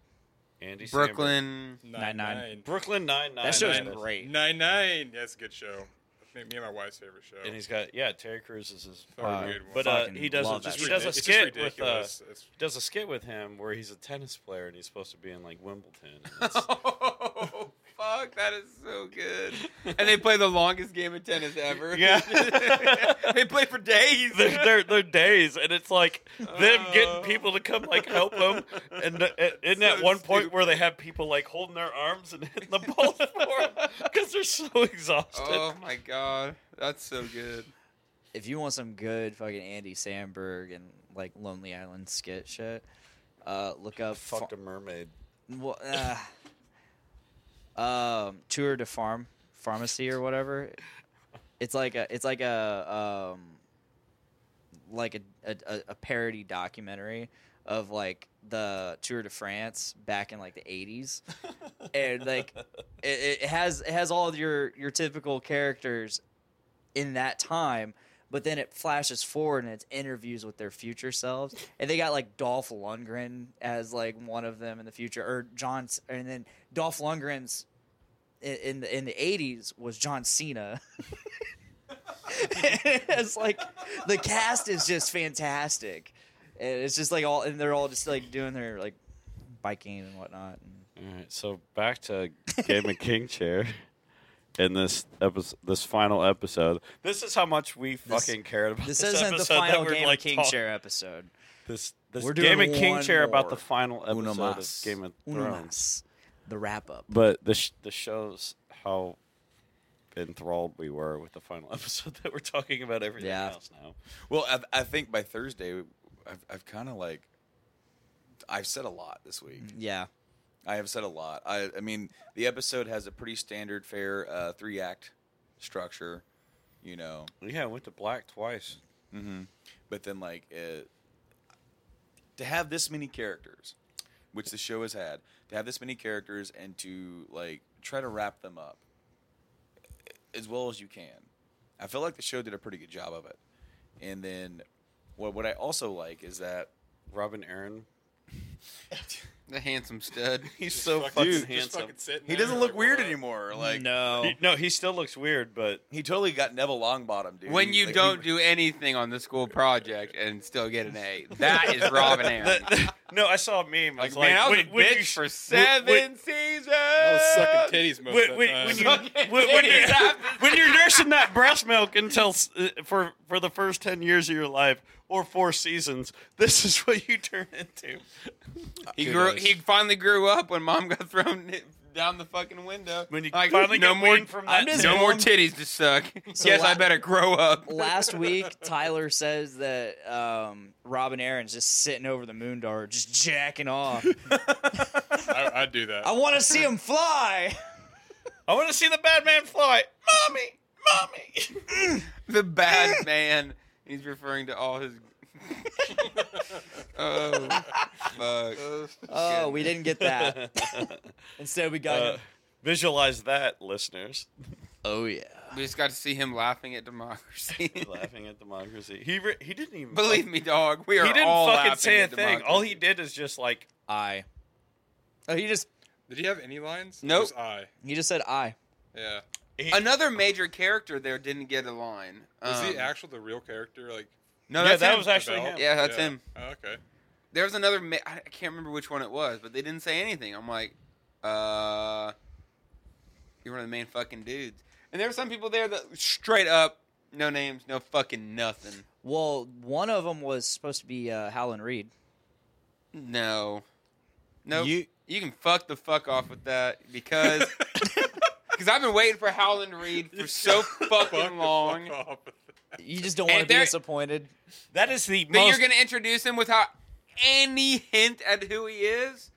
S4: Andy Samberg.
S2: Brooklyn.
S1: Nine, nine.
S4: Brooklyn Nine Nine.
S1: That show's
S5: Nine.
S1: great.
S5: Nine nine. That's a good show. That's Me me and my wife's favorite show.
S4: And he's got yeah, Terry Crews is his
S5: Fucking
S4: partner,
S5: good one.
S4: but uh,
S1: Fucking
S4: he does a,
S1: love that
S4: he
S1: show.
S4: does a
S5: It's just
S4: skit with uh,
S5: ridiculous. It's-
S4: He does a skit with him where he's a tennis player and he's supposed to be in like Wimbledon. and it's-
S2: Oh, fuck, that is so good. And they play the longest game of tennis ever.
S4: Yeah.
S2: they play for days.
S4: they're, they're, they're days, and it's like them getting people to come like help them. And the, and- isn't
S2: So
S4: at one point where they have people like holding their arms and hitting the balls for them because they're so exhausted.
S2: oh my god, that's so good.
S1: if you want some good fucking Andy Samberg and like Lonely Island skit shit, uh, look up.
S4: Fucked
S1: Fa-
S4: a mermaid.
S1: well, uh, um, tour de farm pharmacy or whatever. It's like a it's like a um, like a, a a- a parody documentary of like the tour de France back in like the eighties, and like it, it has it has all of your your typical characters in that time. But then it flashes forward and it's interviews with their future selves, and they got like Dolph Lundgren as like one of them in the future, or John, C- and then Dolph Lundgren's in- in the in the eighties was John Cena. it's like the cast is just fantastic, and it's just like all and they're all just like doing their like biking and whatnot.
S4: All right, so back to Game of King Chair in this episode, this final episode. This is how much we
S1: This-
S4: fucking cared about
S1: This,
S4: this,
S1: isn't the
S4: episode that
S1: final
S4: we're,
S1: Game
S4: like,
S1: of King
S4: talk-
S1: Chair episode.
S4: This, this
S1: We're
S4: Game
S1: doing
S4: of King
S1: one
S4: Chair about
S1: more.
S4: the final
S3: Uno
S4: episode
S3: mas.
S4: of Game of
S1: Uno
S4: Thrones.
S1: mas. the wrap up.
S4: But this this shows how enthralled we were with the final episode that we're talking about everything
S1: Yeah.
S4: else now.
S3: Well, I, I think by Thursday, I've, I've kind of like, I've said a lot this week.
S1: Yeah,
S3: I have said a lot. I, I mean, the episode has a pretty standard fair uh, three act structure, you know.
S4: Yeah, I went to black twice.
S3: But then, like, uh to have this many characters, which the show has had, to have this many characters and to like try to wrap them up as well as you can. I feel like the show did a pretty good job of it. And then, what what I also like is that
S4: Robin Aaron.
S2: The handsome stud.
S4: He's
S5: Just
S4: so fucking
S5: just
S4: handsome.
S5: fucking sitting
S3: he
S5: there,
S3: doesn't look
S5: like,
S3: weird
S5: what?
S3: anymore. Like,
S1: no,
S4: He- no, he still looks weird, but
S3: he totally got Neville Longbottom, dude.
S2: when
S3: He-
S2: you
S3: like,
S2: don't
S3: he-
S2: do anything on the school project and still get an A. That is Robin Aaron.
S4: no, I saw a meme. I
S2: Like,
S4: was
S2: man, I was
S4: when,
S2: a
S4: when you
S2: bitch
S4: sh-
S2: for
S4: when-
S2: seven
S4: when-
S2: seasons.
S5: I was sucking titties most of
S4: When,
S5: the
S4: when-
S5: time.
S4: when you,
S2: Sucking
S4: when, when
S2: titties
S4: you're,
S2: after-
S4: when you're nursing that breast milk until s- uh, for for the first ten years of your life or four seasons, this is what you turn into.
S2: He
S5: Kudos.
S2: grew. He finally grew up when mom got thrown ni- down the fucking window.
S4: When you
S2: Like,
S4: finally
S2: no
S4: get
S2: more,
S4: weaned from
S1: I'm
S4: that,
S1: just
S2: no more
S1: blown-
S2: titties to suck.
S1: So
S2: yes,
S1: la-
S2: I better grow up.
S1: last week Tyler says that um, Robin Aaron's just sitting over the moon door, just jacking off.
S5: I, I'd do that.
S1: I want to see him fly.
S4: I want to see the bad man fly, mommy, mommy.
S2: the bad man. He's referring to all his. oh, fuck.
S1: Oh, we didn't get that. Instead, we got.
S4: Uh, visualize that, listeners.
S1: oh yeah.
S2: We just got to see him laughing at democracy.
S4: laughing at democracy. He re- he didn't even
S2: Believe me, dog. We are
S4: He didn't
S2: all
S4: fucking
S2: laughing
S4: say a
S2: at
S4: thing.
S2: democracy.
S4: All he did is just like
S1: I. Oh, he just
S5: Did he have any lines?
S2: Nope.
S5: Just I.
S1: he just said I.
S5: Yeah.
S2: Another major character there didn't get a line.
S5: Was
S2: Um,
S5: he actual the real character? Like
S2: No,
S4: Yeah,
S2: that's
S4: that
S2: him.
S4: was actually
S5: Devel?
S4: him.
S2: Yeah, that's
S5: Yeah.
S2: him.
S5: Oh, okay.
S2: There was another. Ma- I I can't remember which one it was, but they didn't say anything. I'm like, uh, you're one of the main fucking dudes. And there were some people there that straight up, no names, no fucking nothing.
S1: Well, one of them was supposed to be uh, Howlin' Reed.
S2: No, no. You
S3: You-
S2: can fuck the fuck off with that because because I've been waiting for Howland Reed for so
S5: Fuck the
S2: fucking long.
S5: fuck off with that.
S1: You just don't
S2: And
S1: want to be
S2: there-
S1: disappointed.
S4: that is the
S2: Then
S4: most.
S2: you're gonna introduce him without any hint at who he is.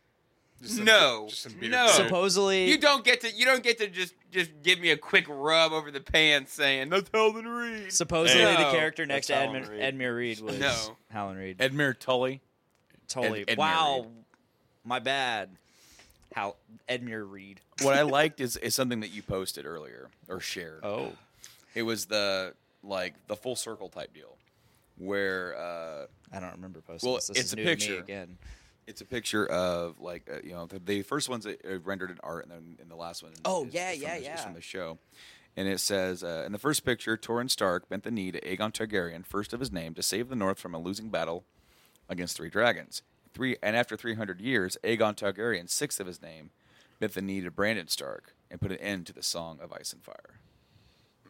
S5: Just some-
S2: No.
S5: Just some beer
S2: No.
S5: dude.
S1: Supposedly,
S2: You don't get to you don't get to just just give me a quick rub over the pants saying that's Helen Reed.
S1: supposedly
S2: Hey.
S1: the
S2: No.
S1: character next to
S4: That's Howlin'
S1: Edmund,
S4: Reed.
S1: Edmure Reed was
S2: No.
S1: Howlin' Reed.
S3: Edmure Tully.
S1: totally.
S3: Ed- Edmure
S1: wow,
S3: Reed.
S1: my bad. How Edmure Reed?
S3: What I liked is, is something that you posted earlier or shared.
S1: Oh,
S3: It was the like the full circle type deal, where uh,
S1: I don't remember posting.
S3: Well,
S1: this. This
S3: it's
S1: is
S3: a
S1: new to me
S3: picture.
S1: again.
S3: it's a picture of like uh, you know the, the first one's uh, rendered in art, and then in the last one.
S1: Oh,
S3: is
S1: yeah,
S3: from
S1: yeah,
S3: the, is
S1: yeah.
S3: From the show, and it says uh, in the first picture, Torrin Stark bent the knee to Aegon Targaryen, first of his name, to save the North from a losing battle against three dragons. Three and after three hundred years, Aegon Targaryen, sixth of his name, bent the knee to Brandon Stark and put an end to the Song of Ice and Fire.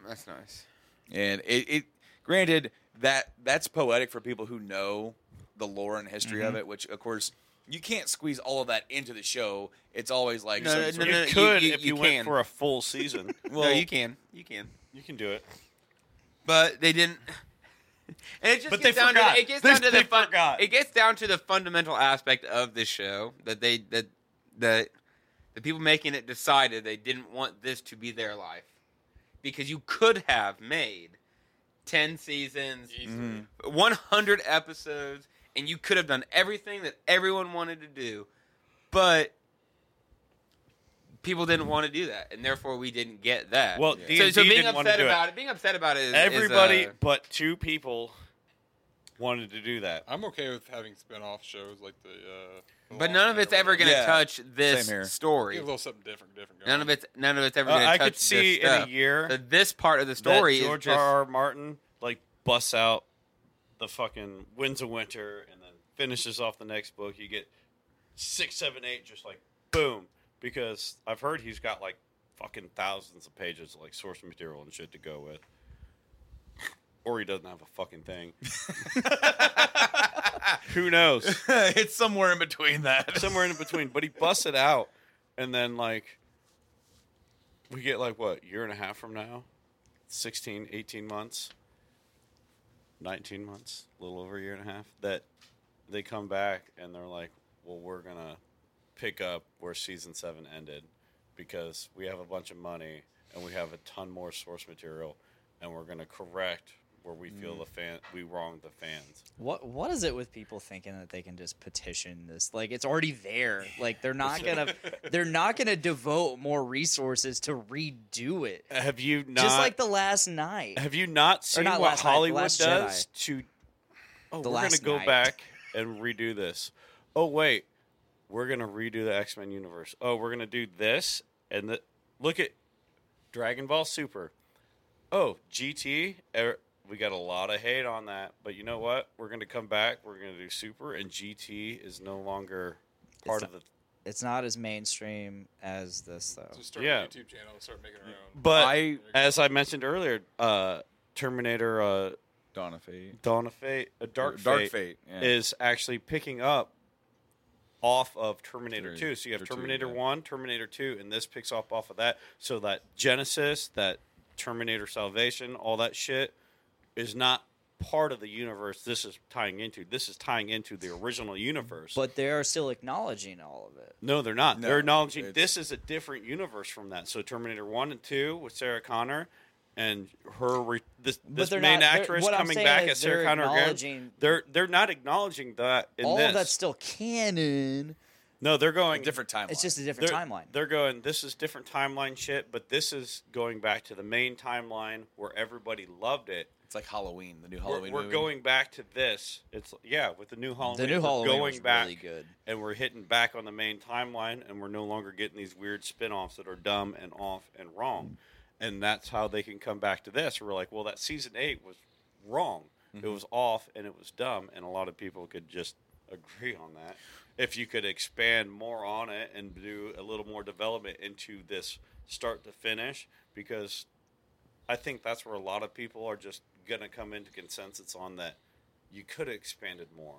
S2: That's nice.
S3: And it, it granted that that's poetic for people who know the lore and history
S4: Mm-hmm.
S3: of it, which of course you can't squeeze all of that into the show. It's always like
S2: No,
S3: some
S2: no,
S3: sort
S2: no,
S3: of-
S2: no,
S4: You
S2: you-
S4: could
S2: you-
S4: if
S2: you
S4: you, went
S2: can.
S4: for a full season.
S2: no,
S3: Well-
S2: you can, you can,
S4: you can do it.
S2: but they didn't. And it just
S4: But
S2: gets
S4: they
S2: down
S4: forgot.
S2: to it gets
S4: They-
S2: down to
S4: they
S2: the fun,
S4: forgot.
S2: It gets down to the fundamental aspect of this show that they that that the people making it decided they didn't want this to be their life because you could have made 10 seasons,
S5: Easily.
S2: 100 episodes, and you could have done everything that everyone wanted to do, but people didn't want to do that, and therefore we didn't get that.
S4: Well,
S2: so,
S4: D&D
S2: so being
S4: didn't want to
S2: upset
S4: do it.
S2: about it. being upset about it is
S4: Everybody
S2: is, uh,
S4: but two people wanted to do that.
S5: I'm okay with having spin-off shows like the. Uh, The
S2: but
S5: Lost
S2: none of
S5: Man or
S2: it's ever going to
S3: Yeah.
S2: touch this
S3: Same here.
S5: whatever. Get
S2: story.
S5: a little something different, different. Going.
S2: None of it's none of it's ever
S4: Uh,
S2: going to
S4: I
S2: touch
S4: could
S2: this
S4: see in a
S2: stuff.
S4: year
S2: But this part of the
S4: that
S2: story is
S4: George
S2: just
S4: R. R. Martin like busts out the fucking Winds of Winter and then finishes off the next book. You get six, seven, eight, just like boom. Because I've heard he's got like fucking thousands of pages of like source material and shit to go with. Or he doesn't have a fucking thing. Who knows?
S3: it's somewhere in between that.
S4: somewhere in between. But he busts it out, and then like we get like what year and a half from now, 16, 18 months, nineteen months, a little over a year and a half. That they come back and they're like, well, we're gonna pick up where season seven ended because we have a bunch of money and we have a ton more source material, and we're gonna correct. Where we feel
S1: Mm.
S4: the fan, we wronged the fans.
S1: What what is it with people thinking that they can just petition this? Like it's already there. Like they're not gonna they're not gonna devote more resources to redo it.
S4: Have you not?
S1: Just like the last night.
S4: Have you not seen
S1: not
S4: what
S1: last night, The
S4: Hollywood
S1: Last
S4: does to? Oh,
S1: The
S4: we're gonna
S1: Last
S4: go
S1: Night.
S4: back and redo this. Oh wait, we're gonna redo the X Men universe. Oh, we're gonna do this and the, look at Dragon Ball Super. Oh, GT. er, We got a lot of hate on that, but you know what? We're gonna come back. We're gonna do Super, and GT is no longer part
S1: It's
S4: of the.
S1: It's not as mainstream as this though.
S5: Just start
S4: Yeah.
S5: a YouTube channel and start making our own.
S4: But
S3: I-
S4: as I mentioned earlier, uh, Terminator. Uh,
S3: Dawn of Fate.
S4: Dawn of Fate, a Dark
S3: Or
S4: Fate,
S3: Dark Fate, yeah.
S4: is actually picking up off of Terminator
S3: Three.
S4: 2. So you have
S3: Or two,
S4: Terminator
S3: yeah.
S4: 1, Terminator 2, and this picks up off of that. So that Genesis, that Terminator Salvation, all that shit is not part of the universe this is tying into. This is tying into the original universe.
S1: But they are still acknowledging all of it.
S4: No, they're not.
S3: No,
S4: they're acknowledging
S3: it's-
S4: this is a different universe from that. So Terminator One and Two with Sarah Connor and her re- this, this
S1: they're
S4: main
S1: not- they're-
S4: actress
S1: what I'm
S4: coming
S1: saying
S4: back
S1: is
S4: as Sarah
S1: they're
S4: Connor again.
S1: acknowledging-
S4: They're they're not acknowledging that in
S1: all
S4: this.
S1: of that's still canon.
S4: no, they're going
S3: Different timeline.
S1: It's just a different
S4: they're,
S1: timeline.
S4: They're going. This is different timeline shit, but this is going back to the main timeline where everybody loved it.
S3: It's like Halloween, the new
S4: We're-
S3: Halloween
S4: we're
S3: movie.
S4: going back to this. It's yeah, with the new Halloween.
S1: the new
S4: we're
S1: Halloween
S4: going
S1: was
S4: back
S1: really good.
S4: and we're hitting back on the main timeline and we're no longer getting these weird spin-offs that are dumb and off and wrong and that's how they can come back to this we're like well that season 8 was wrong it was off and it was dumb and a lot of people could just agree on that if you could expand more on it and do a little more development into this start to finish because i think that's where a lot of people are just going to come into consensus on that you could have expanded more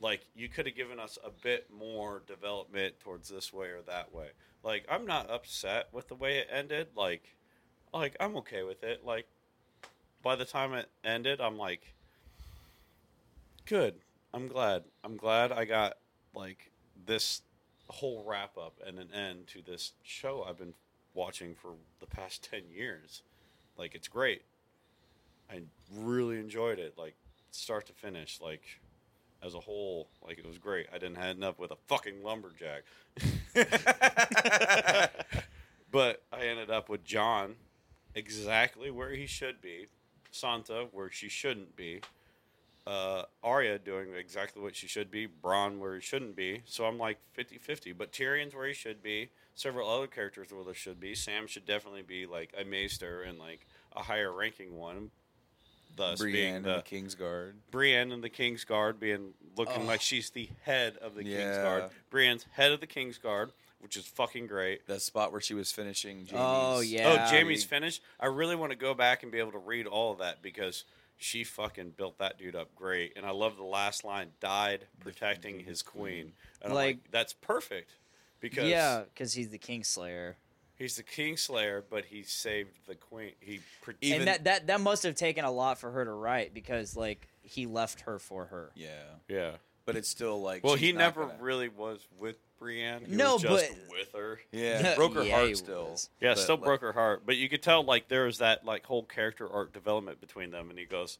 S4: like you could have given us a bit more development towards this way or that way like i'm not upset with the way it ended like like i'm okay with it like by the time it ended i'm like good i'm glad i'm glad i got like this whole wrap up and an end to this show i've been watching for the past 10 years like it's great i really enjoyed it like start to finish like as a whole, like it was great. I didn't end up with a fucking lumberjack, but I ended up with John exactly where he should be, Santa where she shouldn't be, uh, Arya doing exactly what she should be, Bronn where he shouldn't be. So I'm like 50 50, but Tyrion's where he should be, several other characters where they should be. Sam should definitely be like a maester and like a higher ranking one. Thus, being
S3: Brienne
S4: the,
S3: and the Kingsguard.
S4: Brienne and the King's Guard being looking like she's the head of the King's
S3: Yeah.
S4: Guard. Brienne's head of the King's Guard, which is fucking great.
S3: The spot where she was finishing. Jamie's.
S1: Oh, yeah.
S4: Oh, Jamie's
S3: we-
S4: finished. I really want to go back and be able to read all of that because she fucking built that dude up great. And I love the last line, died protecting his queen. And I'm like
S1: Like-
S4: that's perfect because
S1: Yeah, because he's the Kingslayer.
S4: he's the Kingslayer, but he saved the queen. He pro-
S3: Even-
S1: and that, that that must have taken a lot for her to write because like he left her for her.
S3: Yeah.
S4: yeah.
S3: but it's still like.
S4: Well,
S3: she's
S4: he
S3: not
S4: never
S3: gonna-
S4: really was with Brienne. He
S1: No,
S4: was just
S1: but-
S4: with her.
S3: yeah, broke her
S1: Yeah, he
S3: heart still.
S1: was.
S4: Yeah,
S3: but,
S4: still
S3: like,
S4: broke her heart, but you could tell like there was that like whole character arc development between them, and he goes,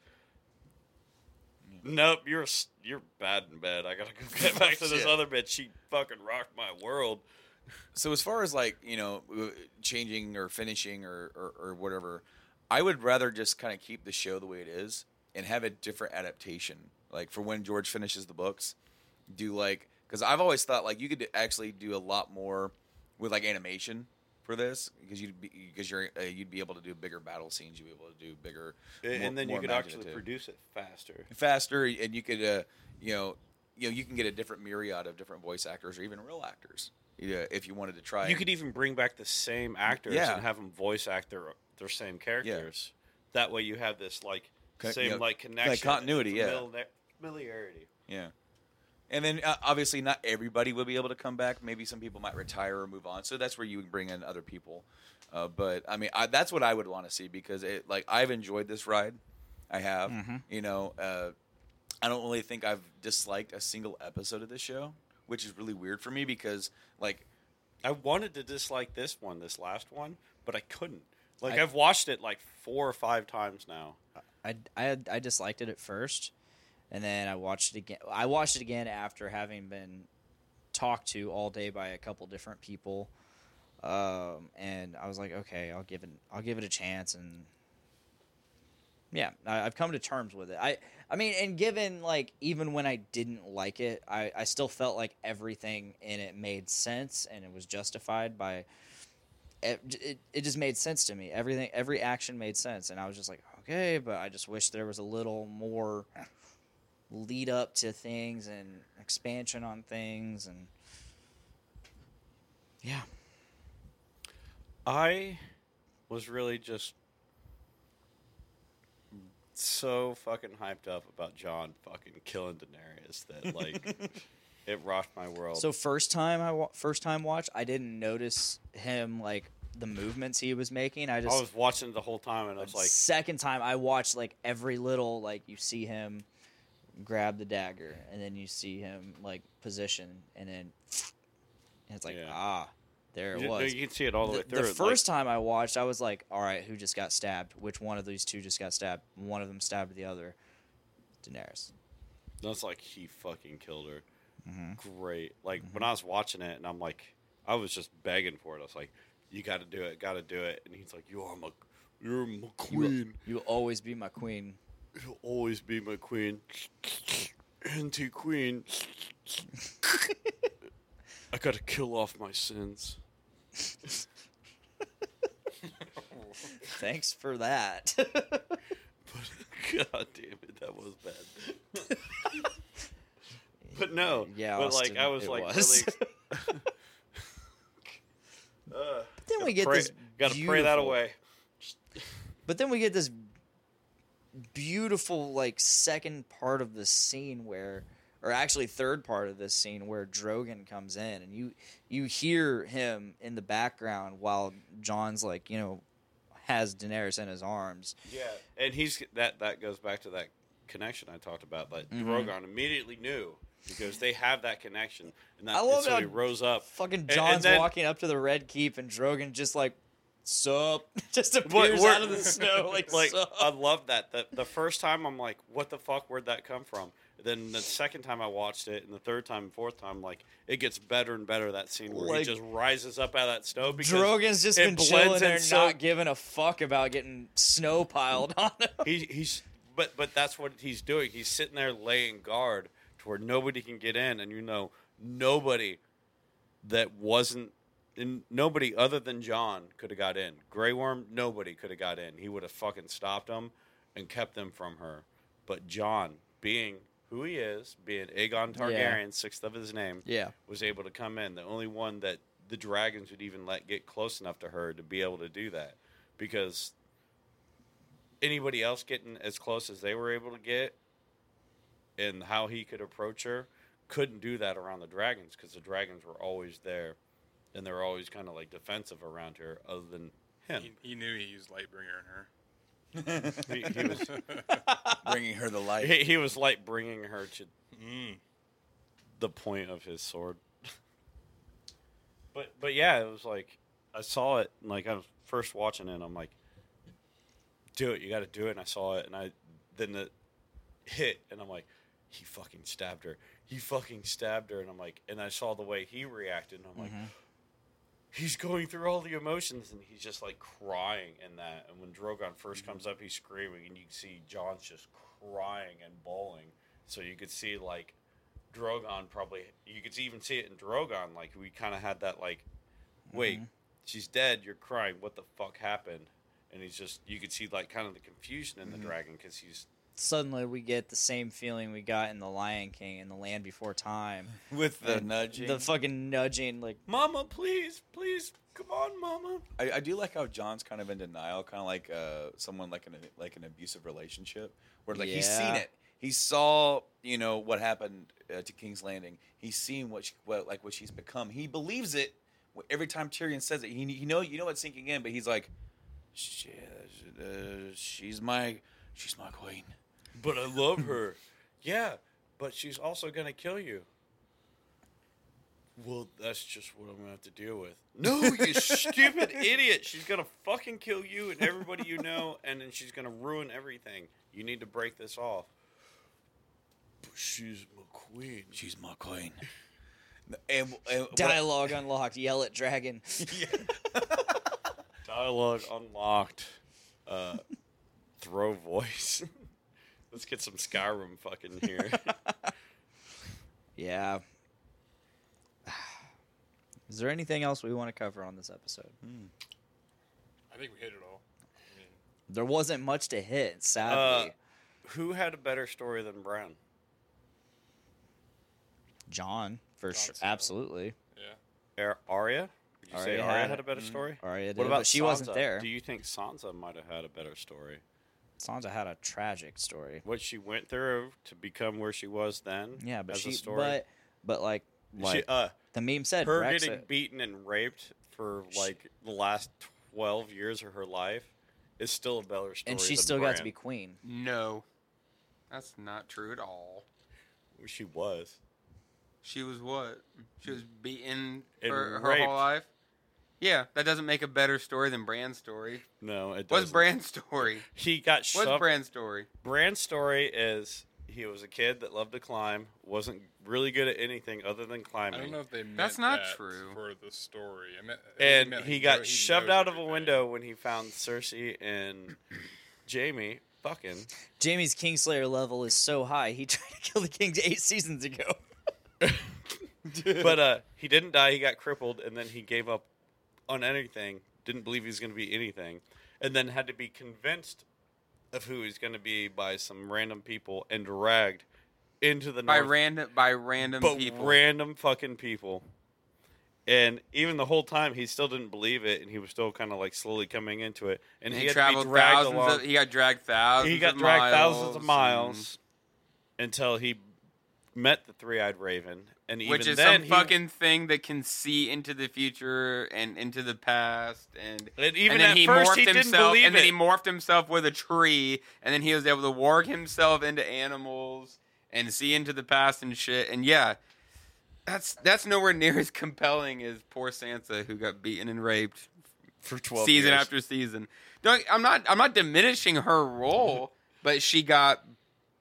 S4: "Nope, you're s- you're bad in bed. I gotta go get back to this
S3: Shit.
S4: other bitch. She fucking rocked my world."
S3: So as far as like you know, w- changing or finishing or or, or whatever, I would rather just kind of keep the show the way it is and have a different adaptation. Like for when George finishes the books, do like because I've always thought like you could actually do a lot more with like animation for this because you'd be because you're uh, you'd be able to do bigger battle scenes, you'd be able to do bigger
S4: And,
S3: more-
S4: then you
S3: more
S4: could actually
S3: imaginative
S4: produce it faster.
S3: faster, and you could, uh, you know, you know, you can get a different myriad of different voice actors or even real actors. Yeah, if you wanted to try,
S4: You could even bring back the same actors
S3: Yeah.
S4: and have them voice act their their same characters. That way, you have this like
S3: Co-
S4: same
S3: you know,
S4: like connection, and
S3: continuity, yeah.
S4: familiar- familiarity.
S3: yeah. And then uh, obviously, not everybody will be able to come back. Maybe some people might retire or move on. So that's where you would bring in other people. Uh, but I mean, I, that's what I would want to see because it, like, I've enjoyed this ride. I have, you know, uh, I don't really think I've disliked a single episode of this show, which is really weird for me because, like,
S4: I wanted to dislike this one, this last one, but I couldn't. Like I,
S3: I-
S4: have watched it like four or five times now.
S1: I, I, I disliked it at first, and then I watched it again. I watched it again after having been talked to all day by a couple different people, um, and I was like, okay, I'll give it, I'll give it a chance, and yeah, I, I've come to terms with it. I, I mean, and given like even when I didn't like it, I, I still felt like everything in it made sense and it was justified by it, it, it just made sense to me. Everything, every action made sense, and I was just like, okay, but I just wish there was a little more lead up to things and expansion on things, and yeah,
S4: I was really just so fucking hyped up about John fucking killing Daenerys that like it rocked my world.
S1: So first time I wa- first time watch, I didn't notice him like the movements he was making. I just
S4: I was watching it the whole time and I was like,
S1: second time I watched like every little like you see him grab the dagger and then you see him like position and then and it's like
S4: Yeah.
S1: ah there it
S4: you, no,
S1: was.
S4: you can see it all the, way
S1: The, the
S4: through.
S1: first time I watched, I was like, "All right, who just got stabbed? Which one of these two just got stabbed? One of them stabbed the other." Daenerys.
S4: time, that's like he fucking killed her.
S1: Mm-hmm.
S4: Great. Like when I was watching it and I'm like, I was just begging for it. I was like, you got to do it, got to do it. And he's like, you are my, you're my queen.
S1: You'll always be my queen.
S4: You'll always be my queen. Anti queen. I gotta kill off my sins.
S1: Thanks for that.
S4: But god damn it, that was bad. but no.
S1: Yeah,
S4: But
S1: Austin,
S4: like I was
S1: it
S4: like
S1: was.
S4: really Uh,
S1: then we get
S4: pray,
S1: this.
S4: gotta pray that
S1: beautiful-
S4: away.
S1: But then we get this beautiful like second part of the scene where or actually third part of this scene where Drogon comes in and you you hear him in the background while John's like, you know, has Daenerys in his arms.
S4: Yeah, and he's that that goes back to that connection I talked about. That
S1: Mhm.
S4: Drogon immediately knew because they have that connection, and that
S1: I love
S4: and so
S1: how
S4: he rose up.
S1: Fucking
S4: And- and
S1: John's
S4: then-
S1: walking up to the Red Keep and Drogon just like sup just appears
S4: we're-
S1: out of the snow like,
S4: Like
S1: "Sup?"
S4: I love that. The, the first time I'm like, what the fuck? Where'd that come from? Then the second time I watched it, and the third time, and fourth time, like it gets better and better. That scene where he
S1: Like-
S4: just rises up out of that snow because
S1: Drogon's just
S4: it
S1: been
S4: blends
S1: chilling
S4: in
S1: there,
S4: so-
S1: not giving a fuck about getting snow piled on him.
S4: he, he's but but that's what he's doing. He's sitting there laying guard to where nobody can get in, and you know nobody that wasn't and nobody other than John could have got in. Grey Worm, nobody could have got in. He would have fucking stopped them and kept them from her. But John, being who he is, being Aegon Targaryen, sixth of his name,
S1: Yeah.
S4: was able to come in. The only one that the dragons would even let get close enough to her to be able to do that. Because anybody else getting as close as they were able to get and how he could approach her couldn't do that around the dragons because the dragons were always there and they're always kind of like defensive around her other than him.
S5: He, he knew he used Lightbringer in her.
S4: He, he was
S3: bringing her the light.
S4: he, he was like bringing her to
S5: Mm.
S4: the point of his sword. but but yeah, it was like I saw it and like I was first watching it. and I'm like, do it, you got to do it. And I saw it, and I then it hit, and I'm like, he fucking stabbed her. He fucking stabbed her, and I'm like, and I saw the way he reacted, and I'm like. He's going through all the emotions, and he's just like crying in that. And when Drogon 1st comes up, he's screaming, and you can see John's just crying and bawling. So you could see like Drogon probably you could even see it in Drogon like we kind of had that like wait she's dead you're crying what the fuck happened and he's just you could see like kind of the confusion in the dragon because he's
S1: Suddenly, we get the same feeling we got in The Lion King and The Land Before Time.
S3: with the
S1: And
S3: nudging.
S1: The fucking nudging, like,
S4: mama please please come on mama
S3: I, I do like how John's kind of in denial, kind of like uh, someone like an like an abusive relationship, where like he's seen
S1: Yeah.
S3: it, he saw you know what happened uh, to King's Landing, he's seen what, she, what like what she's become, he believes it wh- every time Tyrion says it. He you know you know it's sinking in, but he's like, shit, uh, she's my she's my queen.
S4: but I love her yeah but she's also gonna kill you well that's just what I'm gonna have to deal with no you stupid idiot she's gonna fucking kill you and everybody you know and then she's gonna ruin everything you need to break this off but she's my queen
S3: She's my queen. And, and what-
S1: dialogue unlocked, yell at dragon.
S4: Dialogue unlocked. Uh, throw voice. Let's get some Skyrim fucking here.
S1: Yeah. Is there anything else we want to cover on this episode?
S5: I think we hit it all. I mean,
S1: There wasn't much to hit, sadly.
S4: Uh, Who had a better story than Brown?
S1: John, for
S5: John
S1: sure.
S5: Snow.
S1: absolutely.
S5: yeah.
S4: Ar- Arya? Did you say
S1: Arya
S4: Arya
S1: had- Mm-hmm.
S4: had a better story?
S1: Arya did,
S4: What about
S1: but she wasn't
S4: Sansa?
S1: there.
S4: Do you think Sansa might have had a better story?
S1: Sansa had a tragic story.
S4: What she went through to become where she was then?
S1: Yeah, but
S4: as
S1: she,
S4: a story.
S1: but but like, like
S4: she, uh,
S1: the meme said,
S4: her
S1: Rex-
S4: getting beaten and raped for like the last twelve years of her life is still a better story.
S1: and she
S4: than
S1: still got to
S4: Bran.
S1: be queen.
S2: No, that's not true at all.
S4: She was.
S2: She was what? She was beaten
S4: And
S2: for her
S4: raped.
S2: whole life. Yeah, that doesn't make a better story than Brand's story.
S4: No, it
S2: What's
S4: doesn't.
S2: Brand's story?
S4: He got
S2: What's
S4: shoved.
S2: Brand's story?
S4: Brand's story is he was a kid that loved to climb, wasn't really good at anything other than climbing,
S5: I don't know if they meant
S2: That's not
S5: that
S2: true.
S5: for the story. I meant, I
S4: and
S5: meant
S4: he
S5: like,
S4: got
S5: no,
S4: shoved
S5: knows
S4: out of a
S5: everything.
S4: window when he found Cersei and Jamie fucking.
S1: Jamie's Kingslayer level is so high. He tried to kill the king eight seasons ago.
S4: But uh, he didn't die. He got crippled, and then he gave up on anything. Didn't believe he was going to be anything, and then had to be convinced of who he's going to be by some random people and dragged into the
S2: By
S4: North
S2: random, by random
S4: but
S2: people.
S4: random fucking people. And even the whole time, he still didn't believe it, and he was still kind of like slowly coming into it.
S2: And
S4: And, he,
S2: he
S4: had to
S2: traveled
S4: be dragged
S2: thousands.
S4: along.
S2: Of, he got dragged thousands.
S4: he got
S2: of
S4: dragged
S2: miles
S4: thousands of
S2: and-
S4: miles until he met the three-eyed raven, and even
S2: which is
S4: then,
S2: some
S4: he,
S2: fucking thing that can see into the future and into the past and.
S4: And even
S2: and then
S4: at
S2: he
S4: first,
S2: morphed
S4: he didn't
S2: himself,
S4: believe
S2: and then he
S4: it.
S2: morphed himself with a tree, and then he was able to warg himself into animals and see into the past and shit. And yeah, that's that's nowhere near as compelling as poor Sansa who got beaten and raped
S3: for twelve
S2: season
S3: years.
S2: after season. Don't, I'm not I'm not diminishing her role, but she got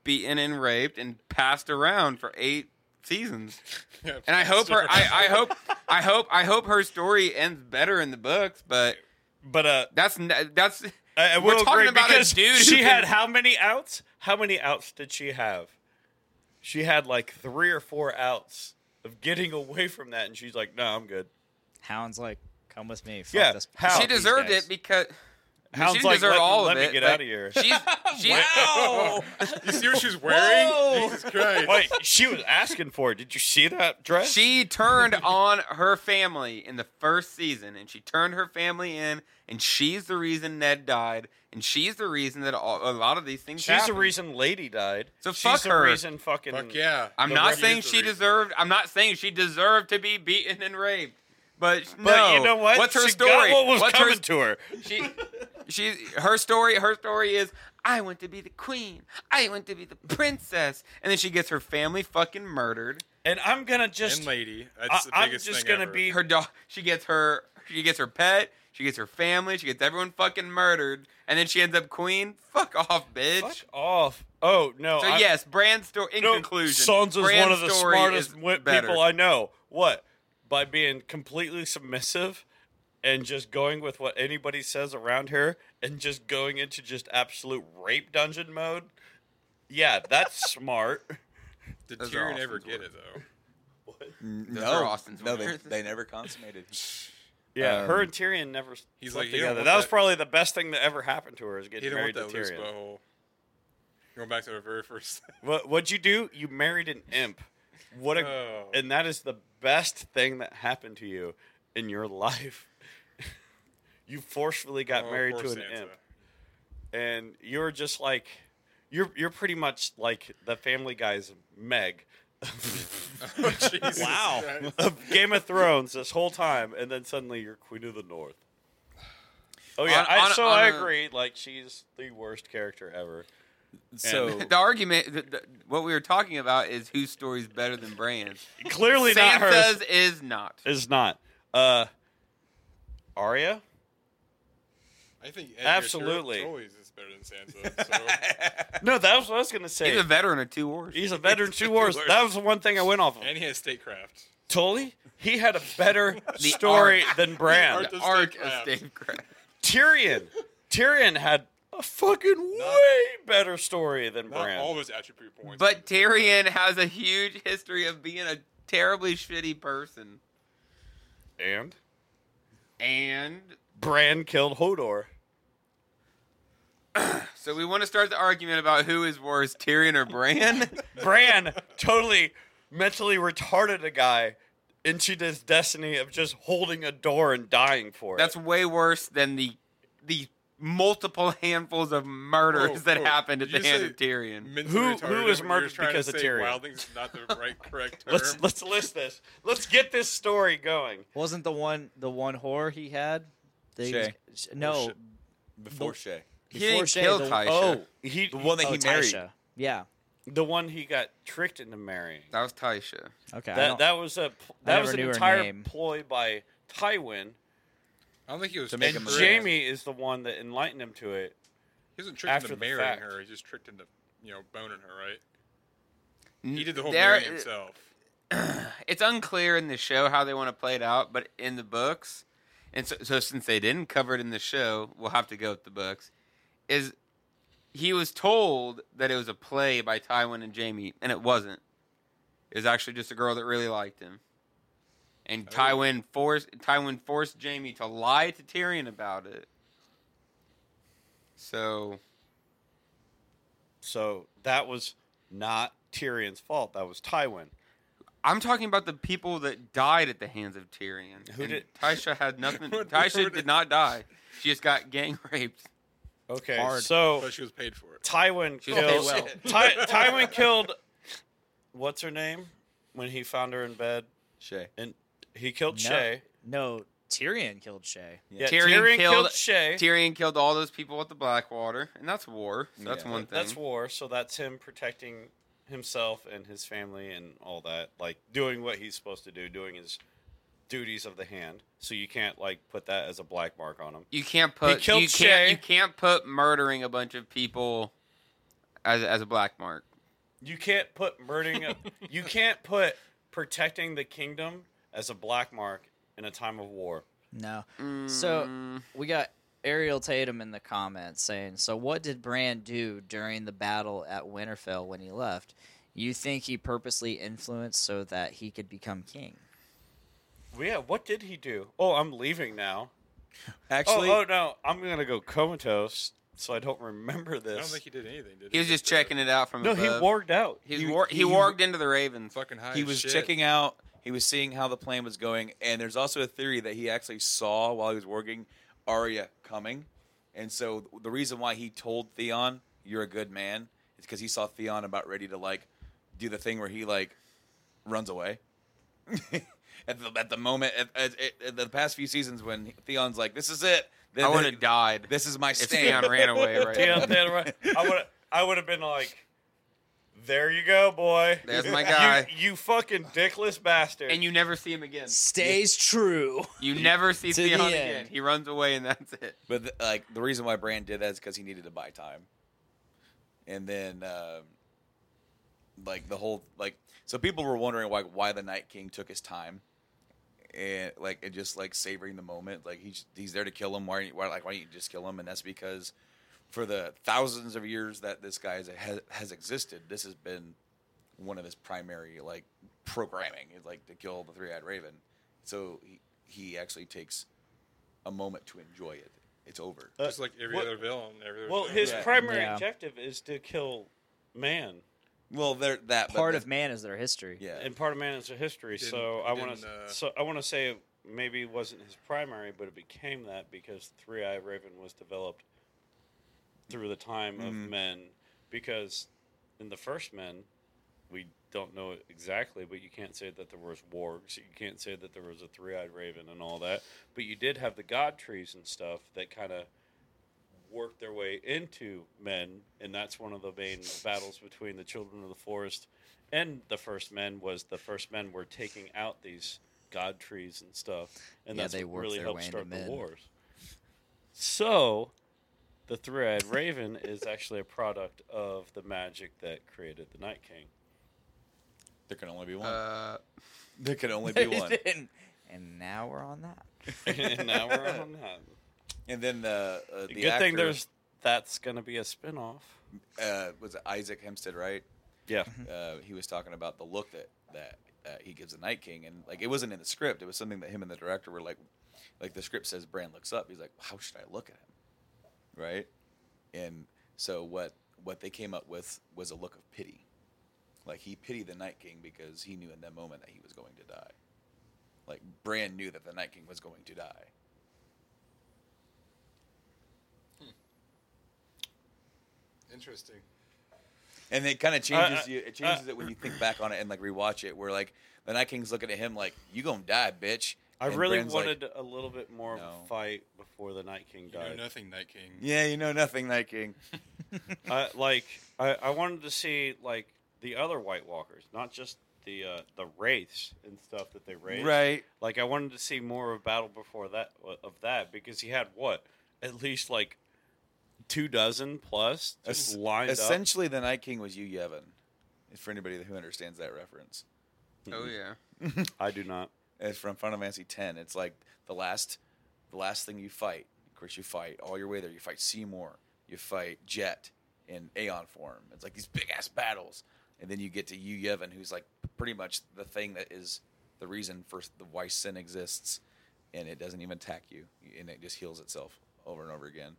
S2: beaten and raped and passed around for eight seasons.
S5: Yeah,
S2: And I hope her
S5: story.
S2: I, I hope I hope I hope her story ends better in the books, but
S4: But uh,
S2: that's n- that's
S4: I, I
S2: We're
S4: will
S2: talking
S4: agree
S2: about a
S4: because
S2: dude who
S4: she
S2: can-
S4: had how many outs? How many outs did she have? She had like three or four outs of getting away from that, and she's like, "No, I'm good."
S1: Hound's like, come with me. Fuck
S4: Yeah,
S1: this.
S4: Hound.
S1: fuck
S2: she
S1: these
S2: deserved
S1: guys."
S2: it because I mean, she
S4: Hound's
S2: didn't
S4: like,
S2: deserve
S4: "Let-
S2: all
S4: let
S2: of
S4: me
S2: it.
S4: get
S2: but
S4: outta here.
S2: She's, she's
S5: You see what she's wearing? Jesus Christ.
S4: Wait, she was asking for it. Did you see that dress?
S2: she turned on her family in the first season, and she turned her family in, and she's the reason Ned died, and she's the reason that all, a lot of these things.
S4: she's
S2: happened.
S4: the reason Lady died.
S2: So
S4: she's
S2: fuck
S4: the
S2: her.
S4: reason fucking.
S5: Fuck yeah.
S2: I'm
S5: The
S2: not
S5: refuge
S2: saying
S5: is
S2: she
S5: the reason.
S2: deserved. I'm not saying she deserved to be beaten and raped. But,
S4: But
S2: no.
S4: you know what?
S2: What's her
S4: She got
S2: story?
S4: what was
S2: What's
S4: coming
S2: her
S4: to her?
S2: she she her story her story is I want to be the queen. I want to be the princess. And then she gets her family fucking murdered
S4: And I'm gonna just
S5: and lady. That's the
S4: I- I'm
S5: biggest
S4: just
S5: thing
S4: gonna
S5: ever.
S4: be-
S2: Her dog. She gets her. She gets her pet. She gets her family. She gets everyone fucking murdered, and then she ends up queen. Fuck off, bitch.
S4: fuck off. Oh no!
S2: So
S4: I-
S2: yes, brand story. In
S4: no,
S2: conclusion,
S4: Sansa's
S2: Bran's
S4: one of the
S2: story
S4: smartest
S2: is
S4: wi-
S2: better.
S4: people I know. What by being completely submissive and just going with what anybody says around her, and just going into just absolute rape dungeon mode. Yeah, that's smart.
S5: Did
S2: Those are
S5: Tyrion ever
S2: Austin's
S5: get
S2: words.
S5: it though?
S2: Those
S3: No,
S2: are Austin's
S3: no, they,
S2: winners.
S3: they never consummated.
S4: Yeah,
S3: Um,
S4: her and Tyrion never s-
S5: he's
S4: slept
S5: like, "You don't
S4: together. That,
S5: want
S4: was
S5: that-
S4: probably the best thing that ever happened to her is
S5: He
S4: getting
S5: didn't want
S4: married to
S5: that loose
S4: Tyrion.
S5: butthole. Going back to our very first.
S4: What what'd you do? You married an imp. What a
S5: Oh.
S4: and that is the best thing that happened to you in your life. you forcefully got
S5: Oh,
S4: married
S5: poor
S4: to an
S5: Sansa.
S4: imp, and you're just like, you're you're pretty much like the Family Guy's Meg
S5: Oh, Jesus
S4: Wow.
S5: Christ.
S4: of Game of Thrones this whole time, and then suddenly you're Queen of the North. Oh yeah,
S2: On-
S4: I,
S2: on a-
S4: so
S2: on
S4: I
S2: a-
S4: agree. Like she's the worst character ever.
S3: So
S2: the argument, the, the, what we were talking about, is whose story's better than Brand's.
S4: Clearly not her.
S2: Sansa's is not.
S4: Is not. Uh, Arya.
S5: I think Edgar
S4: Absolutely.
S5: Tyr- always is better than Sansa. So.
S4: No, that was what I was gonna say.
S2: He's a veteran of two wars.
S4: He's a veteran two wars.
S3: wars.
S4: That was the one thing I went off of.
S5: and he has statecraft.
S4: Tully, he had a better story than Bran.
S5: art-
S2: the
S5: of
S2: arc of
S5: statecraft.
S2: statecraft.
S4: Tyrion, Tyrion had a fucking way better story than
S5: Not all
S4: Bran.
S5: of his attribute points.
S2: But Tyrion has a huge history of being a terribly shitty person.
S4: And
S2: And
S4: Bran killed Hodor.
S2: so we want to start the argument about who is worse, Tyrion or Bran.
S4: Bran totally mentally retarded a guy into this destiny of just holding a door and dying for it.
S2: That's way worse than the the multiple handfuls of murders
S5: Whoa,
S2: that
S5: whoa.
S2: happened at
S5: Did
S2: the
S5: you
S2: hands
S5: say
S2: of Tyrion.
S5: Mentally
S4: Who- who
S5: retarded,
S4: was
S5: when you were
S4: murdered
S5: trying to
S4: because of
S5: say
S4: Tyrion?
S5: Wilding's not the right correct term.
S4: let's let's list this. Let's get this story going.
S1: Wasn't the one the one whore he had? They-
S3: Shay.
S1: sh- no,
S3: Shay. before Shay,
S2: He didn't
S1: Shay,
S2: kill
S1: the-
S2: Tysha.
S4: Oh, he
S3: the one that
S1: oh,
S3: he married.
S1: Tysha. Yeah.
S4: the one he got tricked into marrying.
S2: That was Tysha.
S1: Okay. I
S4: That
S1: don't-
S4: that was a pl- that
S1: never
S4: was an
S1: knew her
S4: entire
S1: name.
S4: ploy by Tywin,
S5: I don't think he was
S3: To make him
S5: tricked.
S4: and
S3: a-
S4: Jamie is the one that enlightened him to it.
S5: He wasn't tricked
S4: after
S5: into
S4: the
S5: marrying
S4: fact.
S5: her. He just tricked into you know boning her, right? He did the whole
S2: Mm, There-
S5: marrying himself.
S2: it's unclear in the show how they want to play it out, but in the books, and so, so since they didn't cover it in the show, we'll have to go with the books. Is he was told that it was a play by Tywin and Jamie, and it wasn't. It was actually just a girl that really liked him, and
S5: Oh.
S2: Tywin forced Tywin forced Jamie to lie to Tyrion about it. So
S4: So that was not Tyrion's fault. That was Tywin.
S2: I'm talking about the people that died at the hands of Tyrion.
S4: Who
S2: And
S4: did-
S2: Tysha had nothing.
S5: What-
S2: Tysha
S5: what-
S2: did not die. She just got gang raped.
S4: Okay,
S1: Hard.
S4: so
S5: But she was paid for it.
S4: Tywin
S2: She was paid
S4: killed
S2: well.
S4: Ty- Tywin killed what's her name when he found her in bed
S3: Shay.
S4: and he killed
S1: No.
S4: Shay.
S1: no, Tyrion killed Shay.
S4: Yeah,
S2: Tyrion
S4: Tyrion, killed,
S2: killed-
S4: Shay.
S2: Tyrion killed all those people at the Blackwater, and that's war. So that's
S3: Yeah.
S2: one thing.
S4: That's war, so that's him protecting himself and his family and all that, like doing what he's supposed to do, doing his duties of the hand. So you can't like put that as a black mark on him.
S2: You can't put.
S4: killed
S2: you can't,
S4: Shay.
S2: You can't put murdering a bunch of people as as a black mark.
S4: You can't put murdering a, you can't put protecting the kingdom as a black mark in a time of war.
S1: No.
S2: Mm.
S1: So we got Ariel Tatum in the comments saying, "So what did Bran do during the battle at Winterfell when he left? You think he purposely influenced so that he could become king?"
S4: Well, yeah, what did he do? Oh, I'm leaving now.
S3: Actually,
S4: oh, oh no, I'm gonna go comatose, so I don't remember this.
S5: I don't think he did anything. Did he?
S2: He was just checking it out from
S4: no, he
S2: above.
S4: warged out.
S2: He,
S3: He-
S2: war- he,
S3: he-
S2: warged into the Ravens.
S5: Fucking high.
S3: he
S5: as
S3: was
S5: shit.
S3: checking out. He was seeing how the plane was going, and there's also a theory that he actually saw while he was working Arya coming, and so the reason why he told Theon, "You're a good man," is because he saw Theon about ready to like do the thing where he like runs away. at, the, at the moment, at, at, at the past few seasons, when Theon's like, "This is it," then
S2: I would have died
S3: This is my
S2: if Theon
S3: stand.
S2: ran away. Right.
S4: Yeah,
S2: now.
S4: then I would I would have been like, There you go, boy.
S2: There's my
S4: You-
S2: guy.
S4: You, fucking dickless bastard.
S2: And you never see him again.
S1: Stays true.
S2: You never see
S1: To the
S2: Theon
S1: end.
S2: again. He runs away and that's it.
S3: But the, like the reason why Brand did that is because he needed to buy time, and then um, like the whole like so people were wondering why why the Night King took his time, and like it just like savoring the moment. Like he's he's there to kill him. Why aren't you- why like why don't you just kill him? And that's because for the thousands of years that this guy has, has existed, this has been one of his primary like programming is like to kill the three eyed raven. So he, he actually takes a moment to enjoy it. It's over.
S4: Uh,
S5: Just like every
S4: what-
S5: other villain. Every other
S4: Well,
S5: thing.
S4: his
S3: Yeah.
S4: primary
S1: Yeah.
S4: objective is to kill man,
S3: Well, there that but
S1: Part
S3: the-
S1: of man is their history.
S3: yeah.
S4: and part of man is a history.
S5: Didn't-
S4: so I want
S5: didn't,
S4: to.
S5: uh,
S4: So I want to say maybe it wasn't his primary, but it became that because Three Eye Raven was developed through the time of
S2: Mm-hmm.
S4: men. Because in the first men, we don't know it exactly, but you can't say that there was wargs. You can't say that there was a three-eyed raven and all that. But you did have the god trees and stuff that kind of worked their way into men, and that's one of the main battles between the children of the forest and the first men. Was the first men were taking out these god trees and stuff, and
S1: Yeah,
S4: that's
S1: they
S4: what
S1: worked
S4: really
S1: their
S4: helped
S1: way into
S4: start the
S1: men.
S4: wars. So. The three-eyed raven is actually a product of the magic that created the Night King.
S3: there can only be one.
S2: Uh,
S3: there can only be one.
S1: and, and now we're on that.
S4: and now we're on that.
S3: And then the uh, the
S4: Good
S3: actor,
S4: thing there's that's gonna be a spinoff.
S3: uh, was it Isaac Hempstead, right?
S4: Yeah,
S3: Uh, he was talking about the look that that uh, he gives the Night King, and like it wasn't in the script. It was something that him and the director were like, like the script says Brand looks up. He's like, how should I look at him, right? And so what what they came up with was a look of pity. Like he pitied the Night King because he knew in that moment that he was going to die. Like Brand knew that the Night King was going to die.
S5: Interesting.
S3: And it kind of changes
S4: Uh, uh,
S3: you. It changes it when you think back on it and like rewatch it. Where like the Night King's looking at him like, "You gonna die, bitch."
S4: I
S3: And
S4: really
S3: Bran's like,
S4: wanted a little bit more of
S3: No.
S4: a fight before the Night King
S5: You know
S4: died.
S5: nothing, Night King.
S3: yeah, you know nothing, Night King.
S4: I, like I, I wanted to see like the other White Walkers, not just the uh, the wraiths and stuff that they raised.
S3: Right.
S4: Like I wanted to see more of battle before that uh, of that because he had what at least like two dozen plus just
S3: Es-
S4: lined up.
S3: Essentially, the Night King was you, Yevon. For anybody who understands that reference,
S4: Mm-hmm.
S2: oh yeah.
S4: I do not.
S3: it's from Final Fantasy X. It's like the last, the last thing you fight. Of course, you fight all your way there. You fight Seymour. You fight Jet in Aeon form. It's like these big ass battles, and then you get to you, Yevon, who's like pretty much the thing that is the reason for the why sin exists, and it doesn't even attack you, and it just heals itself over and over again.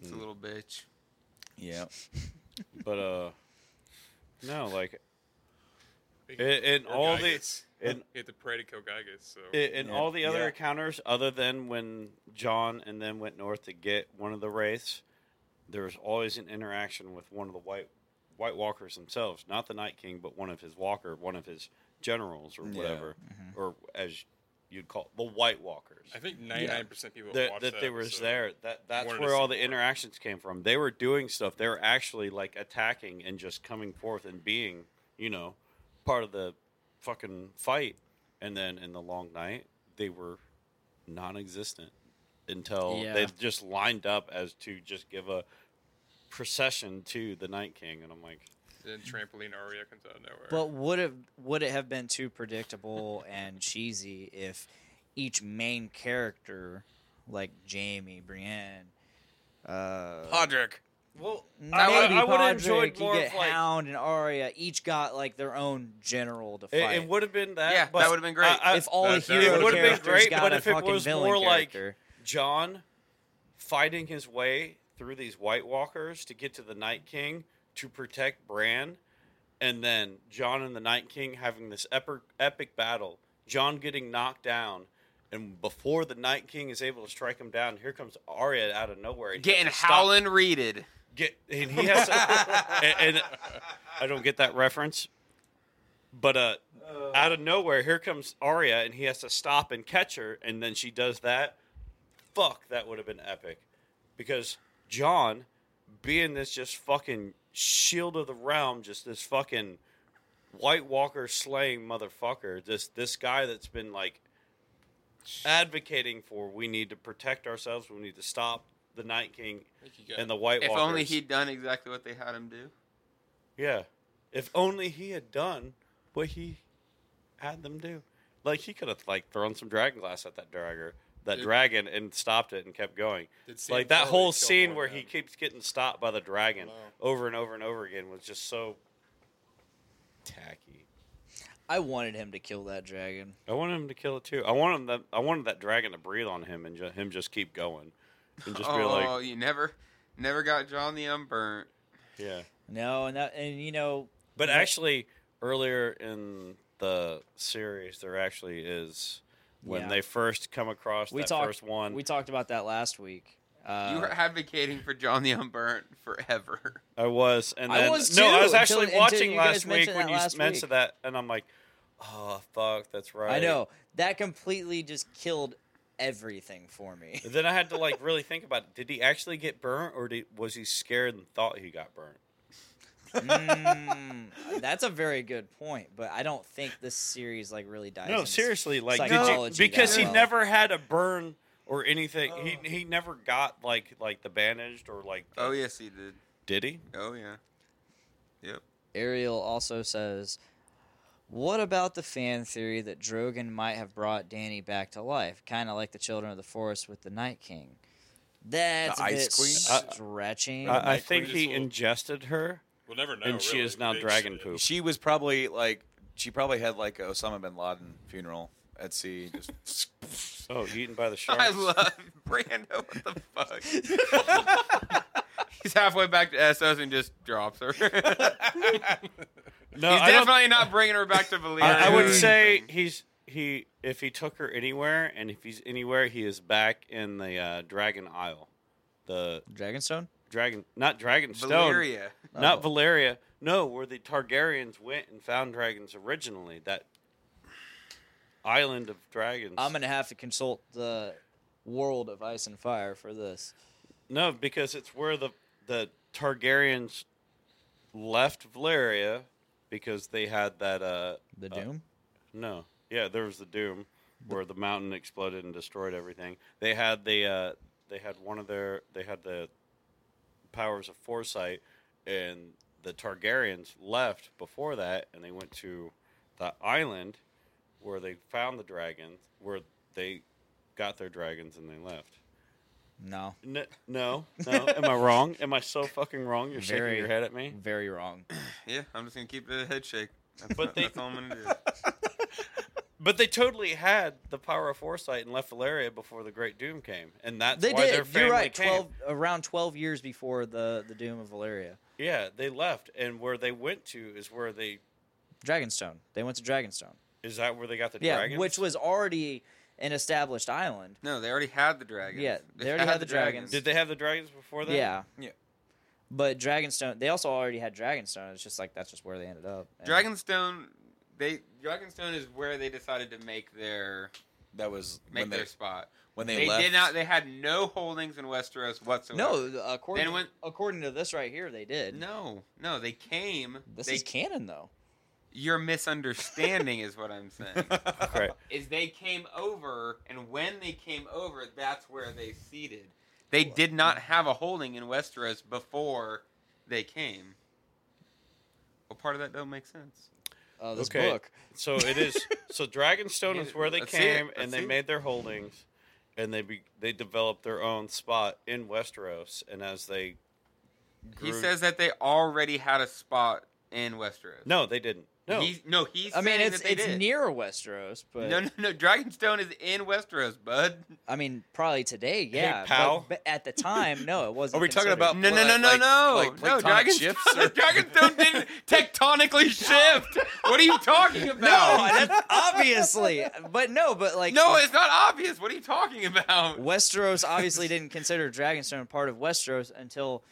S2: It's a
S4: Mm-hmm.
S2: little bitch.
S3: Yeah.
S4: but uh no like in, in all the in,
S5: you have to pray to kill Gygas. So
S4: in, in all the other
S3: Yeah.
S4: encounters other than when john and then went north to get one of the wraiths there was always an interaction with one of the white white walkers themselves not the night king but one of his walker one of his generals or
S3: Yeah. mm-hmm.
S4: whatever or as you'd call the white walkers
S5: I think 99 percent of people
S4: that,
S5: watch
S4: that, they were
S5: episode.
S4: there. That that's
S5: wanted to
S4: where all
S5: see
S4: the
S5: more.
S4: interactions came from. They were doing stuff. They were actually like attacking and just coming forth and being, you know, part of the fucking fight. And then in the long night, they were non-existent until
S1: Yeah.
S4: they just lined up as to just give a procession to the Night King. And I'm like,
S5: Then trampoline Aria comes out of nowhere.
S1: But would it would it have been too predictable and cheesy if each main character, like Jamie, Brienne, uh,
S3: Podrick.
S4: well,
S1: maybe
S2: I would-
S4: I would've
S1: Podrick,
S4: enjoyed more
S1: you get
S4: of, like-
S1: Hound and Arya, each got like their own general to fight.
S4: it, it would have been that.
S2: Yeah, that
S4: but
S2: would've been great.
S4: I- I-
S1: if all
S5: That-
S1: the
S5: that
S1: hero
S5: would've been
S1: characters
S4: great,
S1: got
S4: but
S1: a
S4: if it
S1: fucking
S4: was
S1: villain
S4: more like-
S1: character,
S4: John fighting his way through these White Walkers to get to the Night King to protect Bran, and then John and the Night King having this epic epic battle. John getting knocked down, and before the Night King is able to strike him down, here comes Arya out of nowhere and he
S2: Getting
S4: has to stop-
S2: howling reeded.
S4: Get and he has to, and, and I don't get that reference, but uh, out of nowhere, here comes Arya, and he has to stop and catch her, and then she does that. Fuck, that would have been epic, because John, being this just fucking shield of the realm, just this fucking White Walker slaying motherfucker. Just this guy that's been like advocating for we need to protect ourselves. We need to stop the Night King and the White
S2: if
S4: Walkers.
S2: only he'd done exactly what they had him do.
S4: Yeah. If only he had done what he had them do. Like he could have like thrown some dragon glass at that dragon, that
S5: Did-
S4: dragon, and stopped it and kept going.
S5: Did Sam
S4: Like that
S5: Farley
S4: whole
S5: kill
S4: scene
S5: more
S4: where
S5: than
S4: he
S5: him?
S4: keeps getting stopped by the dragon
S5: Wow.
S4: over and over and over again was just so tacky.
S1: I wanted him to kill that dragon.
S4: I wanted him to kill it too. I wanted that. I wanted that dragon to breathe on him and ju- him just keep going, and just be
S2: oh,
S4: like,
S2: you never, never got John the Unburnt.
S4: yeah.
S1: No, and that, and you know,
S4: But
S1: Yeah.
S4: actually, earlier in the series, there actually is when
S1: Yeah.
S4: they first come across
S1: we
S4: that
S1: talked
S4: first one.
S1: We talked about that last week. Uh,
S2: you were advocating for John the Unburnt forever.
S4: I was, and
S1: I
S4: then
S1: was
S4: no, I
S1: too,
S4: was actually
S1: until- until
S4: watching
S1: you guys
S4: last week
S1: mentioned
S4: when
S1: that
S4: you
S1: last
S4: mentioned
S1: week.
S4: that, and I'm like, oh fuck, that's right.
S1: I know that completely just killed everything for me.
S4: And then I had to like really think about: it. did he actually get burnt, or did, was he scared and thought he got burnt?
S1: Mm, that's a very good point, but I don't think this series like really dives.
S4: No,
S1: into
S4: seriously, like did you-
S1: psychology that
S4: because he
S1: well.
S4: never had a burn or anything. He he never got like like the bandaged or like. The,
S2: Oh yes, he did.
S4: did he?
S2: Oh yeah. Yep.
S1: Ariel also says, What about the fan theory that Drogon might have brought Danny back to life? Kind of like the Children of the Forest with the Night King. That's
S3: The
S1: a
S3: Ice
S1: bit
S3: Queen?
S1: stretching.
S4: I, I
S5: Like,
S4: think
S5: we
S4: he
S5: just will-
S4: ingested her,
S5: We'll never know.
S4: and she
S5: really.
S4: is now
S5: They-
S4: dragon
S5: they-
S4: poop.
S3: She was probably like she probably had like a Osama bin Laden funeral at sea. Just
S4: Oh, eaten by the sharks.
S2: I love Brando. What the fuck? He's halfway back to SOS and just drops her. He's
S4: no, I don't-
S2: definitely not bringing her back to Valyria.
S4: I, I
S2: or
S4: would say
S2: anything.
S4: he's he if he took her anywhere, and if he's anywhere, he is back in the uh, Dragon Isle, the
S1: Dragonstone?
S4: Dragon, not Dragon Stone,
S2: Valyria.
S1: Oh.
S4: not Valeria. No, where the Targaryens went and found dragons originally. That island of dragons.
S1: I'm going to have to consult the world of ice and fire for this.
S4: No, because it's where the the Targaryens left Valeria because they had that uh
S1: The
S4: uh,
S1: Doom?
S4: No. Yeah, there was the Doom where the mountain exploded and destroyed everything. They had the uh, they had one of their they had the powers of foresight and the Targaryens left before that and they went to the island where they found the dragons where they got their dragons and they left.
S1: no.
S4: No, no, no. Am I wrong? Am I so fucking wrong? You're shaking
S1: Very.
S4: your head at me.
S1: Very wrong.
S2: Yeah, I'm just gonna keep the head shake. That's,
S4: But they-
S2: that's all I'm gonna do.
S4: But they totally had the power of foresight and left Valeria before the Great Doom came, and that's
S1: They
S4: why
S1: did.
S4: their family
S1: You're right.
S4: came.
S1: 12, around 12 years before the, the Doom of Valeria.
S4: Yeah, they left, and where they went to is where they
S1: Dragonstone. They went to Dragonstone.
S4: is that where they got the
S1: Yeah,
S4: dragons?
S1: which was already an established island.
S2: No, they already had the dragons.
S1: Yeah, they already had the dragons.
S4: did they have the dragons before that?
S1: Yeah.
S3: Yeah.
S1: But Dragonstone, they also already had Dragonstone. It's just like that's just where they ended up. And-
S2: Dragonstone. They Dragonstone is where they decided to make their
S3: that was
S2: make
S3: when they
S2: their spot.
S3: when they,
S2: They,
S3: left.
S2: did not. They had no holdings in Westeros whatsoever.
S1: No, according
S2: Then when-
S1: according to this right here, they did.
S2: no, no. They came.
S1: This
S2: they,
S1: is canon though.
S2: Your misunderstanding is what I'm saying.
S4: Okay.
S2: Is they came over, and when they came over, that's where they seated. They did not have a holding in Westeros before they came. Well, part of that don't make sense.
S1: Uh, this
S4: Okay.
S1: book.
S4: So it is. So Dragonstone is where they
S2: That's it,
S4: came,
S2: that's
S4: and they
S2: it.
S4: made their holdings, and they be, they developed their own spot in Westeros, and as they
S2: He
S4: grew-
S2: says that they already had a spot in Westeros.
S4: no, they didn't. No,
S2: He's, no, he's.
S1: I mean,
S2: saying
S1: it's
S2: that they
S1: it's
S2: did.
S1: near Westeros, but
S2: No, no, no. Dragonstone is in Westeros, bud.
S1: I mean, probably today, yeah. but-
S4: pal.
S1: But, at the time, no, it wasn't.
S3: Are we talking
S1: considered.
S3: about
S2: No, no,
S3: like-
S2: no, no,
S3: like-
S2: no,
S3: like
S2: no.
S3: platonic
S2: Dragonstone,
S3: shifts or-
S2: Dragonstone didn't tectonically shift. What are you talking
S1: No,
S2: about?
S1: that's obviously, but no, but like
S2: No, it's not obvious. What are you talking about?
S1: Westeros obviously didn't consider Dragonstone part of Westeros until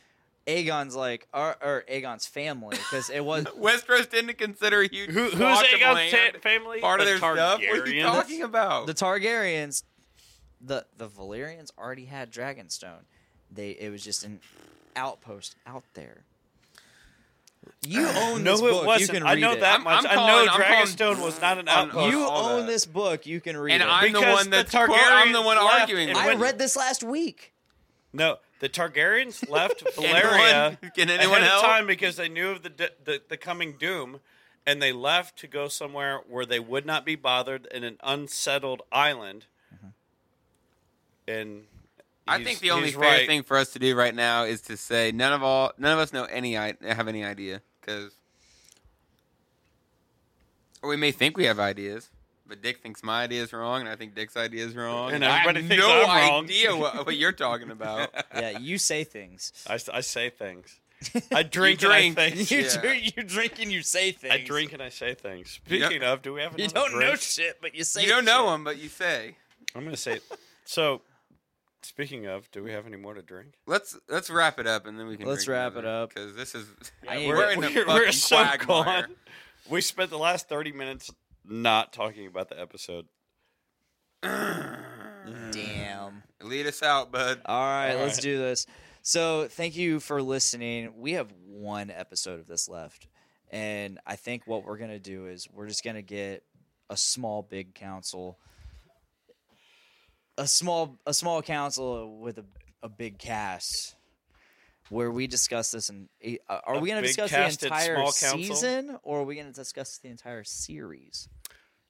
S1: Aegon's like or, or Aegon's family because it was
S2: Westeros didn't consider a huge
S4: Who, who's
S2: swath of
S4: Aegon's
S2: land
S4: fa- family?
S2: part of
S4: The
S2: their stuff. What are you
S4: Targaryens?
S2: talking about?
S1: the Targaryens, the the Valyrians already had Dragonstone. They it was just an outpost out there. You own
S4: No,
S1: this
S4: it
S1: book.
S4: wasn't.
S1: You can
S4: I
S1: read
S4: know
S1: it.
S4: that
S2: I'm-
S4: much.
S2: I'm
S4: i
S2: calling-
S4: know
S2: I'm
S4: Dragonstone
S2: calling-
S4: was not an
S2: I'm-
S4: outpost.
S1: You
S4: all
S1: own
S4: that.
S1: this book. You can read
S2: And
S1: it.
S2: I'm the
S4: Because
S2: one
S4: the
S2: that's quar- I'm the
S4: Targaryens
S2: one
S4: left
S2: arguing.
S4: and
S2: with
S1: I
S4: when-
S2: you.
S1: read this last week.
S4: No, the Targaryens left
S2: Anyone-
S4: Valeria
S2: Can anyone
S4: ahead
S2: help?
S4: of time because they knew of the, d- the the coming doom, and they left to go somewhere where they would not be bothered in an unsettled island. And
S2: Mm-hmm. I
S4: he's-
S2: think the only
S4: he's
S2: fair
S4: right.
S2: thing for us to do right now is to say none of all none of us know any i- have any idea because or we may think we have ideas, but Dick thinks my idea is wrong, and I think Dick's idea is wrong,
S4: And
S2: I have
S4: everybody thinks
S2: no
S4: I'm wrong.
S2: idea what, what you're talking about.
S1: Yeah, you say things.
S4: I, s- I say things. I drink,
S2: drink.
S4: and I
S1: You
S4: think.
S2: Yeah.
S1: drink- you drink and you say things.
S4: I drink and I say things. Speaking of, do we have another
S1: You don't know
S4: drink?
S1: shit, but you say.
S2: you don't know
S1: shit.
S2: him, but you say.
S4: I'm gonna say. So, speaking of, do we have any more to drink?
S2: Let's let's wrap it up, and then we can
S1: Let's wrap it up.
S2: because this is
S1: I ain't-
S2: we're, in the
S4: we're-
S2: fucking
S4: we're so
S2: quagmire.
S4: gone. We spent the last 30 minutes not talking about the episode.
S1: Damn.
S2: Lead us out, bud.
S1: All right,
S4: All
S1: let's
S4: right.
S1: do this. So, thank you for listening. We have one episode of this left. And I think what we're going to do is we're just going to get a small big council a small a small council with a, a big cast where we discuss this and eh, uh, are
S4: A
S1: we going to
S4: big
S1: discuss
S4: cast
S1: the
S4: at
S1: entire
S4: small council?
S1: season or are we going to discuss the entire series?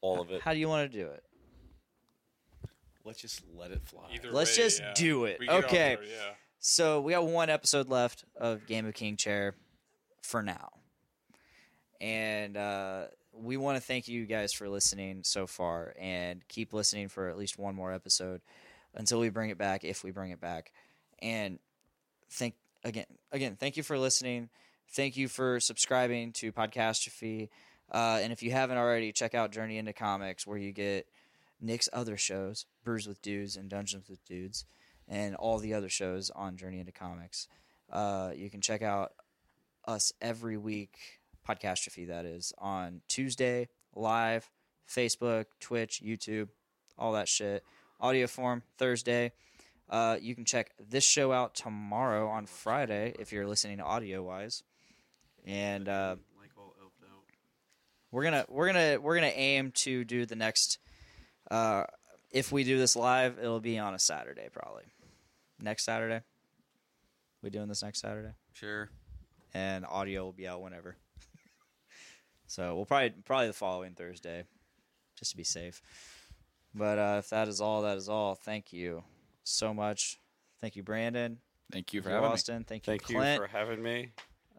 S4: All of it.
S1: How do you want to do it?
S6: Let's just let it fly.
S5: Either
S1: Let's
S5: way,
S1: just
S5: yeah.
S1: do it.
S5: We get on
S1: Okay.
S5: there, yeah.
S1: So we got one episode left of Game of King Chair for now. And uh, we want to thank you guys for listening so far and keep listening for at least one more episode until we bring it back, if we bring it back. And thank again, again, thank you for listening. Thank you for subscribing to Podcastrophe. Uh, and if you haven't already, check out Journey into Comics, where you get Nick's other shows, Brews with Dudes and Dungeons with Dudes and all the other shows on Journey into Comics. Uh, you can check out us every week, Podcastrophe, that is, on Tuesday, live, Facebook, Twitch, YouTube, all that shit. Audio form, Thursday. Uh, you can check this show out tomorrow on Friday if you're listening audio wise. And uh, we're gonna we're gonna we're gonna aim to do the next uh, if we do this live, it'll be on a Saturday probably next Saturday. We doing this next Saturday,
S2: Sure.
S1: and audio will be out whenever. so we'll probably probably the following Thursday, just to be safe. But uh, if that is all, that is all. Thank you so much. Thank you, Brandon.
S6: Thank you for
S1: Thank you,
S6: having me.
S1: Austin. Thank you,
S4: Thank
S1: Clint. Uh,
S4: you for having me.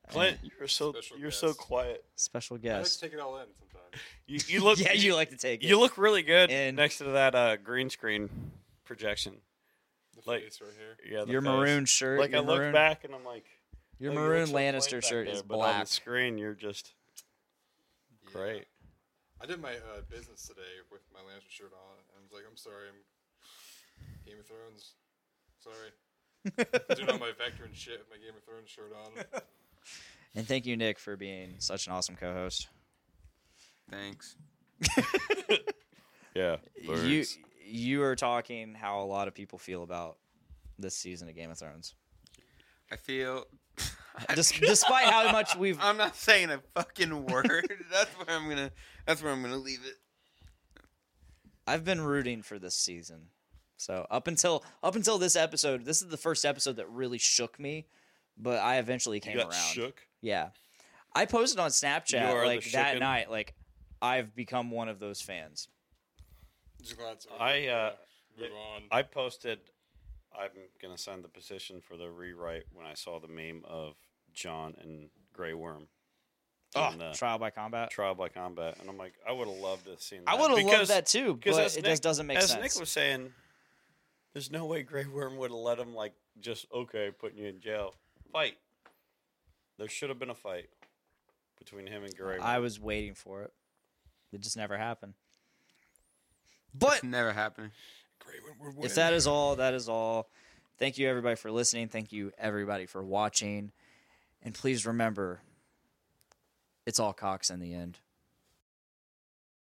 S4: Clint, you're so
S5: Special
S4: you're so
S5: guest.
S4: quiet.
S1: Special
S5: I like to
S1: guest.
S5: take it all in sometimes.
S4: You, you look
S1: yeah, you like to take it.
S4: you look really good
S1: And-
S4: next to that uh, green screen projection.
S5: The
S4: Like-
S5: face right here.
S4: Yeah, the
S1: your
S4: face.
S1: maroon shirt.
S4: Like
S1: your
S4: I look
S1: maroon,
S4: back and I'm like
S1: Your
S4: oh, you
S1: maroon
S4: look so white
S1: Lannister
S4: back
S1: shirt
S4: there,
S1: is
S4: but on the
S1: black.
S4: screen. You're just
S5: Yeah.
S4: great.
S5: I did my uh, business today with my Lancer shirt on, and I was like, "I'm sorry, I'm Game of Thrones. Sorry." Doing all my veteran shit with my Game of Thrones shirt on.
S1: And thank you, Nick, for being such an awesome co-host.
S2: Thanks.
S4: Yeah,
S1: you you are talking how a lot of people feel about this season of Game of Thrones,
S2: I feel.
S1: Des- despite how much we've.
S2: I'm not saying a fucking word. that's where I'm gonna. That's where I'm gonna leave it.
S1: I've been rooting for this season, so up until up until this episode, this is the first episode that really shook me. But I eventually came
S4: got
S1: around.
S4: shook.
S1: Yeah, I posted on
S4: You are
S1: Snapchat
S4: the
S1: like that
S4: shooken.
S1: night, like I've become one of those fans.
S5: Just glad it's over.
S4: I, uh,
S5: Yeah, move
S4: yeah,
S5: on.
S4: I posted. I'm gonna sign the petition for the rewrite when I saw the meme of John and Grey Worm
S1: Oh,
S4: in the
S1: trial by combat.
S4: trial by combat, and I'm like, I would have loved to have seen.
S1: I
S4: That
S1: would have loved
S4: because-
S1: that too,
S4: because
S1: but
S4: as
S1: it just
S4: Nick-
S1: doesn't make
S4: as
S1: sense.
S4: Nick was saying, there's no way Grey Worm would have let him like just okay, putting you in jail. Fight. There should have been a fight between him and Grey Worm.
S1: I was waiting for it. It just never happened. But
S2: It's never happening.
S1: if that is all, that is all. Thank you everybody for listening. Thank you everybody for watching. And please remember, it's all cocks in the end.